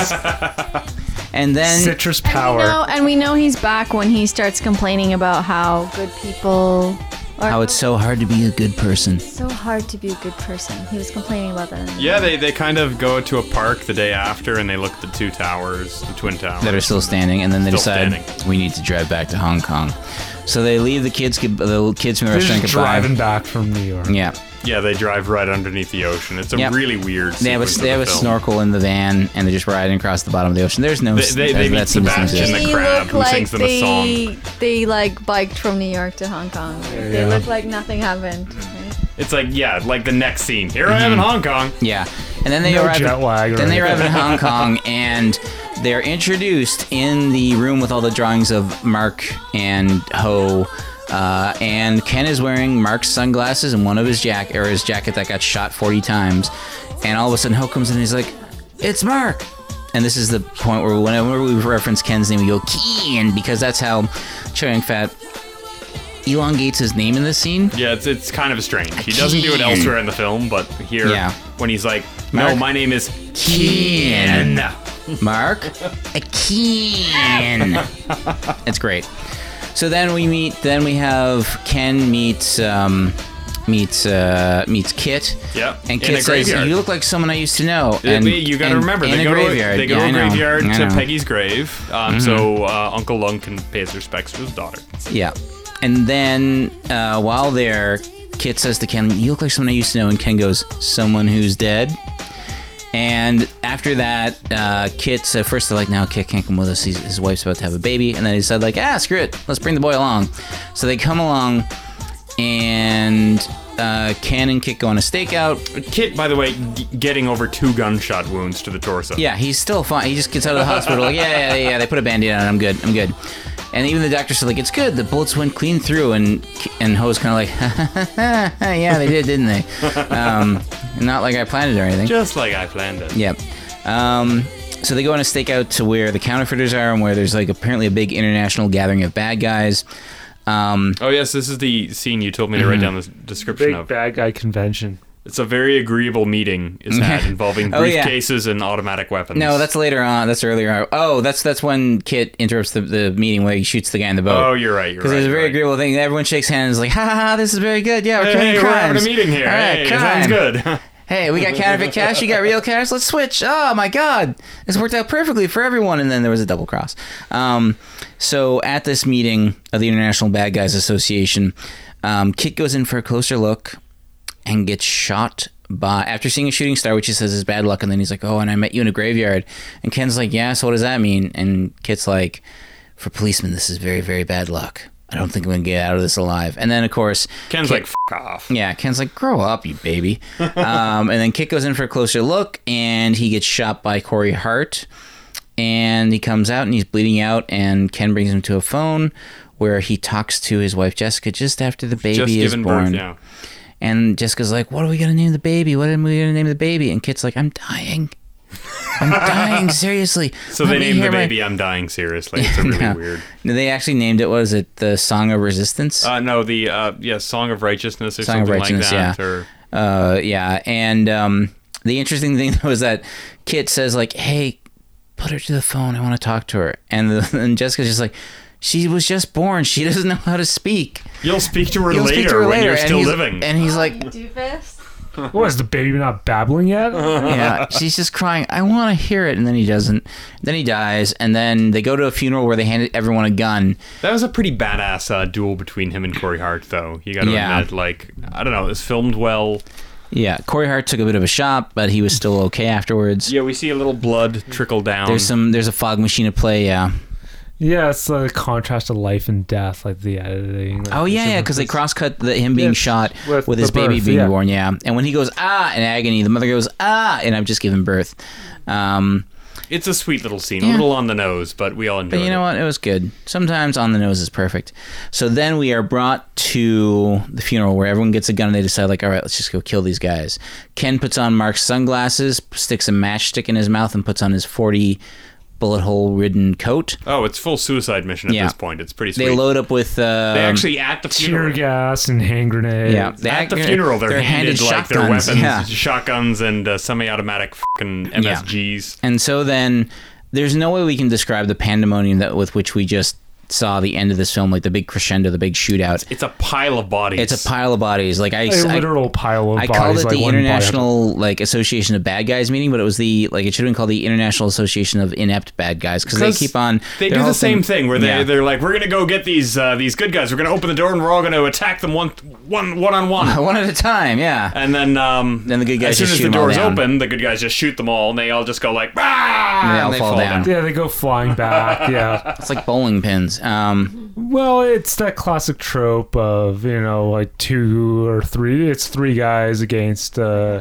Speaker 3: and then
Speaker 4: Citrus
Speaker 7: You
Speaker 4: power.
Speaker 7: know, and we know he's back when he starts complaining about how good people are.
Speaker 3: how it's so hard to be a good person.
Speaker 7: so hard to be a good person. He was complaining about that. in the-
Speaker 8: Yeah, they, they kind of go to a park the day after and they look at the two towers, the twin towers.
Speaker 3: that are still standing, and then they
Speaker 8: Still
Speaker 3: decide we need to drive back to Hong Kong. So they leave the kids, the little kids from the
Speaker 4: They're
Speaker 3: restaurant
Speaker 4: just
Speaker 3: goodbye.
Speaker 4: driving back from New York.
Speaker 3: Yeah,
Speaker 2: Yeah, they drive right underneath the ocean. It's a
Speaker 3: Yep.
Speaker 2: really weird.
Speaker 3: they have a
Speaker 2: sequence
Speaker 3: they have
Speaker 2: of
Speaker 3: a
Speaker 2: the film.
Speaker 3: snorkel in the van, and they're just riding across the bottom of the ocean. There's no
Speaker 2: They- they- they
Speaker 3: that-
Speaker 2: meet
Speaker 3: that seems to
Speaker 2: Sebastian
Speaker 3: exist.
Speaker 2: the crab who sings them a
Speaker 7: they, they like biked from New York to Hong Kong. They
Speaker 4: yeah.
Speaker 7: look like nothing happened. right?
Speaker 2: It's like yeah, like the next scene. Here I am
Speaker 3: Mm-hmm.
Speaker 2: in Hong Kong.
Speaker 3: Yeah, and then they
Speaker 4: No
Speaker 3: arrive.
Speaker 4: jet lag or
Speaker 3: then they arrive
Speaker 4: anything.
Speaker 3: in Hong Kong, and they're introduced in the room with all the drawings of Mark and Ho. Uh, and Ken is wearing Mark's sunglasses and one of his jack or his jacket that got shot 40 times. And all of a sudden, Ho comes in and he's like, "It's Mark." And this is the point where whenever we reference Ken's name, we go Ken because that's how Chow Yun Fat elongates his name in this scene.
Speaker 2: Yeah, it's, it's kind of strange. He doesn't do it
Speaker 3: Keen.
Speaker 2: elsewhere in the film, but here,
Speaker 3: Yeah.
Speaker 2: when he's like, no,
Speaker 3: Mark-
Speaker 2: my name is
Speaker 3: Keen.
Speaker 2: Keen.
Speaker 3: Mark Keen. it's great. So then we meet. Then we have Ken meets um, meets uh, meets Kit.
Speaker 2: Yep, in
Speaker 3: And
Speaker 2: a
Speaker 3: Kit says,
Speaker 2: graveyard.
Speaker 3: "You look like someone I used to know."
Speaker 2: Yeah,
Speaker 3: And
Speaker 2: but you got to
Speaker 3: and-
Speaker 2: remember
Speaker 3: in
Speaker 2: they
Speaker 3: a
Speaker 2: go,
Speaker 3: graveyard.
Speaker 2: to, they go
Speaker 3: Yeah,
Speaker 2: to
Speaker 3: I
Speaker 2: a
Speaker 3: know.
Speaker 2: graveyard
Speaker 3: I
Speaker 2: to
Speaker 3: know. Mm-hmm.
Speaker 2: Peggy's grave, um, so uh, Uncle Lung can pay his respects to his daughter.
Speaker 3: Yeah. And then uh, while there, Kit says to Ken, You look like someone I used to know. And Ken goes, Someone who's dead. And after that, uh, Kit said, First, they're like, No, Kit can't come with us. He's, his wife's about to have a baby. And then he said, like, Ah, screw it. Let's bring the boy along. So they come along, and uh, Ken and Kit go on a stakeout.
Speaker 2: Kit, by the way, g- getting over two gunshot wounds to the torso.
Speaker 3: Yeah, he's still fine. He just gets out of the hospital. Like, yeah, yeah, yeah. They put a band-aid on. it. I'm good. I'm good. And even the doctor said, like, it's good. The bullets went clean through. And and Ho's kind of like, yeah, they did, didn't they? Um, not like I planned it or anything.
Speaker 2: Just like I planned it.
Speaker 3: Yep. Um, so they go on a stakeout to where the counterfeiters are, and where there's like apparently a big international gathering of bad guys. Um,
Speaker 2: Oh, yes, this is the scene you told me
Speaker 3: Mm-hmm.
Speaker 2: to write down the s- description
Speaker 4: Big
Speaker 2: of.
Speaker 4: bad guy convention.
Speaker 2: It's a very agreeable meeting is had involving
Speaker 3: Oh, yeah.
Speaker 2: briefcases and automatic weapons.
Speaker 3: no, that's later on. That's earlier. on. Oh, that's that's when Kit interrupts the, the meeting where he shoots the guy in the boat.
Speaker 2: Oh, you're right. You're
Speaker 3: Because
Speaker 2: right.
Speaker 3: it was a
Speaker 2: you're
Speaker 3: very
Speaker 2: right.
Speaker 3: agreeable thing. Everyone shakes hands, like, ha ha ha, this is very good. Yeah, we're
Speaker 2: Hey,
Speaker 3: committing
Speaker 2: hey, we're having a
Speaker 3: crimes.
Speaker 2: meeting here.
Speaker 3: All right,
Speaker 2: hey,
Speaker 3: crime.
Speaker 2: sounds good.
Speaker 3: Hey, we got counterfeit cash, you got real cash, let's switch. Oh my god. This worked out perfectly for everyone. And then there was a double cross. Um, so at this meeting of the International Bad Guys Association, um, Kit goes in for a closer look and gets shot by after seeing a shooting star, which he says is bad luck, and then he's like, Oh, and I met you in a graveyard. And Ken's like, Yeah, so what does that mean? And Kit's like, For policemen, this is very, very bad luck. I don't think I'm gonna get out of this alive. And then of course
Speaker 2: Ken's
Speaker 3: Kit-
Speaker 2: like, F off.
Speaker 3: yeah, Ken's like, grow up, you baby. um, and then Kit goes in for a closer look, and he gets shot by Corey Hart. And he comes out and he's bleeding out, and Ken brings him to a phone where he talks to his wife Jessica just after the baby
Speaker 2: Just
Speaker 3: is
Speaker 2: given
Speaker 3: born.
Speaker 2: birth now.
Speaker 3: And Jessica's like, "What are we gonna name the baby? What are we gonna name the baby?" And Kit's like, "I'm dying, I'm dying seriously."
Speaker 2: So
Speaker 3: Let
Speaker 2: they
Speaker 3: me
Speaker 2: named the
Speaker 3: hear my-"
Speaker 2: baby I'm Dying Seriously. It's a really
Speaker 3: No.
Speaker 2: weird.
Speaker 3: No, They actually named it. What is it? The Song of Resistance.
Speaker 2: Uh, no, the uh, yeah, Song of Righteousness or
Speaker 3: Song of
Speaker 2: something
Speaker 3: Righteousness,
Speaker 2: like that.
Speaker 3: yeah.
Speaker 2: Or
Speaker 3: Uh, yeah, and um, the interesting thing was that Kit says like, "Hey, put her to the phone. I want to talk to her." And the, and Jessica's just like, "She was just born. She doesn't know how to speak.
Speaker 2: you'll speak to her
Speaker 3: You'll
Speaker 2: later
Speaker 3: speak to her
Speaker 2: when
Speaker 3: later."
Speaker 2: you're
Speaker 3: and
Speaker 2: still
Speaker 3: he's-
Speaker 2: living.
Speaker 3: And he's like,
Speaker 4: What is the baby not babbling yet?
Speaker 3: "Yeah." She's just crying. I want to hear it. And then he doesn't. Then he dies. And then they go to a funeral where they handed everyone a gun.
Speaker 2: that was a pretty badass uh, duel between him and Corey Hart, though. You got to
Speaker 3: Yeah.
Speaker 2: admit, like I don't know, it was filmed well.
Speaker 3: Yeah, Corey Hart took a bit of a shot, but he was still okay afterwards.
Speaker 2: Yeah, we see a little blood trickle down.
Speaker 3: There's some. There's a fog machine at play. Yeah.
Speaker 4: yeah, it's the contrast of life and death, like the editing. like,
Speaker 3: Oh
Speaker 4: it's
Speaker 3: yeah, yeah,
Speaker 4: different.
Speaker 3: because they cross cut the, him being
Speaker 4: Yes,
Speaker 3: shot with,
Speaker 4: with
Speaker 3: his
Speaker 4: the
Speaker 3: baby
Speaker 4: birth,
Speaker 3: being
Speaker 4: yeah.
Speaker 3: born. Yeah, and when he goes ah in agony, the mother goes ah, and I've just given birth. Um,
Speaker 2: it's a sweet little scene,
Speaker 3: Yeah.
Speaker 2: a little on the nose, but we all enjoy
Speaker 3: but you know
Speaker 2: it.
Speaker 3: what? It was good. Sometimes on the nose is perfect. So then we are brought to the funeral where everyone gets a gun and they decide like, all right, let's just go kill these guys. Ken puts on Mark's sunglasses, sticks a matchstick in his mouth, and puts on his forty bullet hole ridden coat.
Speaker 2: Oh, it's full suicide mission at
Speaker 3: Yeah.
Speaker 2: this point. It's pretty sweet.
Speaker 3: They load up with uh,
Speaker 2: They actually at the
Speaker 4: tear
Speaker 2: funeral.
Speaker 4: gas and hand grenades.
Speaker 3: yeah, they
Speaker 2: at the funeral, they're, handed, like their
Speaker 3: shotguns.
Speaker 2: weapons,
Speaker 3: Yeah.
Speaker 2: shotguns, and uh, semi-automatic fucking
Speaker 3: Yeah.
Speaker 2: MSGs.
Speaker 3: And so then there's no way we can describe the pandemonium that with which we just saw the end of this film, like the big crescendo, the big shootout.
Speaker 2: It's a pile of bodies.
Speaker 3: It's a pile of bodies. Like I,
Speaker 4: A
Speaker 3: I,
Speaker 4: literal pile of
Speaker 3: I
Speaker 4: bodies.
Speaker 3: called it
Speaker 4: like
Speaker 3: the
Speaker 4: one body after-
Speaker 3: International like Association of Bad Guys meeting, but it was the like it should have been called the International Association of Inept Bad Guys because they
Speaker 2: 'Cause
Speaker 3: keep on.
Speaker 2: They
Speaker 3: their
Speaker 2: do
Speaker 3: whole
Speaker 2: the same thing, where they
Speaker 3: Yeah.
Speaker 2: they're like, "We're gonna go get these uh, these good guys. We're gonna open the door and we're all gonna attack them one one one on one."
Speaker 3: one at a time. Yeah.
Speaker 2: And then um,
Speaker 3: Then the good guys
Speaker 2: as soon
Speaker 3: just
Speaker 2: as
Speaker 3: shoot
Speaker 2: the
Speaker 3: them all
Speaker 2: doors
Speaker 3: down.
Speaker 2: open, the good guys just shoot them all, and they all just go like, "Ah!"
Speaker 3: And they all fall down.
Speaker 4: Yeah, they go flying back. Yeah.
Speaker 3: It's like bowling pins. Um,
Speaker 4: Well, it's that classic trope of you know like two or three. It's three guys against uh,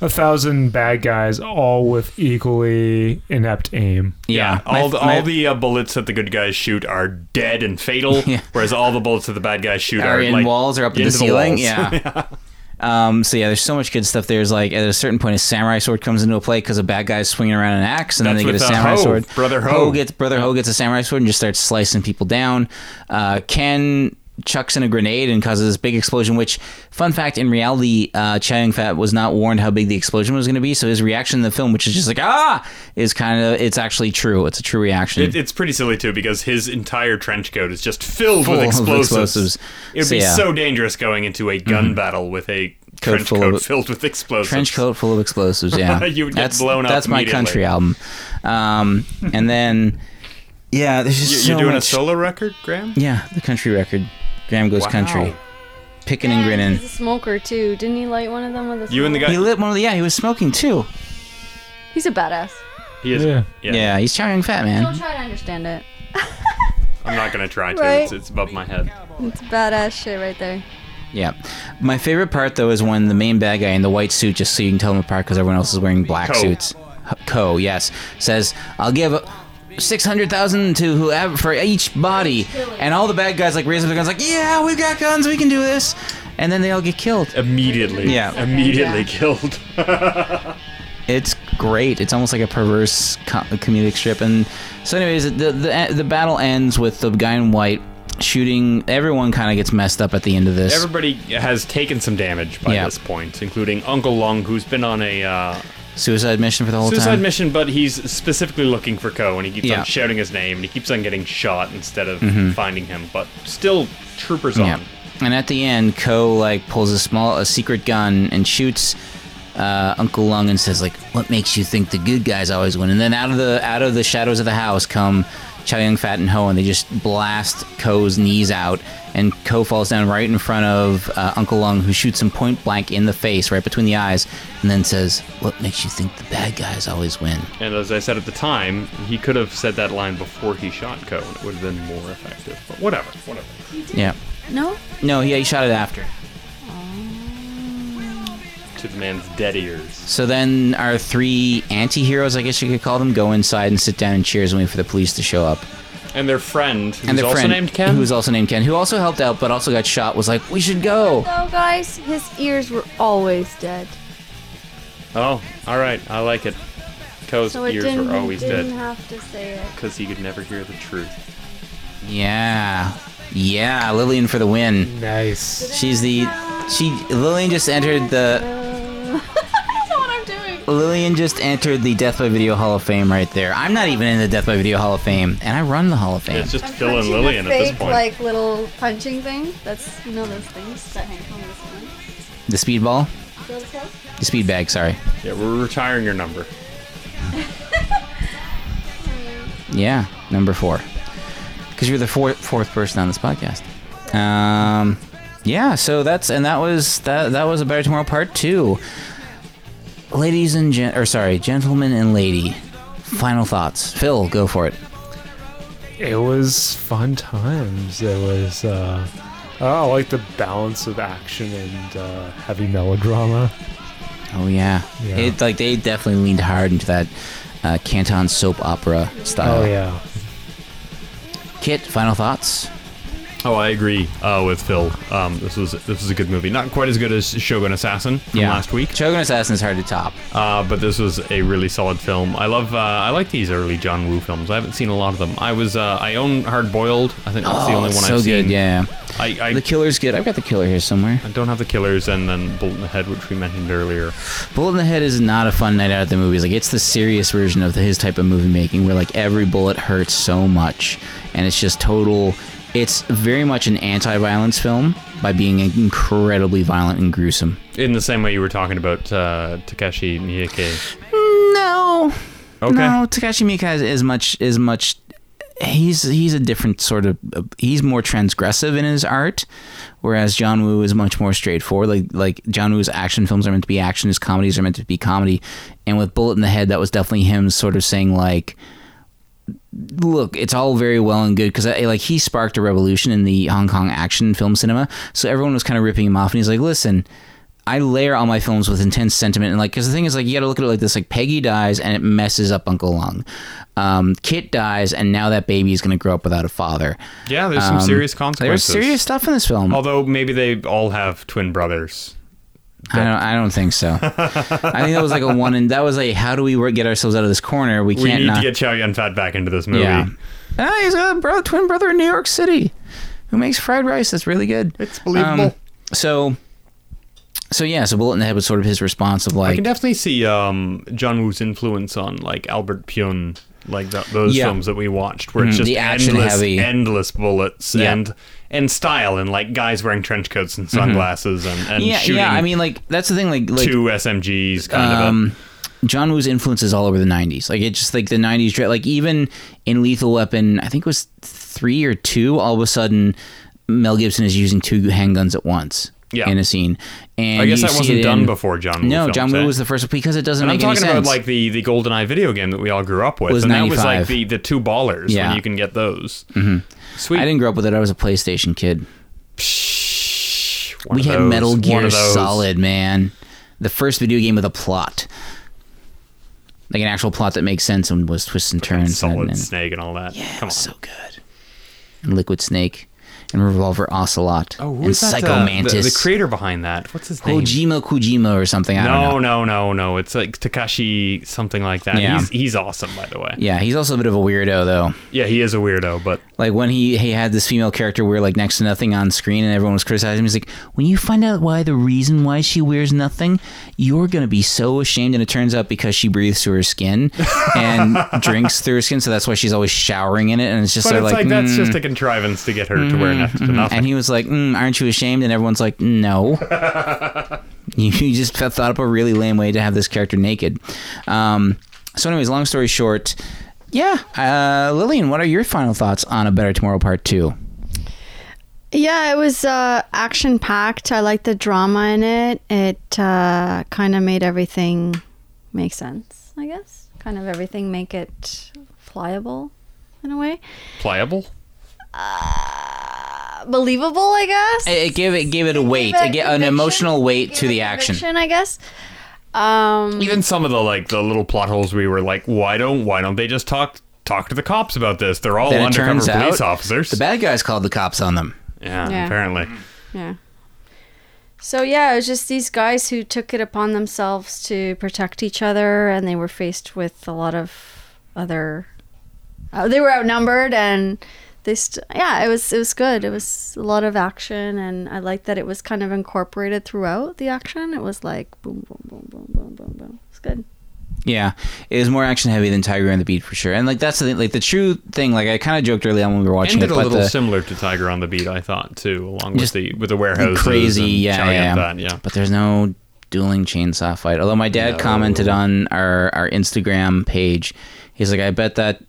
Speaker 4: a thousand bad guys, all with equally inept aim.
Speaker 3: yeah. My-
Speaker 2: all the, all
Speaker 3: my-
Speaker 2: the uh, bullets that the good guys shoot are dead and fatal,
Speaker 3: Yeah.
Speaker 2: whereas all the bullets that the bad guys shoot
Speaker 3: are,
Speaker 2: are,
Speaker 3: in
Speaker 2: like,
Speaker 3: walls or up in
Speaker 2: into
Speaker 3: the ceiling.
Speaker 2: walls.
Speaker 3: yeah. Um, so yeah, there's so much good stuff. There's like at a certain point, a samurai sword comes into play because a bad guy's swinging around an axe, and
Speaker 2: That's
Speaker 3: then they get
Speaker 2: with,
Speaker 3: a
Speaker 2: uh,
Speaker 3: samurai
Speaker 2: Ho,
Speaker 3: sword.
Speaker 2: Brother Ho.
Speaker 3: gets brother Ho gets a samurai sword and just starts slicing people down. Uh, Ken chucks in a grenade and causes this big explosion. Which, fun fact, in reality, uh, Chow Yun Fat was not warned how big the explosion was going to be, so his reaction in the film, which is just like ah, is kind of it's actually true. It's a true reaction.
Speaker 2: It, it's pretty silly too because his entire trench coat is just filled
Speaker 3: Full
Speaker 2: with
Speaker 3: of
Speaker 2: explosives.
Speaker 3: explosives.
Speaker 2: It'd
Speaker 3: So,
Speaker 2: be
Speaker 3: yeah. Mm-hmm.
Speaker 2: so dangerous going into a gun battle with a trench
Speaker 3: full
Speaker 2: coat
Speaker 3: of-
Speaker 2: filled with explosives.
Speaker 3: trench coat full of explosives. Yeah,
Speaker 2: You would get
Speaker 3: that's,
Speaker 2: blown up
Speaker 3: That's my
Speaker 2: immediately.
Speaker 3: country album. Um, and then yeah, there's just
Speaker 2: You- You're
Speaker 3: so
Speaker 2: doing
Speaker 3: much-
Speaker 2: a solo record, Graham?
Speaker 3: Yeah, the country record. Graham goes
Speaker 2: Wow.
Speaker 3: country, picking and
Speaker 7: And
Speaker 3: grinning.
Speaker 7: He's a smoker too. Didn't he light one of them with a?
Speaker 2: You and the
Speaker 7: smoke?
Speaker 2: guy.
Speaker 3: He lit one of the yeah. He was smoking too.
Speaker 7: He's a badass.
Speaker 2: He is.
Speaker 4: Yeah.
Speaker 2: Yeah.
Speaker 3: Yeah, he's chowing fat
Speaker 7: Don't
Speaker 3: man.
Speaker 7: try to understand it.
Speaker 2: I'm not gonna try to.
Speaker 7: Right.
Speaker 2: It's, it's above my head.
Speaker 7: It's badass shit right there.
Speaker 3: Yeah, my favorite part though is when the main bad guy in the white suit, just so you can tell him apart because everyone else is wearing black
Speaker 2: Co.
Speaker 3: suits. H- Co. Yes, says I'll give. Six hundred thousand to whoever for each body, and all the bad guys like raise up their guns, like, "Yeah, we've got guns, we can do this," and then they all get killed.
Speaker 2: Immediately.
Speaker 3: Yeah.
Speaker 2: Immediately killed.
Speaker 3: It's great. It's almost like a perverse co- comedic strip. And so, anyways, the the e, the battle ends with the guy in white shooting. Everyone kind of gets messed up at the end of this.
Speaker 2: Everybody has taken some damage by
Speaker 3: Yeah.
Speaker 2: this point, including Uncle Long, who's been on a uh,
Speaker 3: suicide mission for the whole
Speaker 2: suicide
Speaker 3: time.
Speaker 2: mission, but he's specifically looking for Ko, and he keeps
Speaker 3: Yeah. Mm-hmm.
Speaker 2: on shouting his name, and he keeps on getting shot instead of finding him. But still, troopers on.
Speaker 3: Yeah. And at the end, Ko like pulls a small a secret gun and shoots uh, Uncle Lung and says like, "What makes you think the good guys always win?" And then out of the out of the shadows of the house come Chow Yun Fat and Ho, and they just blast Ko's knees out, and Ko falls down right in front of uh, Uncle Lung, who shoots him point blank in the face, right between the eyes, and then says, "What makes you think the bad guys always win?"
Speaker 2: And as I said at the time, he could have said that line before he shot Ko, and it would have been more effective. But whatever, whatever.
Speaker 3: Yeah.
Speaker 7: No.
Speaker 3: No, yeah, he shot it after.
Speaker 2: To the man's dead ears.
Speaker 3: So then our three anti-heroes, I guess you could call them, go inside and sit down and cheers and wait for the police to show up.
Speaker 2: And their friend, who's
Speaker 3: and their
Speaker 2: also
Speaker 3: friend,
Speaker 2: named Ken,
Speaker 3: who was also named Ken, who also helped out but also got shot, was like, "We should go."
Speaker 7: So guys, his ears were always dead.
Speaker 2: oh, all right, I like it. Ko's
Speaker 7: So it
Speaker 2: ears
Speaker 7: didn't.
Speaker 2: were always
Speaker 7: didn't
Speaker 2: dead
Speaker 7: have to say it.
Speaker 2: because he could never hear the truth.
Speaker 3: Yeah, yeah, Lillian for the win.
Speaker 4: Nice.
Speaker 3: She's the she. Lillian just entered the
Speaker 7: I know what I'm doing.
Speaker 3: Lillian just entered the Death by Video Hall of Fame right there. I'm not even in the Death by Video Hall of Fame, and I run the Hall of Fame.
Speaker 2: It's just Phil and Lillian at this point.
Speaker 7: like little punching thing. That's you know those things that hang from this
Speaker 3: the speedball,
Speaker 7: one.
Speaker 3: the speed bag. Sorry.
Speaker 2: yeah, we're retiring your number.
Speaker 3: Yeah, number four. Because you're the fourth fourth person on this podcast. Um, yeah. So that's and that was that that was a better tomorrow part two. Ladies and gen or sorry, gentlemen and lady. Final thoughts. Phil, go for it.
Speaker 4: It was fun times. It was. Uh, I like the balance of action and uh, heavy melodrama.
Speaker 3: Oh yeah.
Speaker 4: Yeah.
Speaker 3: It like they definitely leaned hard into that uh, Canton soap opera style.
Speaker 4: oh yeah.
Speaker 3: Kit, final thoughts.
Speaker 8: Oh, I agree uh, with Phil. Um, this was this was a good movie. Not quite as good as Shogun Assassin from last week,
Speaker 3: Shogun Assassin is hard to top.
Speaker 8: uh, but this was a really solid film. I love uh, I like these early John Woo films. I haven't seen a lot of them. I was uh, I own Hard Boiled. I think that's the
Speaker 3: Oh,
Speaker 8: only
Speaker 3: it's
Speaker 8: one
Speaker 3: so
Speaker 8: I've
Speaker 3: good.
Speaker 8: seen.
Speaker 3: Yeah.
Speaker 8: I, I
Speaker 3: The killer's good. I've got the killer here somewhere.
Speaker 8: I don't have the killers and then Bullet in the Head, which we mentioned earlier.
Speaker 3: Bullet in the Head is not a fun night out at the movies. Like it's the serious version of his type of movie making, where like every bullet hurts so much, and it's just total. It's very much an anti-violence film by being incredibly violent and gruesome.
Speaker 8: In the same way you were talking about uh, Takeshi Miike.
Speaker 3: No,
Speaker 8: Okay.
Speaker 3: no, Takashi Miike is, is much is much. He's he's a different sort of. He's more transgressive in his art, whereas John Woo is much more straightforward. Like like John Woo's action films are meant to be action, his comedies are meant to be comedy, and with Bullet in the Head, that was definitely him sort of saying like, look, it's all very well and good because like he sparked a revolution in the Hong Kong action film cinema. So everyone was kind of ripping him off, and he's like, listen. I layer all my films with intense sentiment and like because the thing is like you got to look at it like this like Peggy dies and it messes up Uncle Lung, um, Kit dies and now that baby is gonna grow up without a father.
Speaker 8: Yeah, there's some
Speaker 3: Um,
Speaker 8: serious
Speaker 3: There's
Speaker 8: consequences.
Speaker 3: serious stuff in this film.
Speaker 8: Although maybe they all have twin brothers.
Speaker 3: I don't. I don't think so. I think that was like a one and that was like how do we work, get ourselves out of this corner? We can't.
Speaker 8: We need
Speaker 3: not-
Speaker 8: to get Chow Yun Fat back into this movie.
Speaker 3: Yeah. Ah, he's got a bro, twin brother in New York City. who makes fried rice that's really good. Um,
Speaker 8: It's believable.
Speaker 3: so, so yeah, so Bullet in the Head was sort of his response of
Speaker 2: I
Speaker 3: like,
Speaker 2: can definitely see um, John Woo's influence on like Albert Pyun, like tho- those
Speaker 3: Yeah.
Speaker 2: films that we watched, where it's
Speaker 3: Mm,
Speaker 2: just
Speaker 3: the action
Speaker 2: endless,
Speaker 3: heavy.
Speaker 2: endless bullets
Speaker 3: Yeah. Mm-hmm.
Speaker 2: and and style and like guys wearing trench coats and sunglasses and, and
Speaker 3: yeah,
Speaker 2: shooting
Speaker 3: yeah. I mean, like that's the thing. Like, like
Speaker 2: two SMGs kind of.
Speaker 3: um, John Woo's influence is all over the '90s. Like it just like the '90s, dra- like even in Lethal Weapon, I think it was three or two. All of a sudden, Mel Gibson is using two handguns at once
Speaker 2: Yeah.
Speaker 3: in a scene, and
Speaker 2: A, I guess
Speaker 3: you
Speaker 2: that
Speaker 3: see
Speaker 2: wasn't
Speaker 3: it
Speaker 2: done
Speaker 3: in-
Speaker 2: before John Woo.
Speaker 3: No,
Speaker 2: films,
Speaker 3: John
Speaker 2: eh?
Speaker 3: Woo was the first because it doesn't
Speaker 2: And I'm
Speaker 3: make
Speaker 2: talking
Speaker 3: any sense.
Speaker 2: about like the the GoldenEye video game that we all grew up with,
Speaker 3: Was
Speaker 2: and that was
Speaker 3: 95.
Speaker 2: like the the two ballers
Speaker 3: Yeah.
Speaker 2: when you can get those. Mm-hmm. Sweet.
Speaker 3: I didn't grow up with it. I was a PlayStation kid.
Speaker 2: One
Speaker 3: we
Speaker 2: of
Speaker 3: had
Speaker 2: those,
Speaker 3: Metal
Speaker 2: one
Speaker 3: Gear
Speaker 2: of those.
Speaker 3: Solid, man. The first video game with a plot, like an actual plot that makes sense and was twists and turns.
Speaker 2: Solid
Speaker 3: and,
Speaker 2: Snake and all that.
Speaker 3: Yeah,
Speaker 2: Come on.
Speaker 3: so good. And Liquid Snake and Revolver Ocelot
Speaker 2: Oh,
Speaker 3: and
Speaker 2: who's that?
Speaker 3: Psycho
Speaker 2: uh, the-
Speaker 3: Mantis.
Speaker 2: The, creator behind that. What's his name?
Speaker 3: Kojima Kujima or something. I don't
Speaker 2: No,
Speaker 3: know.
Speaker 2: no, no, no. It's like Takashi something like that.
Speaker 3: Yeah.
Speaker 2: He's he's awesome, by the way. Yeah.
Speaker 3: Yeah, he's also a bit of a weirdo though.
Speaker 2: he is a weirdo, but
Speaker 3: Like when he, he had this female character wear like next to nothing on screen and everyone was criticizing him, he's like, When you find out why the reason why she wears nothing, you're gonna be so ashamed and it turns out because she breathes through her skin and drinks through her skin, so that's why she's always showering in it and it's just
Speaker 2: but
Speaker 3: sort
Speaker 2: it's
Speaker 3: of
Speaker 2: like,
Speaker 3: like,
Speaker 2: that's
Speaker 3: "Mm." Mm-hmm,
Speaker 2: just a contrivance to get her to wear next to nothing.
Speaker 3: And he was like, mm, "Aren't you ashamed?" And everyone's like, "No." you you just th- thought up a really lame way to have this character naked. Um, so, anyways, long story short, yeah, uh, Lillian, what are your final thoughts on A Better Tomorrow Part Two?
Speaker 7: Yeah, it was uh, action packed. I liked the drama in it. It uh, kind of made everything make sense, I guess. Kind of everything make it pliable in a way.
Speaker 2: Pliable?
Speaker 7: Believable, I guess.
Speaker 3: It, it gave it gave it a weight, it gave an
Speaker 7: conviction.
Speaker 3: emotional weight to
Speaker 7: Gave it
Speaker 3: the action.
Speaker 7: conviction, I guess. Um,
Speaker 2: Even some of the like the little plot holes we were like, why don't why don't they just talk talk to the cops about this? They're all
Speaker 3: Then it
Speaker 2: undercover
Speaker 3: turns out
Speaker 2: police officers.
Speaker 3: the bad guys called the cops on them.
Speaker 2: yeah,
Speaker 7: Yeah.
Speaker 2: apparently.
Speaker 7: yeah. So yeah, it was just these guys who took it upon themselves to protect each other, and they were faced with a lot of other. Uh, they were outnumbered, and they. St- yeah, it was it was good. It was a lot of action, and I liked that it was kind of incorporated throughout the action. It was like boom, boom, boom, boom, boom, boom, boom. It's good.
Speaker 3: Yeah, it is more action heavy than Tiger and the Beat for sure. And like that's the thing, like the true thing. Like I kind of joked early on when we were watching
Speaker 2: Ended
Speaker 3: it,
Speaker 2: a
Speaker 3: but
Speaker 2: little
Speaker 3: the-
Speaker 2: similar to Tiger on the Beat, I thought, too, along with
Speaker 3: Just
Speaker 2: the with the warehouses.
Speaker 3: crazy,
Speaker 2: and
Speaker 3: yeah,
Speaker 2: shouting
Speaker 3: yeah.
Speaker 2: at That, yeah.
Speaker 3: But there's no dueling chainsaw fight. Although my dad commented on our our Instagram page, he's like, I bet that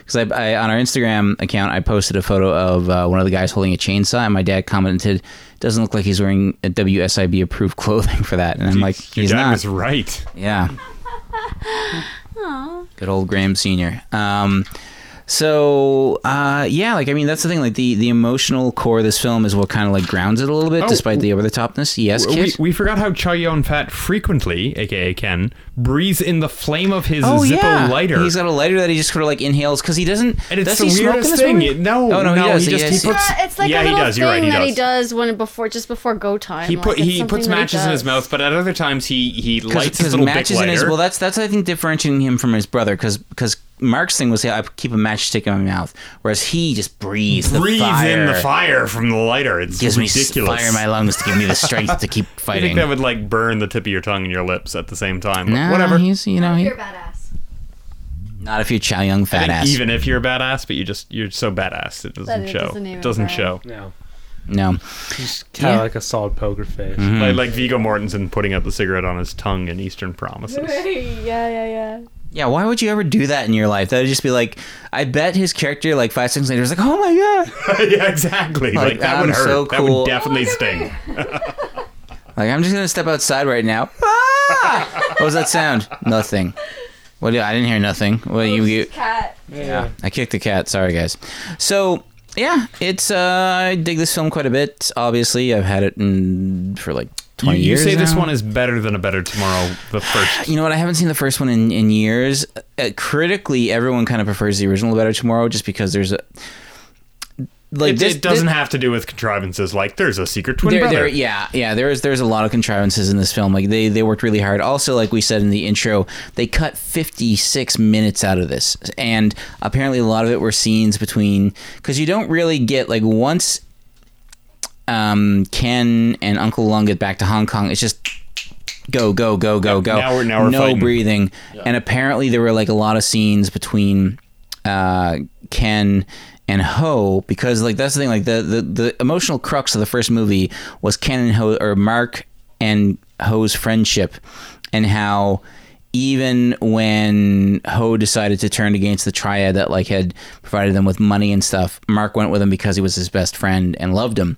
Speaker 3: because I, I on our Instagram account I posted a photo of uh, one of the guys holding a chainsaw, and my dad commented, doesn't look like he's wearing a WSIB approved clothing for that. And I'm like,
Speaker 2: Your
Speaker 3: he's
Speaker 2: dad
Speaker 3: not.
Speaker 2: was right.
Speaker 3: Yeah. Good old Graham Senior. Um, so uh, yeah, like I mean, that's the thing. Like the the emotional core of this film is what kind of like grounds it a little bit,
Speaker 2: Oh,
Speaker 3: despite the over the topness. Yes,
Speaker 2: We-
Speaker 3: kid.
Speaker 2: We, we forgot how Chayon Fat frequently, aka Ken, breathes in the flame of his
Speaker 3: oh
Speaker 2: Zippo
Speaker 3: yeah,
Speaker 2: lighter.
Speaker 3: He's got a lighter that he just sort of like inhales because he doesn't.
Speaker 2: and it's
Speaker 3: does
Speaker 2: the
Speaker 3: he smoke in
Speaker 2: weirdest
Speaker 3: this
Speaker 2: thing.
Speaker 3: movie?
Speaker 2: It- No,
Speaker 3: Oh, no, he
Speaker 2: no,
Speaker 3: does,
Speaker 2: he,
Speaker 3: he
Speaker 2: just
Speaker 3: does.
Speaker 2: he puts.
Speaker 7: Yeah, it's like
Speaker 2: yeah,
Speaker 7: a
Speaker 2: he
Speaker 7: little
Speaker 2: does.
Speaker 7: thing
Speaker 2: You're right. He
Speaker 7: that
Speaker 2: does.
Speaker 7: he does when before, just before go time.
Speaker 2: He put
Speaker 7: like, it's
Speaker 2: he puts
Speaker 7: something that he
Speaker 2: matches in his
Speaker 7: does.
Speaker 2: mouth, but at other times he he lights his
Speaker 3: because
Speaker 2: little
Speaker 3: matches
Speaker 2: Bic
Speaker 3: in his
Speaker 2: lighter.
Speaker 3: well that's that's i think differentiating him from his brother because mark's thing was yeah, i keep a matchstick in my mouth whereas he just breathes the
Speaker 2: breathes
Speaker 3: fire.
Speaker 2: in the fire from the lighter. It's
Speaker 3: gives
Speaker 2: ridiculous.
Speaker 3: me fire in my lungs to give me the strength to keep
Speaker 2: I
Speaker 3: fighting
Speaker 2: think that would like burn the tip of your tongue and your lips at the same time. but
Speaker 3: Nah,
Speaker 2: Whatever.
Speaker 3: he's you know he,
Speaker 7: You're badass.
Speaker 3: not if you're chow young
Speaker 2: I
Speaker 3: fat
Speaker 2: think
Speaker 3: ass
Speaker 2: Even if you're a badass, but you just you're so badass it doesn't
Speaker 7: it
Speaker 2: show.
Speaker 7: doesn't even
Speaker 2: doesn't
Speaker 7: matter.
Speaker 2: show.
Speaker 4: No.
Speaker 3: no
Speaker 4: Just kind
Speaker 3: Yeah.
Speaker 4: of
Speaker 3: Mm-hmm.
Speaker 4: like a solid poker face.
Speaker 3: Hmm.
Speaker 2: Like, like Vigo Mortensen putting out the cigarette on his tongue in Eastern Promises.
Speaker 7: yeah, yeah, yeah.
Speaker 3: yeah why would you ever do that in your life that would just be like i bet his character like five seconds later is like oh my god
Speaker 2: yeah, exactly. Like,
Speaker 3: Like,
Speaker 2: that
Speaker 3: I'm
Speaker 2: would hurt.
Speaker 3: so
Speaker 2: That
Speaker 3: cool.
Speaker 2: would definitely sting.
Speaker 3: like i'm just gonna step outside right now ah! what was that sound nothing what do- i didn't hear nothing well you, you
Speaker 7: Cat.
Speaker 3: Yeah, I kicked the cat. Sorry, guys. So yeah, it's uh, I dig this film quite a bit. Obviously, I've had it in, for like
Speaker 2: You,
Speaker 3: twenty
Speaker 2: you
Speaker 3: years.
Speaker 2: say this
Speaker 3: now.
Speaker 2: one is better than a better tomorrow. The first.
Speaker 3: You know what? I haven't seen the first one in in years. Uh, critically, everyone kind of prefers the original Better Tomorrow just because there's a like
Speaker 2: It,
Speaker 3: this
Speaker 2: it doesn't
Speaker 3: this-
Speaker 2: have to do with contrivances. Like there's a secret twin
Speaker 3: there-
Speaker 2: brother.
Speaker 3: there- yeah, yeah. There's there's a lot of contrivances in this film. Like they they worked really hard. Also, like we said in the intro, they cut 56 minutes out of this, and apparently a lot of it were scenes between because you don't really get like once um, Ken and Uncle Lung get back to Hong Kong, it's just go go go go go.
Speaker 2: now we're- now we're
Speaker 3: no
Speaker 2: fighting.
Speaker 3: breathing. And apparently there were like a lot of scenes between uh, Ken and Ho because like that's the thing like the, the the emotional crux of the first movie was Ken and Ho or Mark and Ho's friendship and how even when Ho decided to turn against the triad that like had provided them with money and stuff, Mark went with him because he was his best friend and loved him.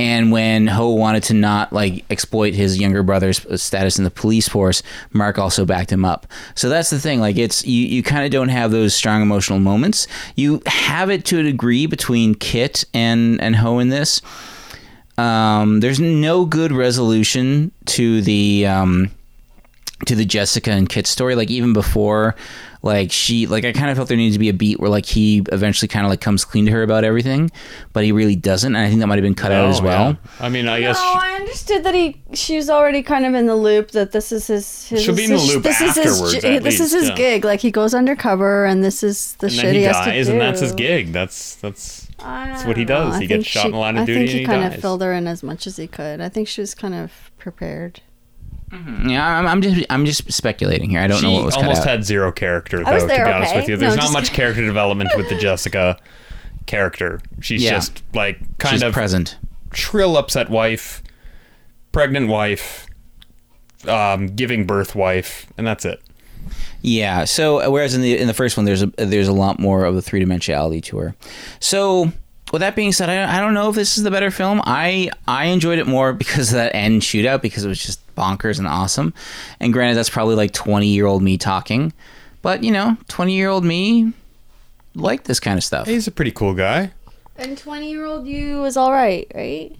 Speaker 3: And when Ho wanted to not like exploit his younger brother's status in the police force, Mark also backed him up. So that's the thing. Like it's you, you kind of don't have those strong emotional moments. You have it to a degree between Kit and and Ho in this. Um, there's no good resolution to the um, to the Jessica and Kit story. Like even before, like she, like I kind of felt there needed to be a beat where like he eventually kind of like comes clean to her about everything, but he really doesn't, and I think that might have been cut out as well.
Speaker 2: Oh, I mean, I guess.
Speaker 7: No, I understood that he she was already kind of in the loop that this is his. his
Speaker 2: She'll be in
Speaker 7: this
Speaker 2: the
Speaker 7: is-
Speaker 2: loop
Speaker 7: this
Speaker 2: afterwards,
Speaker 7: Is his, j-
Speaker 2: at
Speaker 7: this is
Speaker 2: least,
Speaker 7: his
Speaker 2: yeah.
Speaker 7: gig. Like he goes undercover, and this is the
Speaker 2: And
Speaker 7: shit
Speaker 2: then
Speaker 7: he,
Speaker 2: he
Speaker 7: has to
Speaker 2: dies,
Speaker 7: do.
Speaker 2: and that's his gig. That's that's that's what he does.
Speaker 7: I
Speaker 2: he
Speaker 7: think
Speaker 2: gets shot
Speaker 7: she-
Speaker 2: in the line of
Speaker 7: I
Speaker 2: duty,
Speaker 7: think he
Speaker 2: and he
Speaker 7: kind of
Speaker 2: dies.
Speaker 7: filled her in as much as he could. I think she was kind of prepared.
Speaker 3: Yeah, I'm, I'm just I'm just speculating here. I don't
Speaker 2: she
Speaker 3: know what was cut
Speaker 2: almost
Speaker 3: out.
Speaker 2: had zero character, though.
Speaker 7: was
Speaker 2: to
Speaker 7: there,
Speaker 2: be honest
Speaker 7: okay?
Speaker 2: with you,
Speaker 7: No,
Speaker 2: there's not
Speaker 7: just-
Speaker 2: much character development with the Jessica character. She's
Speaker 3: Yeah.
Speaker 2: just like kind
Speaker 3: She's
Speaker 2: of
Speaker 3: present.
Speaker 2: shrill, upset wife, pregnant wife, um, giving birth wife, and that's it.
Speaker 3: Yeah. So uh, whereas in the in the first one, there's a there's a lot more of the three dimensionality to her. So with that being said, I, I don't know if this is the better film. I I enjoyed it more because of that end shootout because it was just bonkers and awesome. And granted, that's probably like twenty year old me talking, but you know, twenty year old me liked this kind of stuff.
Speaker 2: He's a pretty cool guy.
Speaker 7: And twenty-year-old you was all right, right?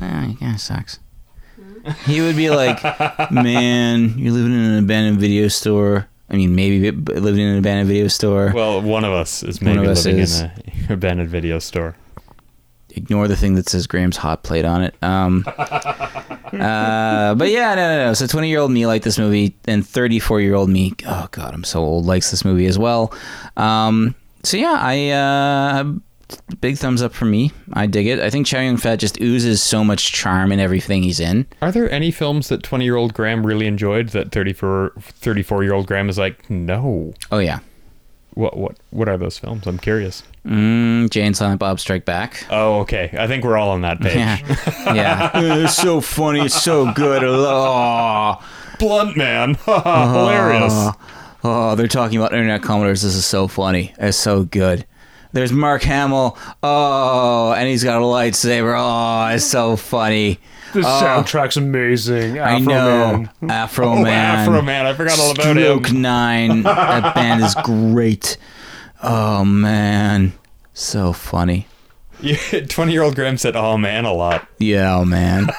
Speaker 3: Ah, it kind of sucks. He would be like, "Man, you're living in an abandoned video store. I mean, maybe b- living in an abandoned video store.
Speaker 2: Well, one of us is
Speaker 3: One
Speaker 2: maybe
Speaker 3: of us
Speaker 2: living
Speaker 3: is.
Speaker 2: in a abandoned video store.
Speaker 3: ignore the thing that says Graham's hot plate on it. Um, uh, but yeah, no, no, no. So 20 year old me liked this movie, and 34 year old me, oh god, I'm so old, likes this movie as well. Um, so yeah, I uh, big thumbs up for me. I dig it. I think Chow Yun Fat just oozes so much charm in everything he's in.
Speaker 2: Are there any films that 20 year old Graham really enjoyed that 34 year old Graham is like, no?
Speaker 3: Oh yeah,
Speaker 2: What what what are those films? I'm curious.
Speaker 3: mm, Jay and Silent Bob Strike Back.
Speaker 2: Oh, okay. I think we're all on that page.
Speaker 3: Yeah, yeah. it's so funny. It's so good. Oh.
Speaker 2: Blunt man, hilarious.
Speaker 3: Oh, they're talking about internet commenters. This is so funny. It's so good. There's Mark Hamill. Oh, and he's got a lightsaber. Oh, it's so funny.
Speaker 4: The soundtrack's amazing. Afro
Speaker 3: Oh. I know.
Speaker 4: Man.
Speaker 3: Afro
Speaker 2: Oh,
Speaker 3: Man.
Speaker 2: Afro man, I forgot all about
Speaker 3: Stroke
Speaker 2: him.
Speaker 3: Nine. that band is great. Oh, man. So funny. Uh-huh.
Speaker 2: Twenty year old Graham said, "Oh man," a lot.
Speaker 3: Yeah, man.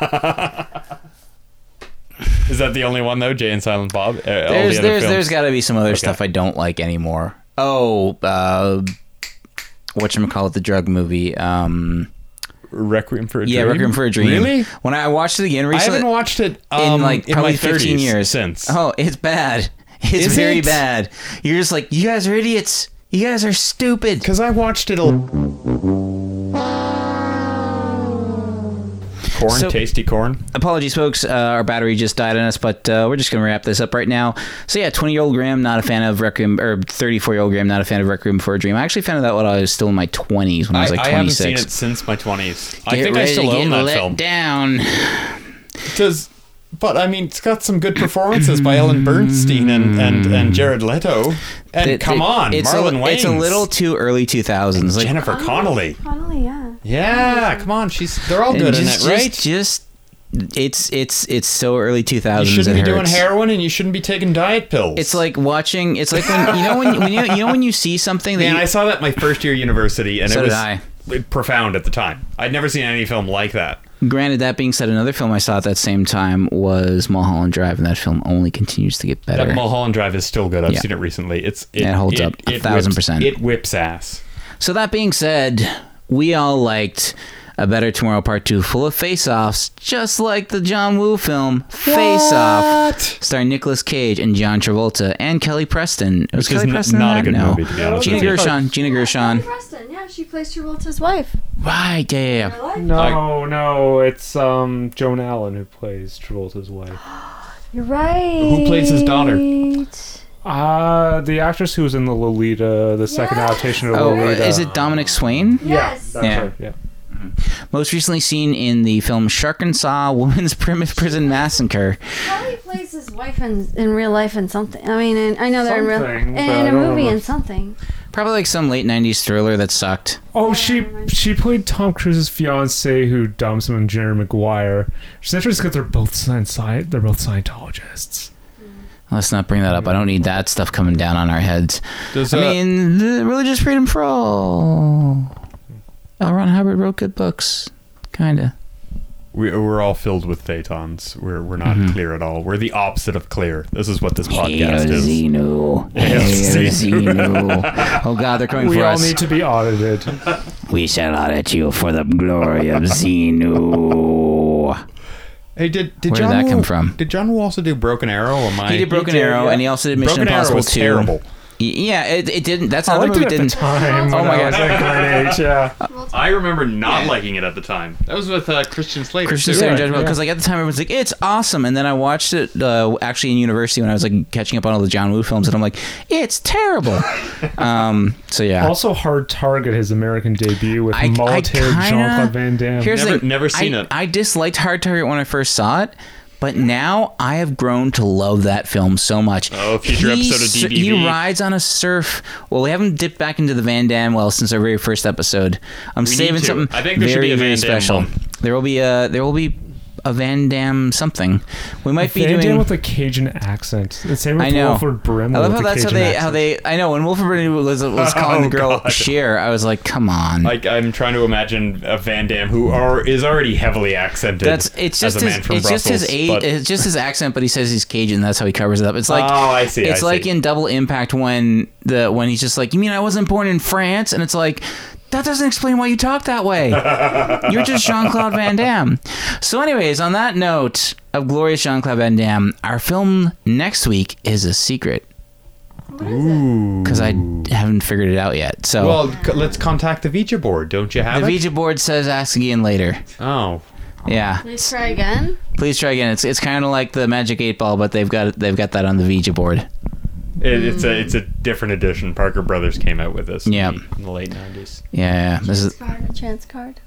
Speaker 2: Is that the only one though? Jay and Silent Bob. Uh, all
Speaker 3: there's
Speaker 2: the
Speaker 3: there's,
Speaker 2: other films.
Speaker 3: there's got to be some other stuff I don't like anymore. Oh, uh, whatchamacallit, the drug movie. Um,
Speaker 2: Requiem for a
Speaker 3: yeah,
Speaker 2: Dream.
Speaker 3: Requiem for a Dream.
Speaker 2: Really?
Speaker 3: When I watched it again
Speaker 2: I
Speaker 3: recently.
Speaker 2: haven't watched it um,
Speaker 3: in like
Speaker 2: my
Speaker 3: probably 15
Speaker 2: 30s
Speaker 3: years
Speaker 2: since.
Speaker 3: Oh, it's bad. It's
Speaker 2: Is
Speaker 3: very
Speaker 2: it?
Speaker 3: bad. You're just like, you guys are idiots. You guys are stupid.
Speaker 2: Because I watched it a corn,
Speaker 3: So-
Speaker 2: tasty corn.
Speaker 3: Apologies, folks. Uh, our battery just died on us, but uh, we're just going to wrap this up right now. So, yeah, 20 year old Graham, not a fan of Requiem, or 34 year old Graham, not a fan of Requiem for a Dream. I actually found that out when I was still in my 20s, when I, was like 26.
Speaker 2: I haven't seen it since my twenties. I
Speaker 3: Get
Speaker 2: think I
Speaker 3: ready
Speaker 2: still
Speaker 3: to
Speaker 2: own
Speaker 3: get
Speaker 2: that
Speaker 3: let
Speaker 2: film.
Speaker 3: down.
Speaker 2: Does, but I mean, it's got some good performances by Ellen Bernstein and, and, and Jared Leto. And
Speaker 3: It-
Speaker 2: come
Speaker 3: it-
Speaker 2: on,
Speaker 3: it's a,
Speaker 2: Marlon
Speaker 3: li-
Speaker 2: Wayans.
Speaker 3: It's a little too early 2000s. Like,
Speaker 2: Jennifer Connelly.
Speaker 7: Finally, yeah.
Speaker 2: Yeah, come on. She's they're all
Speaker 3: and
Speaker 2: good
Speaker 3: just,
Speaker 2: in it, right?
Speaker 3: Just, just- it's it's it's so early 2000s.
Speaker 2: you shouldn't
Speaker 3: it
Speaker 2: be doing
Speaker 3: hurts.
Speaker 2: heroin and you shouldn't be taking diet pills.
Speaker 3: It's like watching. It's like when you know when, when you, you know when you see something that
Speaker 2: Man,
Speaker 3: you,
Speaker 2: I saw that my first year of university, and
Speaker 3: So did
Speaker 2: it was
Speaker 3: I.
Speaker 2: profound at the time. I'd never seen any film like that.
Speaker 3: Granted, that being said, another film I saw at that same time was Mulholland Drive, and that film only continues to get better.
Speaker 2: That Mulholland Drive is still good. I've
Speaker 3: Yeah.
Speaker 2: seen it recently. It's it,
Speaker 3: It holds up a thousand
Speaker 2: whips-
Speaker 3: percent.
Speaker 2: It whips ass.
Speaker 3: so that being said, we all liked a Better Tomorrow Part Two, full of face-offs, just like the John Woo film Face Off, starring Nicolas Cage and John Travolta and Kelly Preston. Was
Speaker 2: Which is
Speaker 3: Kelly
Speaker 2: n-
Speaker 3: Preston in
Speaker 2: not a
Speaker 3: that?
Speaker 2: good
Speaker 3: no.
Speaker 2: movie, to be honest
Speaker 3: Gina
Speaker 2: with you.
Speaker 3: Gershon. Gina Gershon.
Speaker 7: Preston, yeah.
Speaker 8: Yeah, she plays Travolta's wife.
Speaker 3: Right, yeah, yeah, yeah.
Speaker 4: No, no, it's um Joan Allen who plays Travolta's wife.
Speaker 8: You're right.
Speaker 2: Who plays his daughter?
Speaker 4: Uh the actress who was in the Lolita, the second
Speaker 8: Yes.
Speaker 4: adaptation of
Speaker 3: Oh,
Speaker 2: uh,
Speaker 4: Lolita.
Speaker 3: is it Dominic Swain?
Speaker 8: Yes.
Speaker 4: That's
Speaker 3: Yeah.
Speaker 4: her, yeah.
Speaker 3: Most recently seen in the film Shark and Saw Woman's Prim- Prison Massacre.
Speaker 8: Probably plays his wife in, in real life and something. I mean, in, I know they're in real
Speaker 4: Something,
Speaker 8: in,
Speaker 4: but I
Speaker 8: a
Speaker 4: don't
Speaker 8: movie
Speaker 4: remember.
Speaker 8: and something.
Speaker 3: Probably like some late 90s thriller that sucked.
Speaker 4: Oh, she she played Tom Cruise's fiance who dumps him and Jerry Maguire. It's interesting because they're both science, they're both Scientologists.
Speaker 3: Let's not bring that up. I don't need that stuff coming down on our heads.
Speaker 2: Does,
Speaker 3: I
Speaker 2: uh,
Speaker 3: mean, the religious freedom for all. L. Ron Hubbard wrote good books. Kinda.
Speaker 12: We, we're all filled with phaetons. We're, we're not
Speaker 3: Mm-hmm.
Speaker 12: clear at all. We're the opposite of clear. This is what this podcast is.
Speaker 3: Zeno.
Speaker 12: Hail
Speaker 3: Zeno. Oh God, they're coming
Speaker 4: We
Speaker 3: for
Speaker 4: all
Speaker 3: us.
Speaker 4: need to be audited.
Speaker 3: we shall audit you for the glory of Zeno.
Speaker 2: Hey, did did
Speaker 3: Where did
Speaker 2: John
Speaker 3: that
Speaker 2: Woo-
Speaker 3: come from?
Speaker 2: Did John Woo also do Broken Arrow? Or my
Speaker 3: He did Broken Arrow, and he also did Mission
Speaker 2: Broken Arrow
Speaker 3: Impossible
Speaker 2: was
Speaker 3: 2.
Speaker 2: terrible.
Speaker 3: Y- Yeah, it, it didn't. That's
Speaker 4: I
Speaker 3: another
Speaker 4: liked
Speaker 3: movie
Speaker 4: it at the
Speaker 3: didn't.
Speaker 4: time.
Speaker 3: Oh
Speaker 4: when
Speaker 3: my
Speaker 4: I was
Speaker 3: God.
Speaker 4: like grade eight, yeah.
Speaker 2: I remember not liking it at the time. That was with uh, Christian Slater.
Speaker 3: Christian
Speaker 2: too,
Speaker 3: Slater
Speaker 2: right?
Speaker 3: and Judgment because like at the time everyone's like it's awesome, and then I watched it uh, actually in university when I was like catching up on all the John Woo films, and I'm like it's terrible. um, so yeah,
Speaker 4: Also, hard target his American debut with
Speaker 3: I- I
Speaker 4: mullet haired
Speaker 3: kinda-
Speaker 4: Jean Claude Van Damme.
Speaker 3: here's
Speaker 2: Never-
Speaker 3: the thing.
Speaker 2: never seen
Speaker 3: I,
Speaker 2: it.
Speaker 3: I disliked Hard Target when I first saw it. But now I have grown to love that film so much.
Speaker 2: Oh, future episode of
Speaker 3: sur-
Speaker 2: DBV.
Speaker 3: He rides on a surf. Well, we haven't dipped back into the Van Damme well since our very first episode. I'm
Speaker 2: need
Speaker 3: saving
Speaker 2: to.
Speaker 3: something
Speaker 2: I think there should
Speaker 3: very,
Speaker 2: be a
Speaker 3: very
Speaker 2: Van Damme
Speaker 3: special.
Speaker 2: one.
Speaker 3: There will be a there will be a Van Damme something. We might be
Speaker 4: Van Damme
Speaker 3: doing
Speaker 4: with a Cajun accent. The same
Speaker 3: I
Speaker 4: with
Speaker 3: know.
Speaker 4: Wilford Brimley.
Speaker 3: I love
Speaker 4: with
Speaker 3: how
Speaker 4: a
Speaker 3: that's how
Speaker 4: Cajun
Speaker 3: they
Speaker 4: accent. Oh,
Speaker 3: how they. I know when Wilford Brimley was, was calling the girl Cher, I was like, come on.
Speaker 2: Like I'm trying to imagine a Van Damme who are, is already heavily accented.
Speaker 3: that's it's just
Speaker 2: as a
Speaker 3: his
Speaker 2: man from
Speaker 3: it's just his
Speaker 2: Brussels,
Speaker 3: a,
Speaker 2: but-
Speaker 3: it's just his accent, but he says he's Cajun. That's how he covers it up. It's like
Speaker 2: Oh, I see,
Speaker 3: It's
Speaker 2: I
Speaker 3: like
Speaker 2: see.
Speaker 3: in Double Impact when the when he's just like, you mean I wasn't born in France? And it's like that doesn't explain why you talk that way. You're just Jean Claude Van Damme. So, anyways, on that note of glorious Jean Claude Van Damme, our film next week is a secret because I haven't figured it out yet. So.
Speaker 2: Well, c- let's contact the Vija board. Don't you have
Speaker 3: the
Speaker 2: it?
Speaker 3: Ouija board says ask again later.
Speaker 2: oh,
Speaker 3: Yeah,
Speaker 8: Let's try again.
Speaker 3: please try again. It's it's kind of like the Magic Eight Ball, but they've got they've got that on the Ouija board.
Speaker 2: it, it's a it's a different edition. Parker Brothers came out with this. in
Speaker 3: Yeah.
Speaker 2: the- in the late '90s.
Speaker 3: Yeah, this is
Speaker 8: Card, a chance card.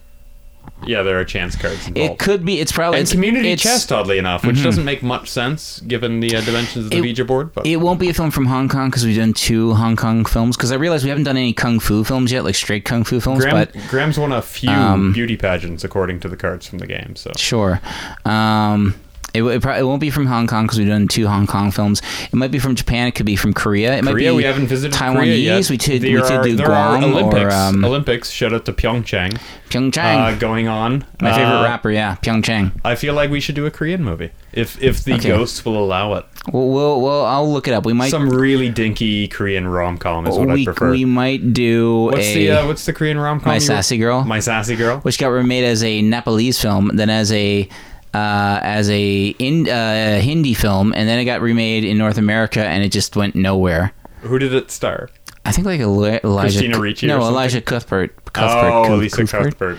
Speaker 2: Yeah, there are chance cards involved.
Speaker 3: it. Could be it's probably
Speaker 2: and
Speaker 3: it's,
Speaker 2: community
Speaker 3: it's, Mm-hmm.
Speaker 2: chest, oddly enough, which doesn't make much sense given the uh, dimensions of the
Speaker 3: It-
Speaker 2: Ouija board. But
Speaker 3: It won't be a film from Hong Kong because we've done two Hong Kong films. Because I realized we haven't done any kung fu films yet, like straight kung fu films.
Speaker 2: Graham,
Speaker 3: but
Speaker 2: Graham's won a few
Speaker 3: um,
Speaker 2: beauty pageants according to the cards from the game. So
Speaker 3: Sure. Um, it, w- it, probably, it won't be from Hong Kong because we've done two Hong Kong films. It might be from Japan. It could be from Korea. It might
Speaker 2: Korea,
Speaker 3: be
Speaker 2: we haven't visited
Speaker 3: uh, Taiwanese.
Speaker 2: Korea yet.
Speaker 3: We could
Speaker 2: there
Speaker 3: we
Speaker 2: are,
Speaker 3: could do
Speaker 2: there
Speaker 3: Guam
Speaker 2: are Olympics.
Speaker 3: or um,
Speaker 2: Olympics. Shout out to Pyeongchang uh,
Speaker 3: Pyeongchang.
Speaker 2: going on.
Speaker 3: My favorite
Speaker 2: Uh,
Speaker 3: rapper, yeah, Pyeongchang.
Speaker 2: I feel like we should do a Korean movie if if the
Speaker 3: Okay.
Speaker 2: ghosts will allow it.
Speaker 3: Well, we'll, well, I'll look it up. We might
Speaker 2: Some really dinky Korean rom com is what I
Speaker 3: we,
Speaker 2: prefer.
Speaker 3: we might do
Speaker 2: what's
Speaker 3: a
Speaker 2: the uh, what's the Korean rom com?
Speaker 3: My Sassy Girl,
Speaker 2: My sassy girl.
Speaker 3: which got remade as a Nepalese film, then as a uh, as a in, uh, Hindi film, and then it got remade in North America, and it just went nowhere.
Speaker 2: Who did it star?
Speaker 3: I think like Eli- Elijah.
Speaker 2: Christina Ricci or
Speaker 3: No,
Speaker 2: something?
Speaker 3: Elijah Cuthbert. Cuthbert.
Speaker 2: oh,
Speaker 3: Cu-
Speaker 2: Lisa
Speaker 3: Cuthbert,
Speaker 2: Cuthbert.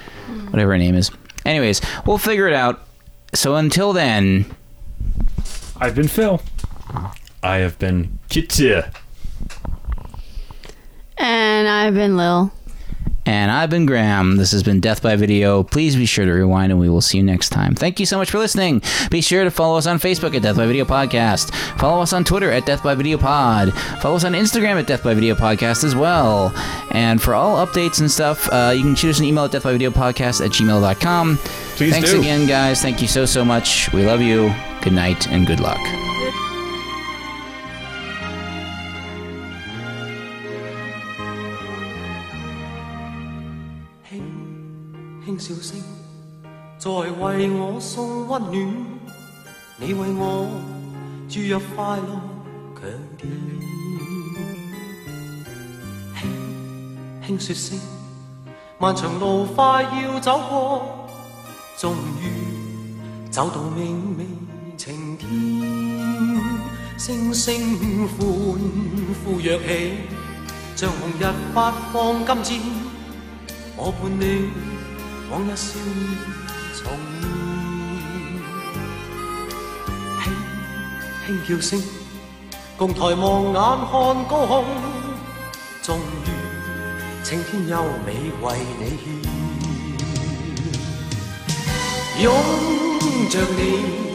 Speaker 3: Whatever her name is. Anyways, we'll figure it out. So until then,
Speaker 4: I've been Phil.
Speaker 2: I have been Kitty.
Speaker 8: And I've been Lil.
Speaker 3: and I've been Graham. This has been Death by Video. Please be sure to rewind, and we will see you next time. Thank you so much for listening. Be sure to follow us on Facebook at Death by Video Podcast. Follow us on Twitter at Death by Video Pod. Follow us on Instagram at Death by Video Podcast as well. And for all updates and stuff, uh, you can shoot us an email at deathbyvideopodcast at gmail.com.
Speaker 2: Please
Speaker 3: Thanks
Speaker 2: do.
Speaker 3: again, guys. Thank you so, so much. We love you. Good night and good luck.
Speaker 13: 轻笑声，在为我送温暖。你为我注入快乐强电。轻轻说声，漫长路快要走过，终于走到明媚晴天。声声欢呼跃起，像红日发放金箭。我伴你往日笑面重現，輕輕叫聲，共抬望眼看高空，終於青天優美為你獻，擁着你。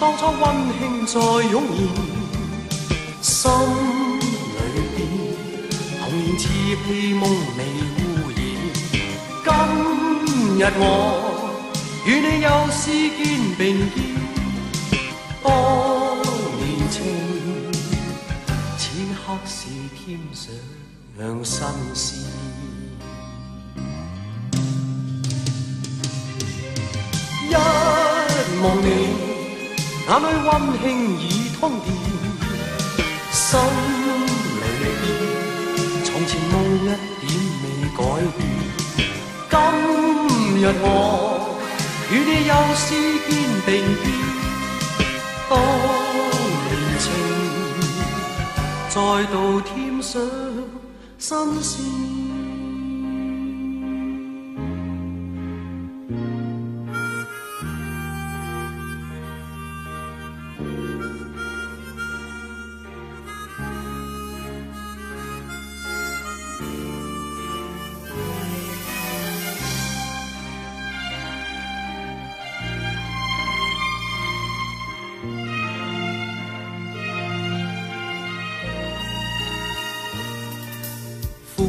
Speaker 13: 當初温馨再湧現，心裏邊童年稚氣夢未污染。今日我與你又試肩並肩，當年情，此刻是添上新鮮。一望你，眼裏温馨已通電，心裏邊從前夢一點未改變。今日我與你又試肩並肩，當年情再度添上新鮮。歡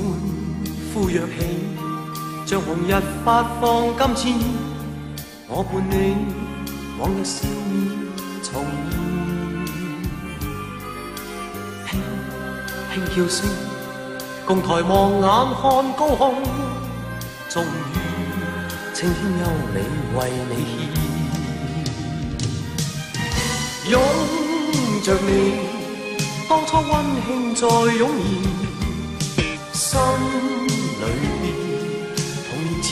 Speaker 13: 呼躍起，像紅日發放金箭，我伴你往日笑面重現，輕輕叫聲，共抬望眼看高空，終於青天優美為你獻，擁着你，當初温馨再湧現。心裏邊童年稚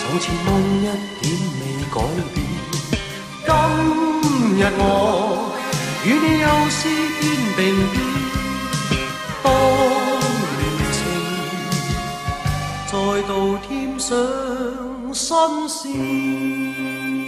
Speaker 13: 從前夢一點未改變。今日我與你又試肩並肩，當年情再度添上新鮮。